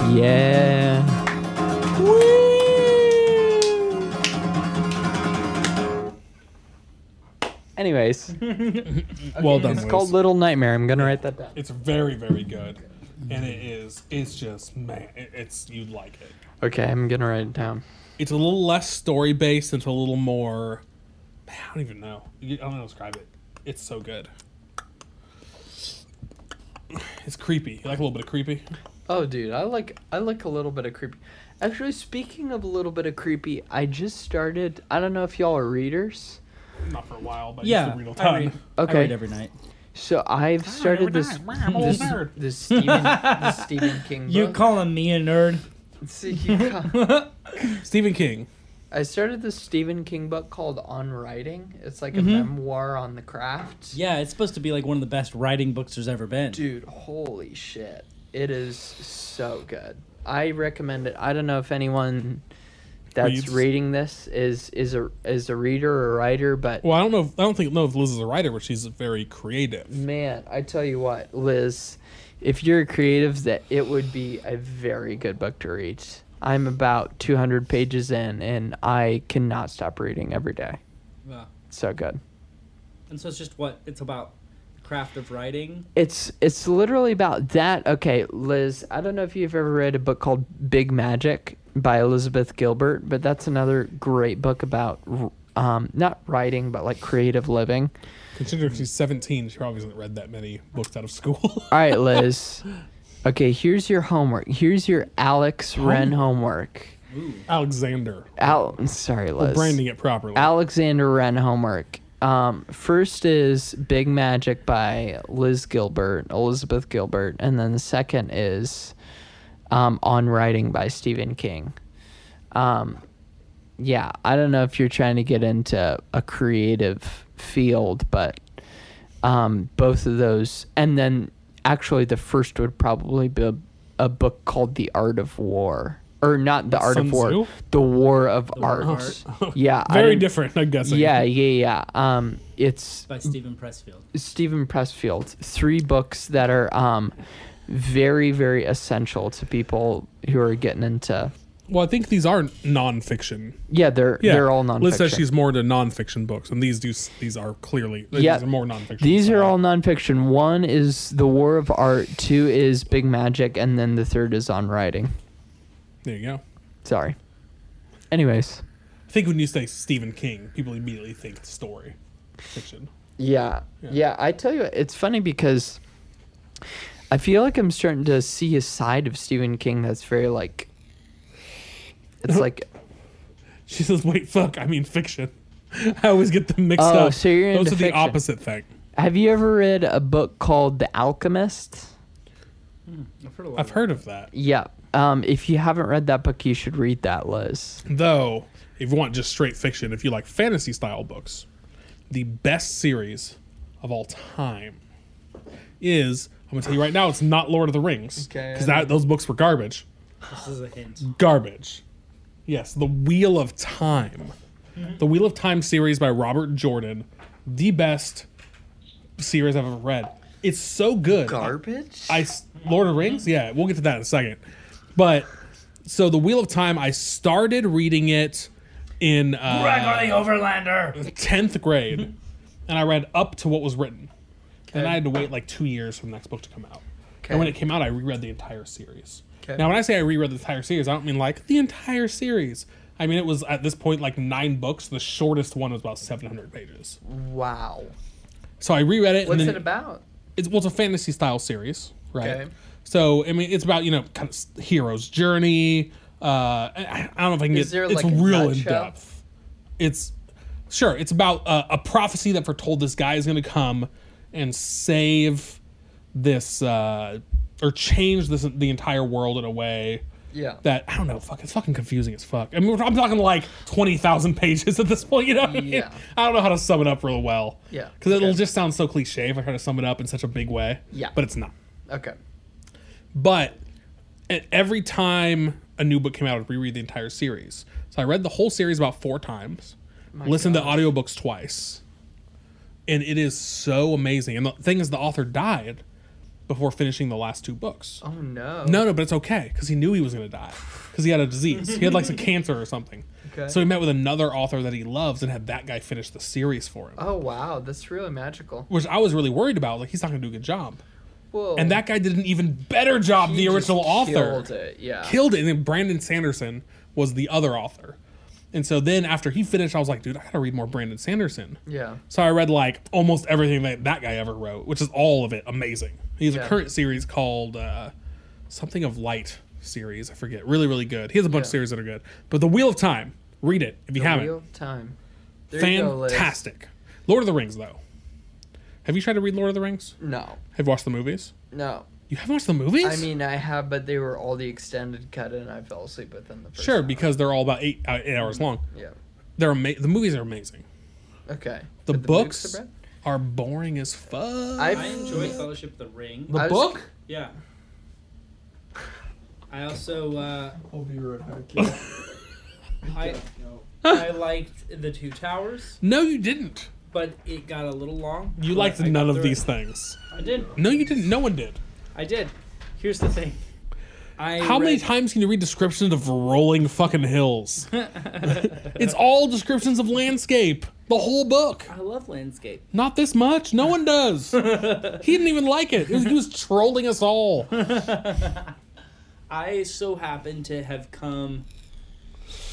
yeah. Anyways, well done, it's Liz. called Little Nightmare. I'm gonna write that down. it's very, very good, and it is. It's just man. it- It's you'd like it. Okay, I'm gonna write it down. It's a little less story based. It's a little more. Man, I don't even know. You- I don't know how to describe it. It's so good. It's creepy. You like a little bit of creepy? Oh, dude, I like I like a little bit of creepy. Actually, speaking of a little bit of creepy, I just started. I don't know if y'all are readers. Not for a while, but Yeah, yeah, read a I ton. read, I Okay, read every night. so I've started this this, this Stephen this Stephen King book. You calling me a nerd? See, you ca- Stephen King. I started this Stephen King book called On Writing. It's like Mhm. a memoir on the craft. Yeah, it's supposed to be like one of the best writing books there's ever been. Dude, holy shit. It is so good. I recommend it. I don't know if anyone that's Reads. reading this is is a is a reader or writer, but Well, I don't know. If, I don't think know if Liz is a writer, but she's very creative. man, I tell you what, Liz, if you're a creative that it would be a very good book to read. I'm about 200 pages in and I cannot stop reading every day. Wow. So good. And so it's just what it's about the craft of writing. It's it's literally about that. Okay, Liz, I don't know if you've ever read a book called Big Magic by Elizabeth Gilbert, but that's another great book about r- um, not writing but like creative living. Considering she's 17, she probably hasn't read that many books out of school. All right, Liz. okay, here's your homework. Here's your Alex Wren homework. Alexander, Al, sorry, Liz. branding it properly. Alexander Wren homework. Um, first is Big Magic by Liz Gilbert, Elizabeth Gilbert, and then the second is um, On Writing by Stephen King. Um, yeah, I don't know if you're trying to get into a creative field, but um, both of those, and then actually the first would probably be a, a book called The Art of War, or not The Art Sun of War, Tzu? The War of War Art. of Yeah, I very didn't- different, I'm guessing. yeah, yeah, yeah. Um, it's by Mm. Stephen Pressfield. Stephen Pressfield. Three books that are um, very, very essential to people who are getting into. Well, I think these are nonfiction. Yeah, they're Yeah, they're all Liz says nonfiction. she's more into nonfiction books, and these do s- these are clearly Yeah. these are more nonfiction. These are so- all nonfiction. One is The War of Art. Two is Big Magic, and then the third is on writing. There you go. Sorry. Anyways. I think when you say Stephen King, people immediately think story fiction. Yeah. Yeah. I tell you, what, it's funny because I feel like I'm starting to see a side of Stephen King that's very like. It's like She says, "Wait, fuck, I mean fiction." I always get them mixed Oh, up. so you're Those into are the fiction. opposite thing. Have you ever read a book called The Alchemist? I've heard a lot. I've heard of that. Yeah. Um, if you haven't read that book, you should read that, Liz. Though, if you want just straight fiction, if you like fantasy style books, the best series of all time is I'm gonna tell you right now, it's not Lord of the Rings Okay. because those books were garbage. This is a hint. Garbage. Yes, The Wheel of Time. The Wheel of Time series by Robert Jordan, the best series I've ever read. It's so good. Garbage? I s- Lord of the Rings. Yeah, we'll get to that in a second. But so the Wheel of Time, I started reading it in uh, Overlander. tenth grade, and I read up to what was written. Then I had to wait like two years for the next book to come out. And when it came out, I reread the entire series. Now, when I say I reread the entire series, I don't mean like the entire series. I mean it was at this point like nine books. The shortest one was about seven hundred pages. Wow. So I reread it. and What's then, it about? it's well, it's a fantasy style series, right? Okay. So I mean, it's about you know kind of s- hero's journey. Uh, I, I don't know if I can Is get. there, it's like, a real in nutshell? depth. It's sure. It's about uh, a prophecy that foretold this guy is going to come and save this uh, or change this the entire world in a way. Yeah. That I don't know. Fuck, it's fucking confusing as fuck. I mean, we're- I'm talking like twenty thousand pages at this point. You know, what I mean? Yeah. I don't know how to sum it up real well. Yeah. because it'll Okay. just sound so cliche if I try to sum it up in such a big way. Yeah. but it's not. Okay. But at every time a new book came out, I'd reread the entire series. So I read the whole series about four times, listened to audiobooks twice. And it is so amazing. And the thing is, the author died before finishing the last two books. Oh no. No, no, but it's okay because he knew he was going to die because he had a disease. he had like some cancer or something. Okay. So he met with another author that he loves and had that guy finish the series for him, Oh wow, that's really magical. which I was really worried about. Like, he's not going to do a good job. Whoa. And that guy did an even better job, than the original author Killed it. Yeah. killed it. And then Brandon Sanderson was the other author. And so then after he finished, I was like, dude, I gotta read more Brandon Sanderson. yeah. So I read like almost everything that that guy ever wrote, which is all of it amazing. He has Yeah. a current series called uh, Something of Light series. I forget. Really, really good. He has a bunch of Yeah. series that are good. But The Wheel of Time, read it if you haven't. Real time. There you go, Liz. Fantastic. Lord of the Rings, though. Have you tried to read Lord of the Rings? No. Have you watched the movies? No. You haven't watched the movies? I mean, I have, but they were all the extended cut, and I fell asleep within the first. sure, hour. because they're all about eight, uh, eight hours long. yeah. They're ama- the movies are amazing. Okay. The, But books are bad? are boring as fuck. I I've- enjoy Fellowship of the Ring. I The was- book? Yeah. I also uh, I'll be right back. I I liked the Two Towers, no, you didn't. but it got a little long. You but liked I got none of through these it. things. I did. No, you didn't. No one did. I did. Here's the thing. I How many read- times can you read descriptions of rolling fucking hills? it's all descriptions of landscape. The whole book. I love landscape. Not this much. No one does. he didn't even like it. He was, he was trolling us all. I so happened to have come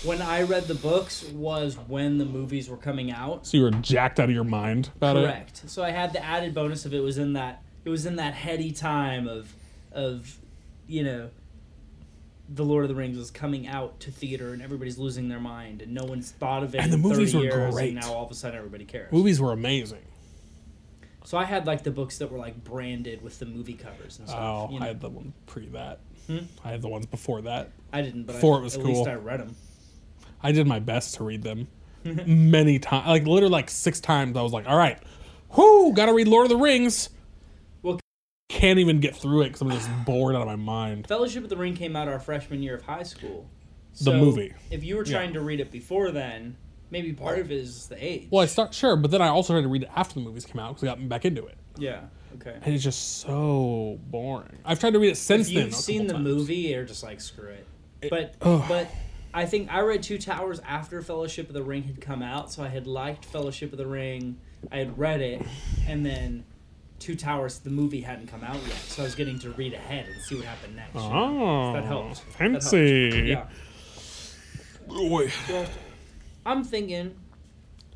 when I read the books was when the movies were coming out. So you were jacked out of your mind about it. Correct. So I had the added bonus of it was in that it was in that heady time of of you know the Lord of the Rings was coming out to theater and everybody's losing their mind and no one's thought of it. And in the movies 30 were years, great. And now all of a sudden everybody cares. Movies were amazing. So I had like the books that were like branded with the movie covers and stuff. Oh, you know. I Hmm? had the one pre that. I had the ones before that. I didn't, but Before I, it was at cool. least I read them. I did my best to read them many times. Like literally like six times. I was like, all right, whoo, gotta read Lord of the Rings. Well- can't even get through it because I'm just bored out of my mind. Fellowship of the Ring came out our freshman year of high school. The movie. If you were Yeah. trying to read it before then, maybe part of it is the age. Well, I start sure, but then I also tried to read it after the movies came out because I got back into it, Yeah. Okay. and it's just so boring. I've tried to read it since If then. a you've couple seen the times. movie, you're just like screw it. It- But ugh. but I think I read Two Towers after Fellowship of the Ring had come out, so I had liked Fellowship of the Ring. I had read it, and then Two Towers the movie hadn't come out yet, so I was getting to read ahead and see what happened next. you know? Oh, That helped. That helped. Fancy. Yeah. Boy. Well, I'm thinking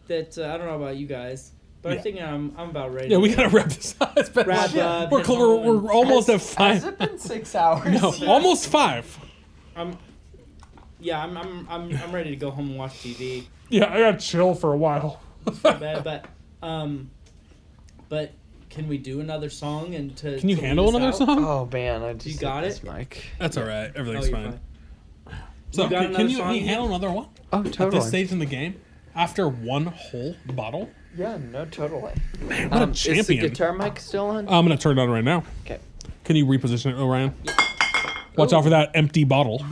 that uh, I don't know about you guys, but Yeah. I think I'm I'm about ready. Yeah, we to gotta wrap this up. It's been Wrap up, we're, hit clo- we're, home. we're almost at Has five. it been six hours? No, almost five. I'm, yeah, I'm, I'm I'm I'm ready to go home and watch TV. Yeah, I gotta chill for a while. but, but um, but can we do another song and to Can you to lead handle us another out? song? Oh man, I just You hit got this it? mic. That's all right. Oh, Everything's you're fine. fine. So, You got can, another can you song can you yet? handle another one Oh, at this totally. stage in the game? After one whole bottle, Yeah, no, totally. man, what Um, a is the champion! Uh. guitar mic still on? I'm gonna turn it on right now. Okay. Can you reposition it, Orion? Watch out for that empty bottle.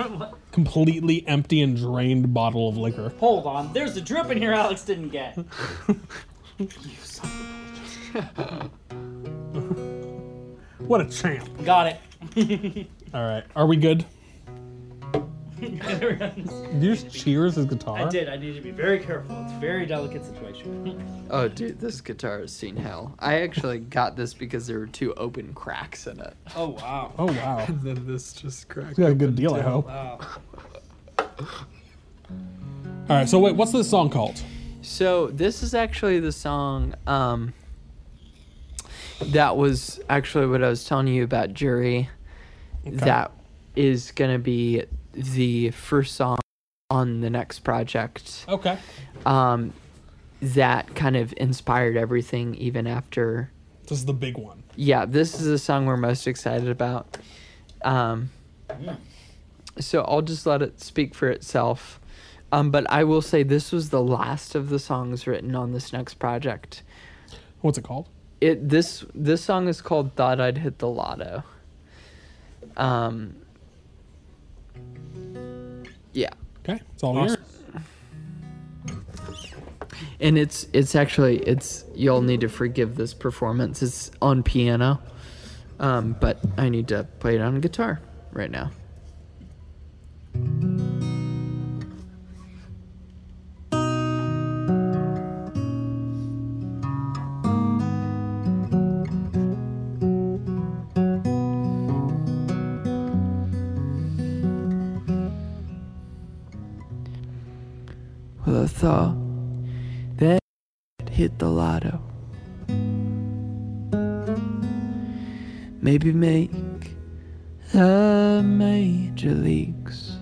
Completely empty and drained bottle of liquor. Hold on, there's a drip in here Alex didn't get. What a champ! Got it. All right, are we good? Did you just cheers his guitar? I did. I need to be very careful. It's a very delicate situation. Oh, dude, this guitar has seen hell. I actually got this because there were two open cracks in it. Oh wow. Oh wow, and then this just cracked. we got a good deal, I hope. All Wow. right, so wait, what's this song called? So this is actually the song um, that was actually what I was telling you about, Jury. That is gonna be the first song on the next project. Okay. Oh. Um, that kind of inspired everything, even after. This is the big one. Yeah, this is the song we're most excited about. Um, so I'll just let it speak for itself. Um, but I will say this was the last of the songs written on this next project. What's it called? It this this song is called "Thought I'd Hit the Lotto." Um. Yeah, Okay, it's all Awesome. yours. and it's it's actually it's you'll need to forgive this performance. It's on piano, um, but I need to play it on guitar right now. Well, I thought that I'd hit the lotto. Maybe make the major leagues.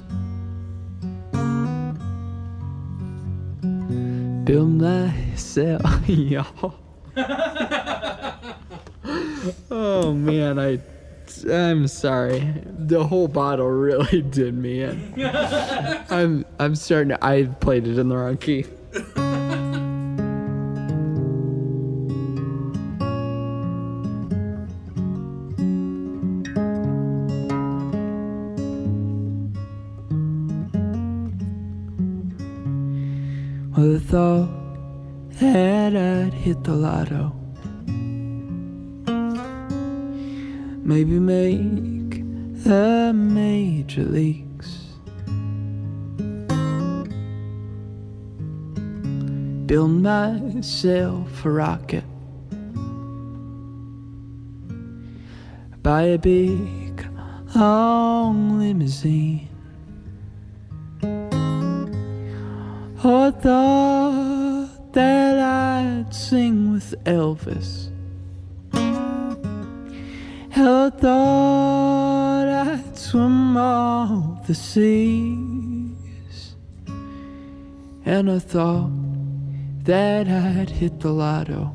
Build myself, y'all. oh man, I I'm sorry. The whole bottle really did me in. I'm I'm starting to I played it in the wrong key. Well, the thought that I'd hit the lotto. Maybe make the major leagues. Build myself a rocket. Buy a big long limousine. I thought that I'd sing with Elvis. Hell, I thought I'd swim all the seas. And I thought that I'd hit the lotto.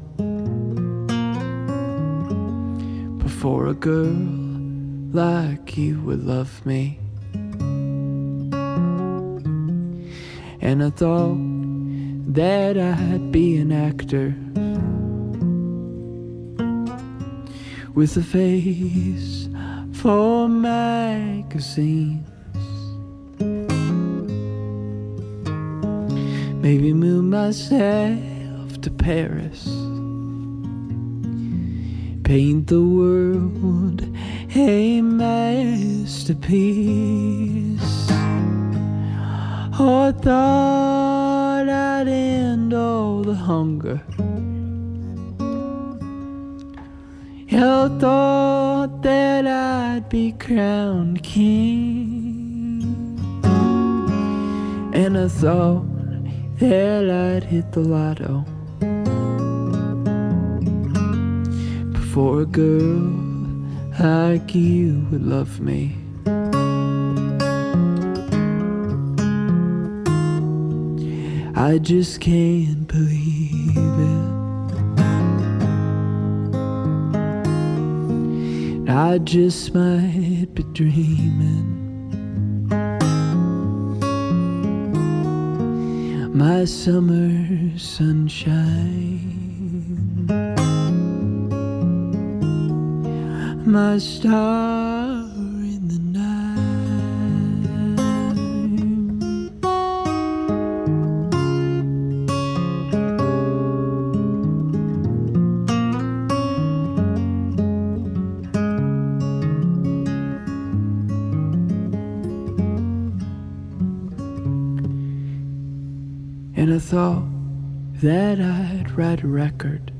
Before a girl like you would love me. And I thought that I'd be an actor with a face for magazines. Maybe move myself to Paris, paint the world a masterpiece. Oh, I thought I'd end all the hunger. Hell thought that I'd be crowned king. And I thought that I'd hit the lotto. Before a girl like you would love me. I just can't believe it. I just might be dreaming. My summer sunshine. My star in the night. And I thought that I'd write a record.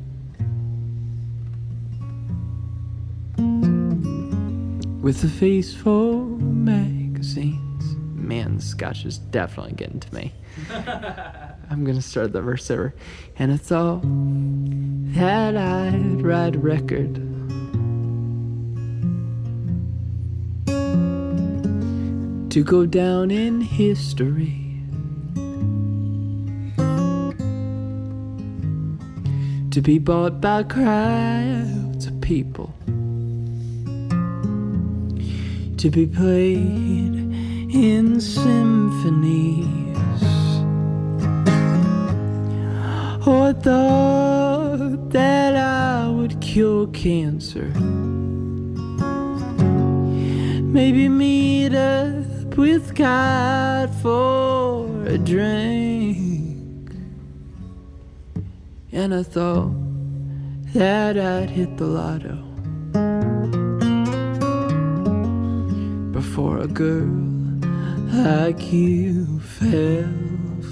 With the face for magazines. Man, the scotch is definitely getting to me. I'm gonna start the verse over. And I thought that I'd write a record. To go down in history. to be bought by crowds of people, to be played in symphonies. Oh, I thought that I would cure cancer, maybe meet up with God for a drink. And I thought that I'd hit the lotto before a girl like you fell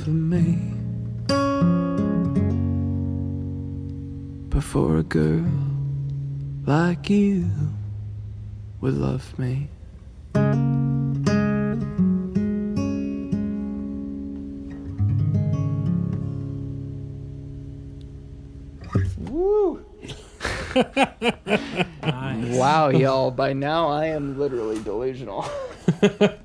for me. Before a girl like you would love me. Wow, y'all, by now I am literally delusional.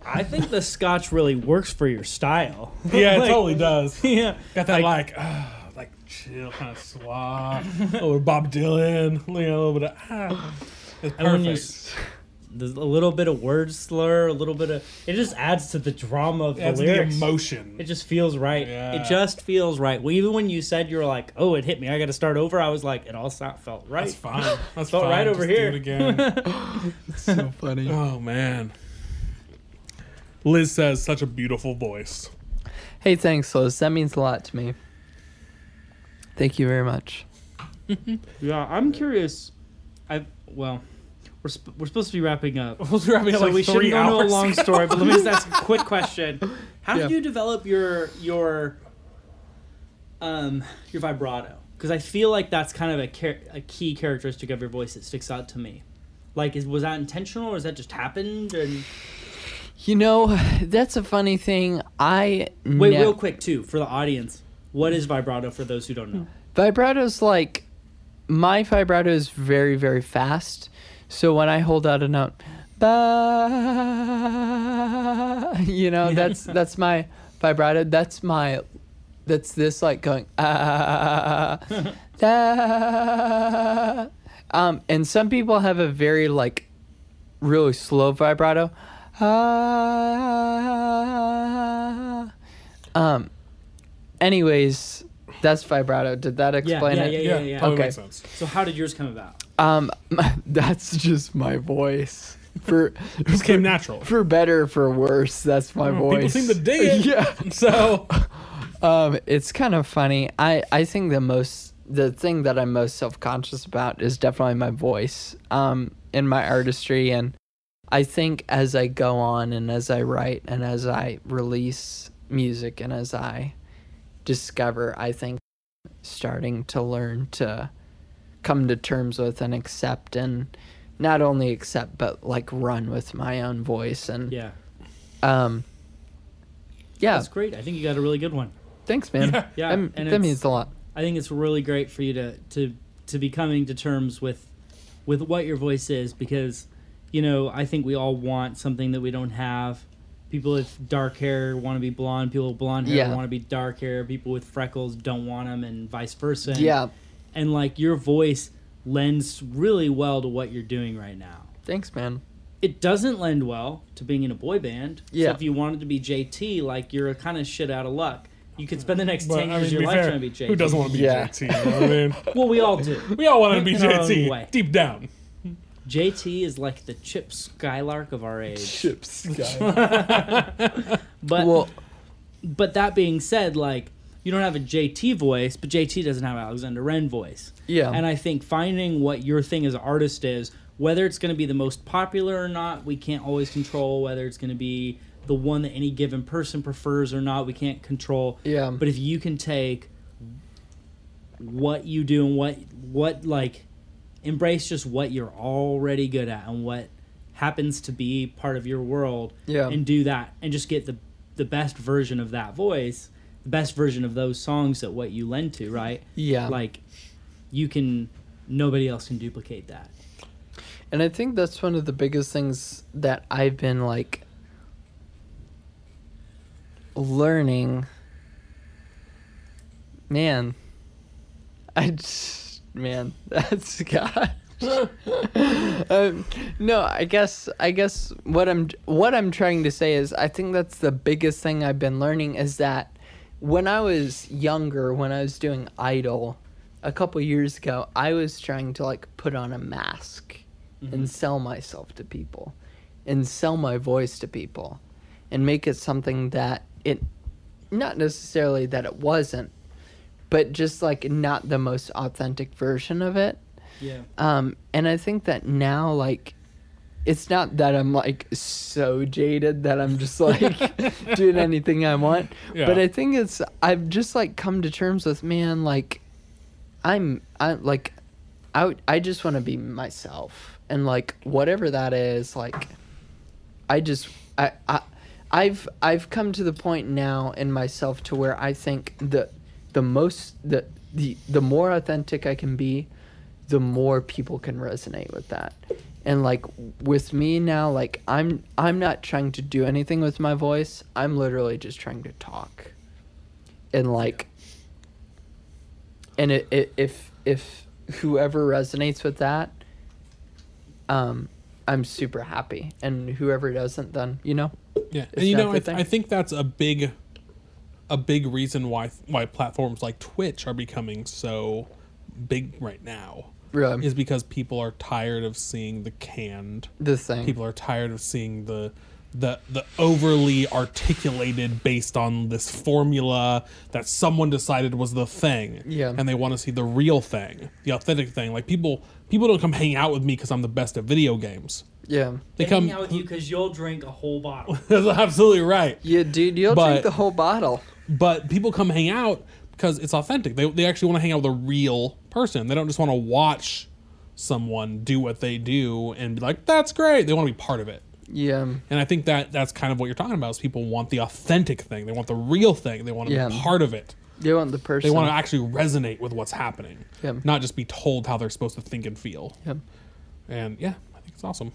I think the scotch really works for your style. Yeah, it Like- totally does. Yeah. Got that like, ah, like chill kind of suave, a little Bob Dylan, you know, a little bit of ah. It's And when you perfect. there's a little bit of word slur, a little bit of it just adds to the drama of That's the the lyrics. emotion. it just feels right. Yeah. It just feels right. Well, even when you said you were like, "Oh, it hit me. I got to start over," I was like, "It all sound, felt right." That's fine. That's Felt fine. right over Just here. Do it again. So funny. oh man. Liz says such a beautiful voice. Hey, thanks, Liz. That means a lot to me. Thank you very much. Yeah, I'm curious. I well, we're sp- we're supposed to be wrapping up. We'll be wrapping up so like we three shouldn't go into a hours long ago. story, but let me just ask a quick question. How Yeah. did you develop your your um your vibrato? Because I feel like that's kind of a char- a key characteristic of your voice that sticks out to me. Like, is was that intentional or is that just happened? And You know, that's a funny thing. I wait, ne- real quick too for the audience, what is vibrato for those who don't know? Vibrato's like my vibrato is very very fast. So when I hold out a note, ba, you know, that's that's my vibrato. That's my that's this like going ah da. Um, and some people have a very like really slow vibrato. Ah, um, anyways, that's vibrato. Did that explain yeah, it? yeah, Oh, Yeah, yeah. totally Okay. makes sense. So how did yours come about? Um, that's just my voice. For This came natural. for better for worse, that's my People voice. seem to dig it. Yeah. So Um, it's kind of funny. I I think the most the thing that I'm most self conscious about is definitely my voice. Um, in my artistry, and I think as I go on and as I write and as I release music and as I discover, I think starting to learn to come to terms with and accept and not only accept but like run with my own voice and Yeah, um yeah that's great. I think you got a really good one. thanks man Yeah. Yeah, That- and that it's- means a lot I think it's really great for you to to to be coming to terms with with what your voice is because you know I think we all want something that we don't have. People with dark hair want to be blonde. People with blonde hair Yeah. want to be dark hair. People with freckles don't want them, and vice versa. And- yeah and like your voice lends really well to what you're doing right now. Thanks, man. It doesn't lend well to being in a boy band. Yeah. So if you wanted to be JT, like you're kind of shit out of luck. You could spend the next but, ten I years mean, of to your be life fair, trying to be JT. who doesn't want to be Yeah. JT? You know what I mean? Well, we all do. We all want to be In our own way. JT deep down. JT is like the Chip Skylark of our age. Chips, guy. But well, but that being said, like you don't have a JT voice, but JT doesn't have an Alexander Wren voice. Yeah. And I think finding what your thing as an artist is, whether it's going to be the most popular or not, we can't always control whether it's going to be the one that any given person prefers or not. We can't control. Yeah. But if you can take what you do and what what like embrace just what you're already good at and what happens to be part of your world Yeah. and do that and just get the the best version of that voice the best version of those songs that what you lend to right yeah. like you can nobody else can duplicate that and I think that's one of the biggest things that I've been like learning. Man, I just, man, that's God. um, no, I guess I guess what I'm what I'm trying to say is I think that's the biggest thing I've been learning is that when I was younger, when I was doing Idol a couple years ago, I was trying to like put on a mask and sell myself to people and sell my voice to people and make it something that it not necessarily that it wasn't, but just like not the most authentic version of it. yeah Um, and I think that now, like, it's not that I'm like so jaded that I'm just like doing anything I want, Yeah. but I think it's I've just like come to terms with man, like, I'm I like, I would- I just want to be myself and like whatever that is, like, I just I I. I've I've come to the point now in myself to where I think the the most the the, the more authentic I can be, the more people can resonate with that and like with me now like i'm i'm not trying to do anything with my voice i'm literally just trying to talk and like and it, it, if if whoever resonates with that um I'm super happy. And whoever doesn't, then you know, Yeah, It's and you know, not the I, th- thing. I think that's a big, a big reason why why platforms like Twitch are becoming so big right now really, Mm-hmm. is because people are tired of seeing the canned. the thing. People are tired of seeing the the the overly articulated based on this formula that someone decided was the thing. Yeah. And they want to see the real thing, the authentic thing. Like people people don't come hang out with me because I'm the best at video games. yeah, They Hang come out with you because you'll drink a whole bottle. That's absolutely right. yeah, dude, you'll But- drink the whole bottle. but people come hang out because it's authentic. They, they actually want to hang out with a real person. They don't just want to watch someone do what they do and be like, "That's great." They want to be part of it. Yeah, And I think that that's kind of what you're talking about. Is people want the authentic thing. They want the real thing. They want to Yeah. be part of it. they want the person. They want to actually resonate with what's happening, Yeah. not just be told how they're supposed to think and feel. Yeah. And yeah, I think it's awesome.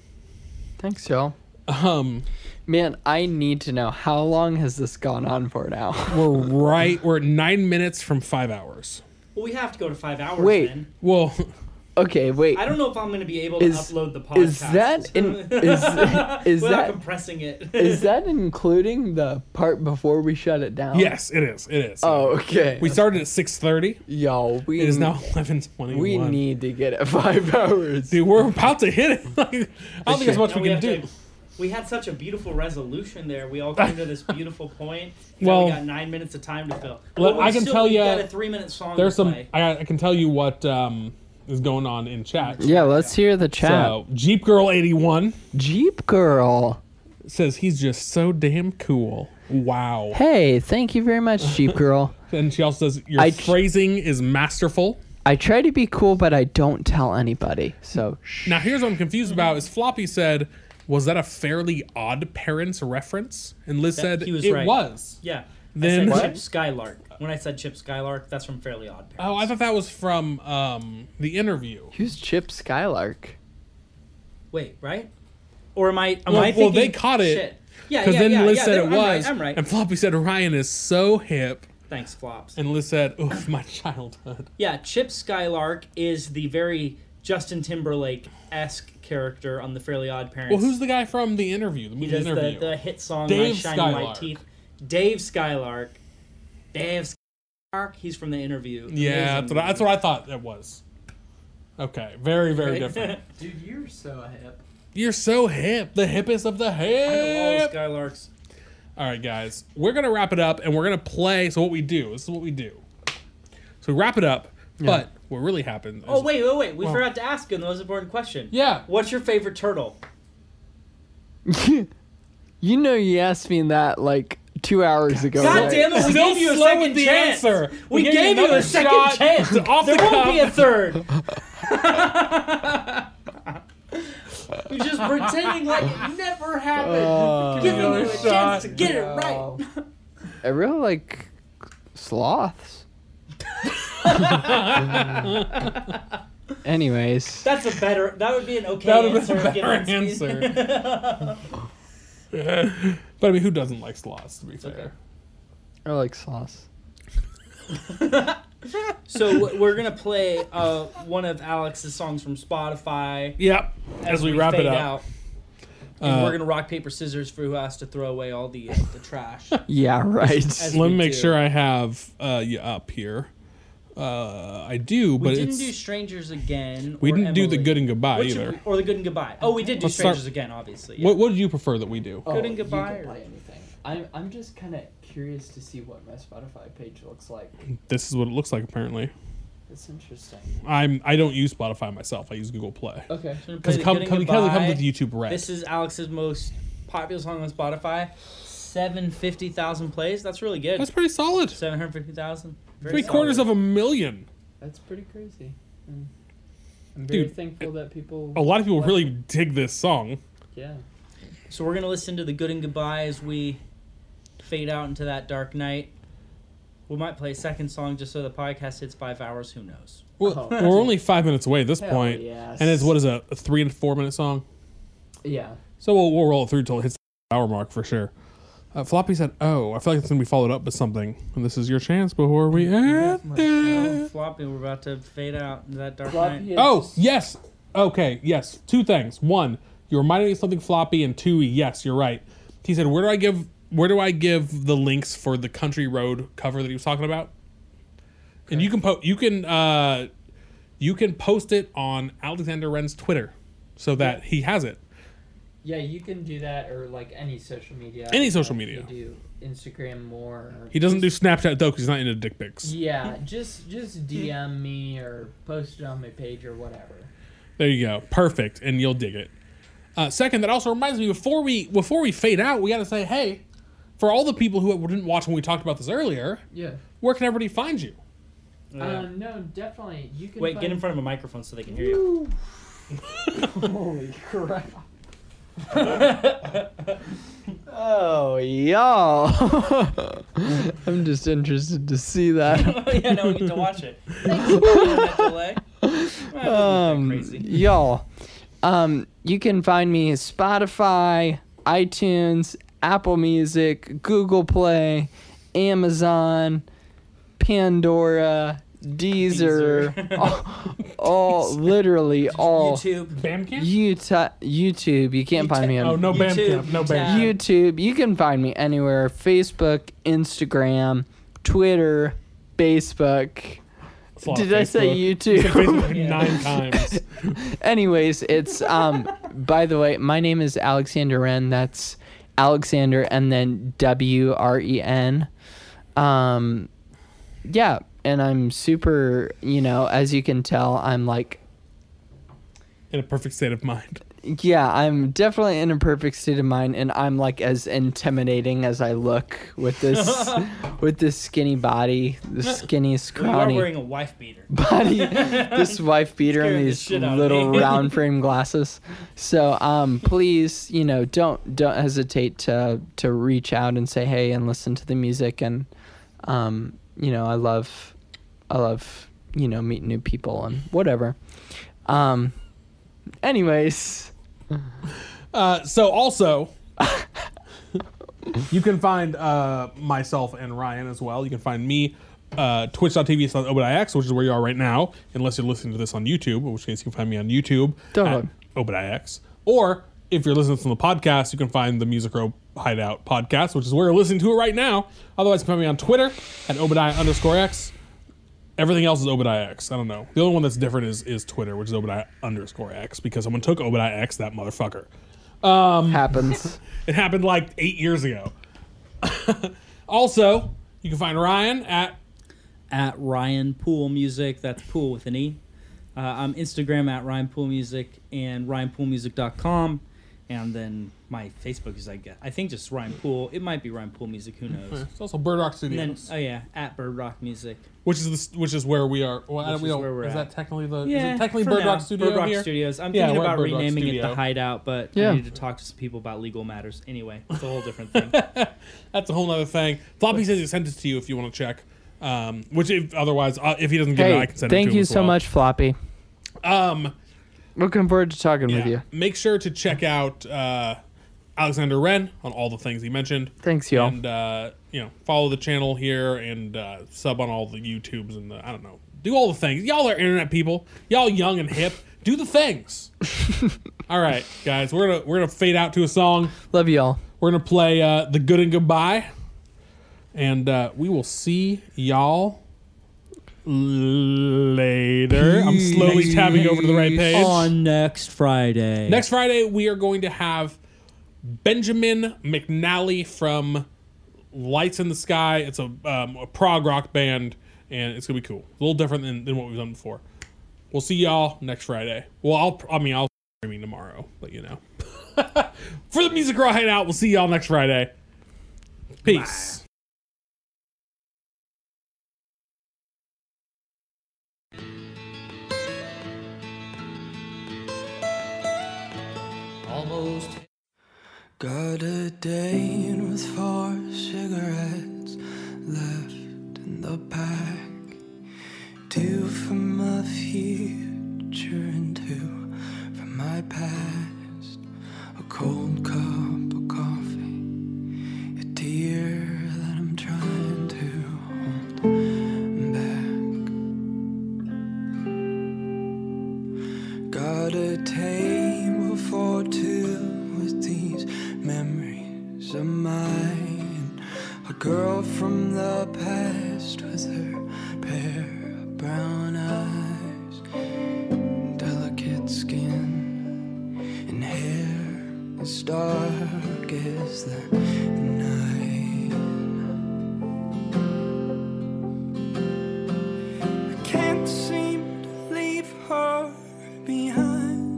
Thanks, y'all. Um, Man, I need to know how long has this gone on for now? we're right. We're at nine minutes from five hours. well, we have to go to five hours. Wait. Then. Well, okay, wait. I don't know if I'm going to be able to Is- upload the podcast. Is that in, is is without that compressing it? is that including the part before we shut it down? yes, it is. It is. Oh, okay. We started at six thirty. Yo, we It is now eleven twenty one. we need to get it five hours. Dude, we're about to hit it. Like, I don't think there's much No, we can do. have to- we had such a beautiful resolution there. We all came to this beautiful point. that Well- we got nine minutes of time to fill. Look, we I can still- tell we've ya, got a three-minute song. There's to some. play. I, I can tell you what um, is going on in chat. Yeah, let's hear the chat. So Jeep Girl eighty one Jeep girl. says he's just so damn cool. Wow. Hey, thank you very much, Jeep girl. And she also says your I- phrasing is masterful. I try to be cool, but I don't tell anybody. So shh. Now here's what I'm confused about: is Floppy said, "Was that a fairly odd parents reference?" And Liz said, he was "It right. was." Yeah. Then- I What? said Chip Skylark. When I said Chip Skylark, that's from Fairly Odd Parents. Oh, I thought that was from um, the interview. Who's Chip Skylark? Wait, right? Or am I? Am Well- I well, thinking, they caught it, Shit. Yeah, Because yeah, then yeah, Liz yeah, said they- it I'm was, Right, I'm right. and Floppy said Ryan is so hip, Thanks, flops. and Liz said, "Oof, my childhood." Yeah, Chip Skylark is the very Justin Timberlake esque character on the Fairly Odd Parents. Well, who's the guy from the interview? he The uh, movie does the, interview. the hit song Dave "My Shiny White Skylark. Teeth"? Dave Skylark. Dave Skylark. He's from the interview. Amazing yeah, that's what, I, that's what I thought it was. Okay, very movie. very different. Dude, you're so hip. You're so hip, the hippest of the All hip. Skylarks. All right, guys, we're gonna wrap it up, and we're gonna play. So what we do? This is what we do. So we wrap it up, but what really happened? Oh is- wait, wait, wait! We forgot to ask him the most important question. Yeah. What's your favorite turtle? You know, you asked me that like two hours ago. God right? damn it! We Still gave you a slow with second the chance. answer. We, We gave you gave you another a second shot chance. off the there won't be cuff. a third. You're just pretending like it never happened. giving you a chance to get it right. I really like sloths. Anyways, That's a better. That would be an okay That would have answer. been a better given- answer. but I mean, who doesn't like sloths? To be fair, I like sloths. so w- we're gonna play uh, one of Alex's songs from Spotify. yep. As we wrap fade it up, out. And Uh, we're gonna rock paper scissors for who has to throw away all the uh, the trash. Yeah, right. As let me we make do. sure I have uh, you up here. Uh, I do, We but didn't it's do strangers again. we or didn't do the Emily. good and goodbye What should either. we- or the good and goodbye. Oh, we did do Let's start- strangers again, obviously. yeah. What What did you prefer that we Oh. do? Good and you can goodbye. play anything. I'm, I'm just kind of curious to see what my Spotify page looks like. This is what it looks like apparently. It's interesting. I'm I don't use Spotify myself. I use Google Play Okay. We're gonna play because the it, come, good and come, because it goodbye. comes with YouTube Red. This is Alex's most popular song on Spotify. Seven fifty thousand plays. That's really good. That's pretty solid. Seven hundred fifty thousand. Three quarters of a million. That's pretty crazy. Mm. I'm very Dude, oh, thankful that people. A lot of people really dig this song. Yeah. So we're gonna listen to the good and goodbye as we fade out into that dark night. We might play a second song just so the podcast hits five hours. Who knows? We're, Oh. we're only five minutes away at this Hell point, yes. and it's what is it, a three and four minute song. Yeah. So we'll, we'll roll it through till it hits the hour mark for sure. Uh, Floppy said, "Oh, I feel like it's gonna be followed up with something, and this is your chance before we end." Oh, it." floppy, we're about to fade out into that dark night. Floppy Oh yes, okay, yes. Two things. One, You reminded me of something floppy, and two, yes, you're right. He said, "Where do I give? Where do I give the links for the country road cover that he was talking about?" And you can po- you can uh, you can post it on Alexander Wren's Twitter, so that he has it. Yeah, you can do that or like any social media. Any social media. You do Instagram more. Or He doesn't do Snapchat though, because he's not into dick pics. Yeah, just just DM me or post it on my page or whatever. There you go. Perfect, and you'll dig it. Uh, second, that also reminds me before we before we fade out, we got to say, hey, for all the people who didn't watch when we talked about this earlier, Yeah. where can everybody find you? Oh, Uh, no, definitely. You can Wait, get in find- front of a microphone so they can hear you. Holy crap! Oh, y'all. I'm just interested to see that. yeah, no, we get to watch it. Thanks for that delay. Um, crazy. y'all, um, you can find me Spotify, iTunes, Apple Music, Google Play, Amazon, Pandora, Deezer, all, all- literally all YouTube. Bandcamp? YouTube. YouTube. You can't find me on Oh no, YouTube, Bandcamp, no tab. Bandcamp. YouTube. You can find me anywhere Facebook, Instagram, Twitter, Facebook. Flop Did I say Facebook. YouTube? Facebook nine times. Anyways, it's um by the way, my name is Alexander Wren. That's Alexander and then W R E N. Um yeah, and I'm super, you know, as you can tell, I'm like In a perfect state of mind. yeah, I'm definitely in a perfect state of mind and I'm like as intimidating as I look with this with this skinny body, the skinniest You are crowny wearing a wife beater. body, this wife beater Scared the and these shit out of little me. round frame glasses. So um, please, you know, don't don't hesitate to to reach out and say hey and listen to the music and um, you know I love I love you know meet new people and whatever. Um, anyways, Uh, so also, you can find uh, myself and Ryan as well. You can find me uh, twitch.tv slash obedix, which is where you are right now, unless you're listening to this on YouTube, in which case you can find me on YouTube Don't at look. obedix. Or if you're listening from the podcast, you can find the Music Row Hideout podcast, which is where you're listening to it right now. Otherwise, you can find me on Twitter at Obadiah underscore X. Everything else is Obadiah X. I don't know. The only one that's different is, is Twitter, which is Obadiah underscore X, because someone took Obadiah X, that motherfucker. Oh. happens. It happened like eight years ago. also, you can find Ryan at at Ryan Pool Music. That's Pool with an E. Uh, I'm Instagram at Ryan Pool Music and RyanPoolMusic.com. And then my Facebook is, I, guess, I think, just Ryan Pool. It might be Ryan Pool Music. Who knows? it's also Bird Rock Studios, And then, oh yeah, at Bird Rock Music. which is the, which is where we are. Well, I- Which we is don't, where we're is at. that technically the is Yeah, it technically for Bird now. Rock Studio Bird Rock here? Studios. I'm Yeah, thinking we're at about Bird Rock renaming it Studio. the Hideout, but Yeah. I need to talk to some people about legal matters. Anyway, it's a whole different thing. That's a whole other thing. Floppy says he sent it to you if you want to check. Um, which if, otherwise, uh, if he doesn't get it, I hey, can send it to thank him you as so well. much, Floppy. Um, Looking forward to talking with yeah. you. Make sure to check out uh, Alexander Wren on all the things he mentioned. Thanks, y'all. And uh, you know, follow the channel here and uh, sub on all the YouTubes and the I don't know, do all the things. Y'all are internet people. Y'all young and hip. Do the things. all right, guys, we're gonna we're gonna fade out to a song. Love y'all. We're gonna play uh, the good and goodbye, and uh, we will see y'all later. I'm slowly tabbing over to the right page. On next Friday. Next Friday, we are going to have Benjamin McNally from Lights in the Sky. It's a, um, a prog rock band, and it's gonna be cool. A little different than, than what we've done before. We'll see y'all next Friday. Well, I'll I mean I'll streaming tomorrow, but you know. For the Music Raw Hangout, we'll see y'all next Friday. Peace. Got a date with four cigarettes left in the pack. Two for my future and two for my past. A cold cup of coffee, a tear that I'm trying to hold back. Got a table for two girl from the past with her pair of brown eyes, delicate skin, and hair as dark as the night. I can't seem to leave her behind.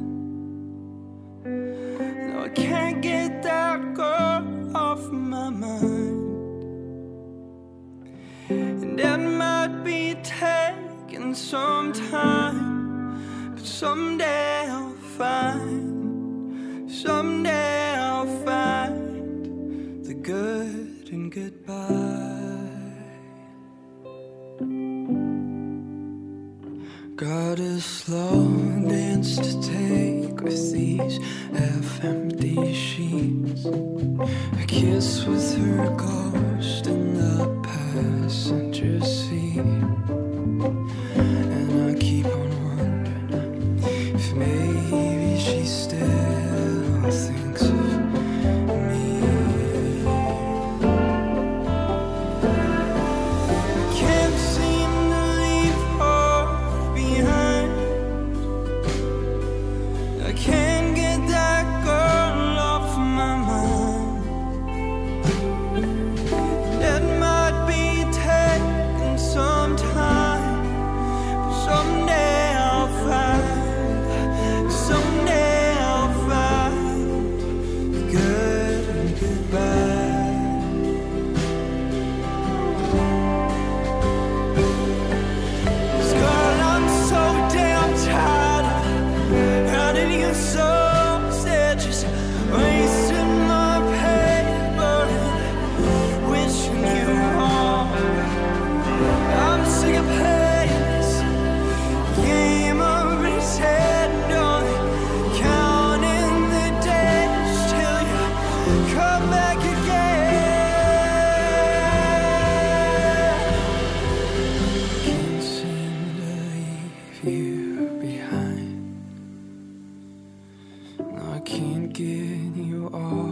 No, I can't get that girl off my mind. And it might be taking some time, but someday I'll find, someday I'll find the good in goodbye. Got a slow dance to take with these half empty sheets. A kiss with her ghost in the passenger seat. And I keep on wondering if maybe she still thinks of me. Can't seem to leave her behind. I can't get that girl off my mind. It might be taking some time, but someday I'll find. Someday I'll find the good and goodbye. Cause girl, I'm so damn tired of having you so sad, just wasting my paper and wishing you harm. I'm sick of playing this game of pretend, only counting the days till you come back again. Can't seem to leave you behind. No, I can't get you off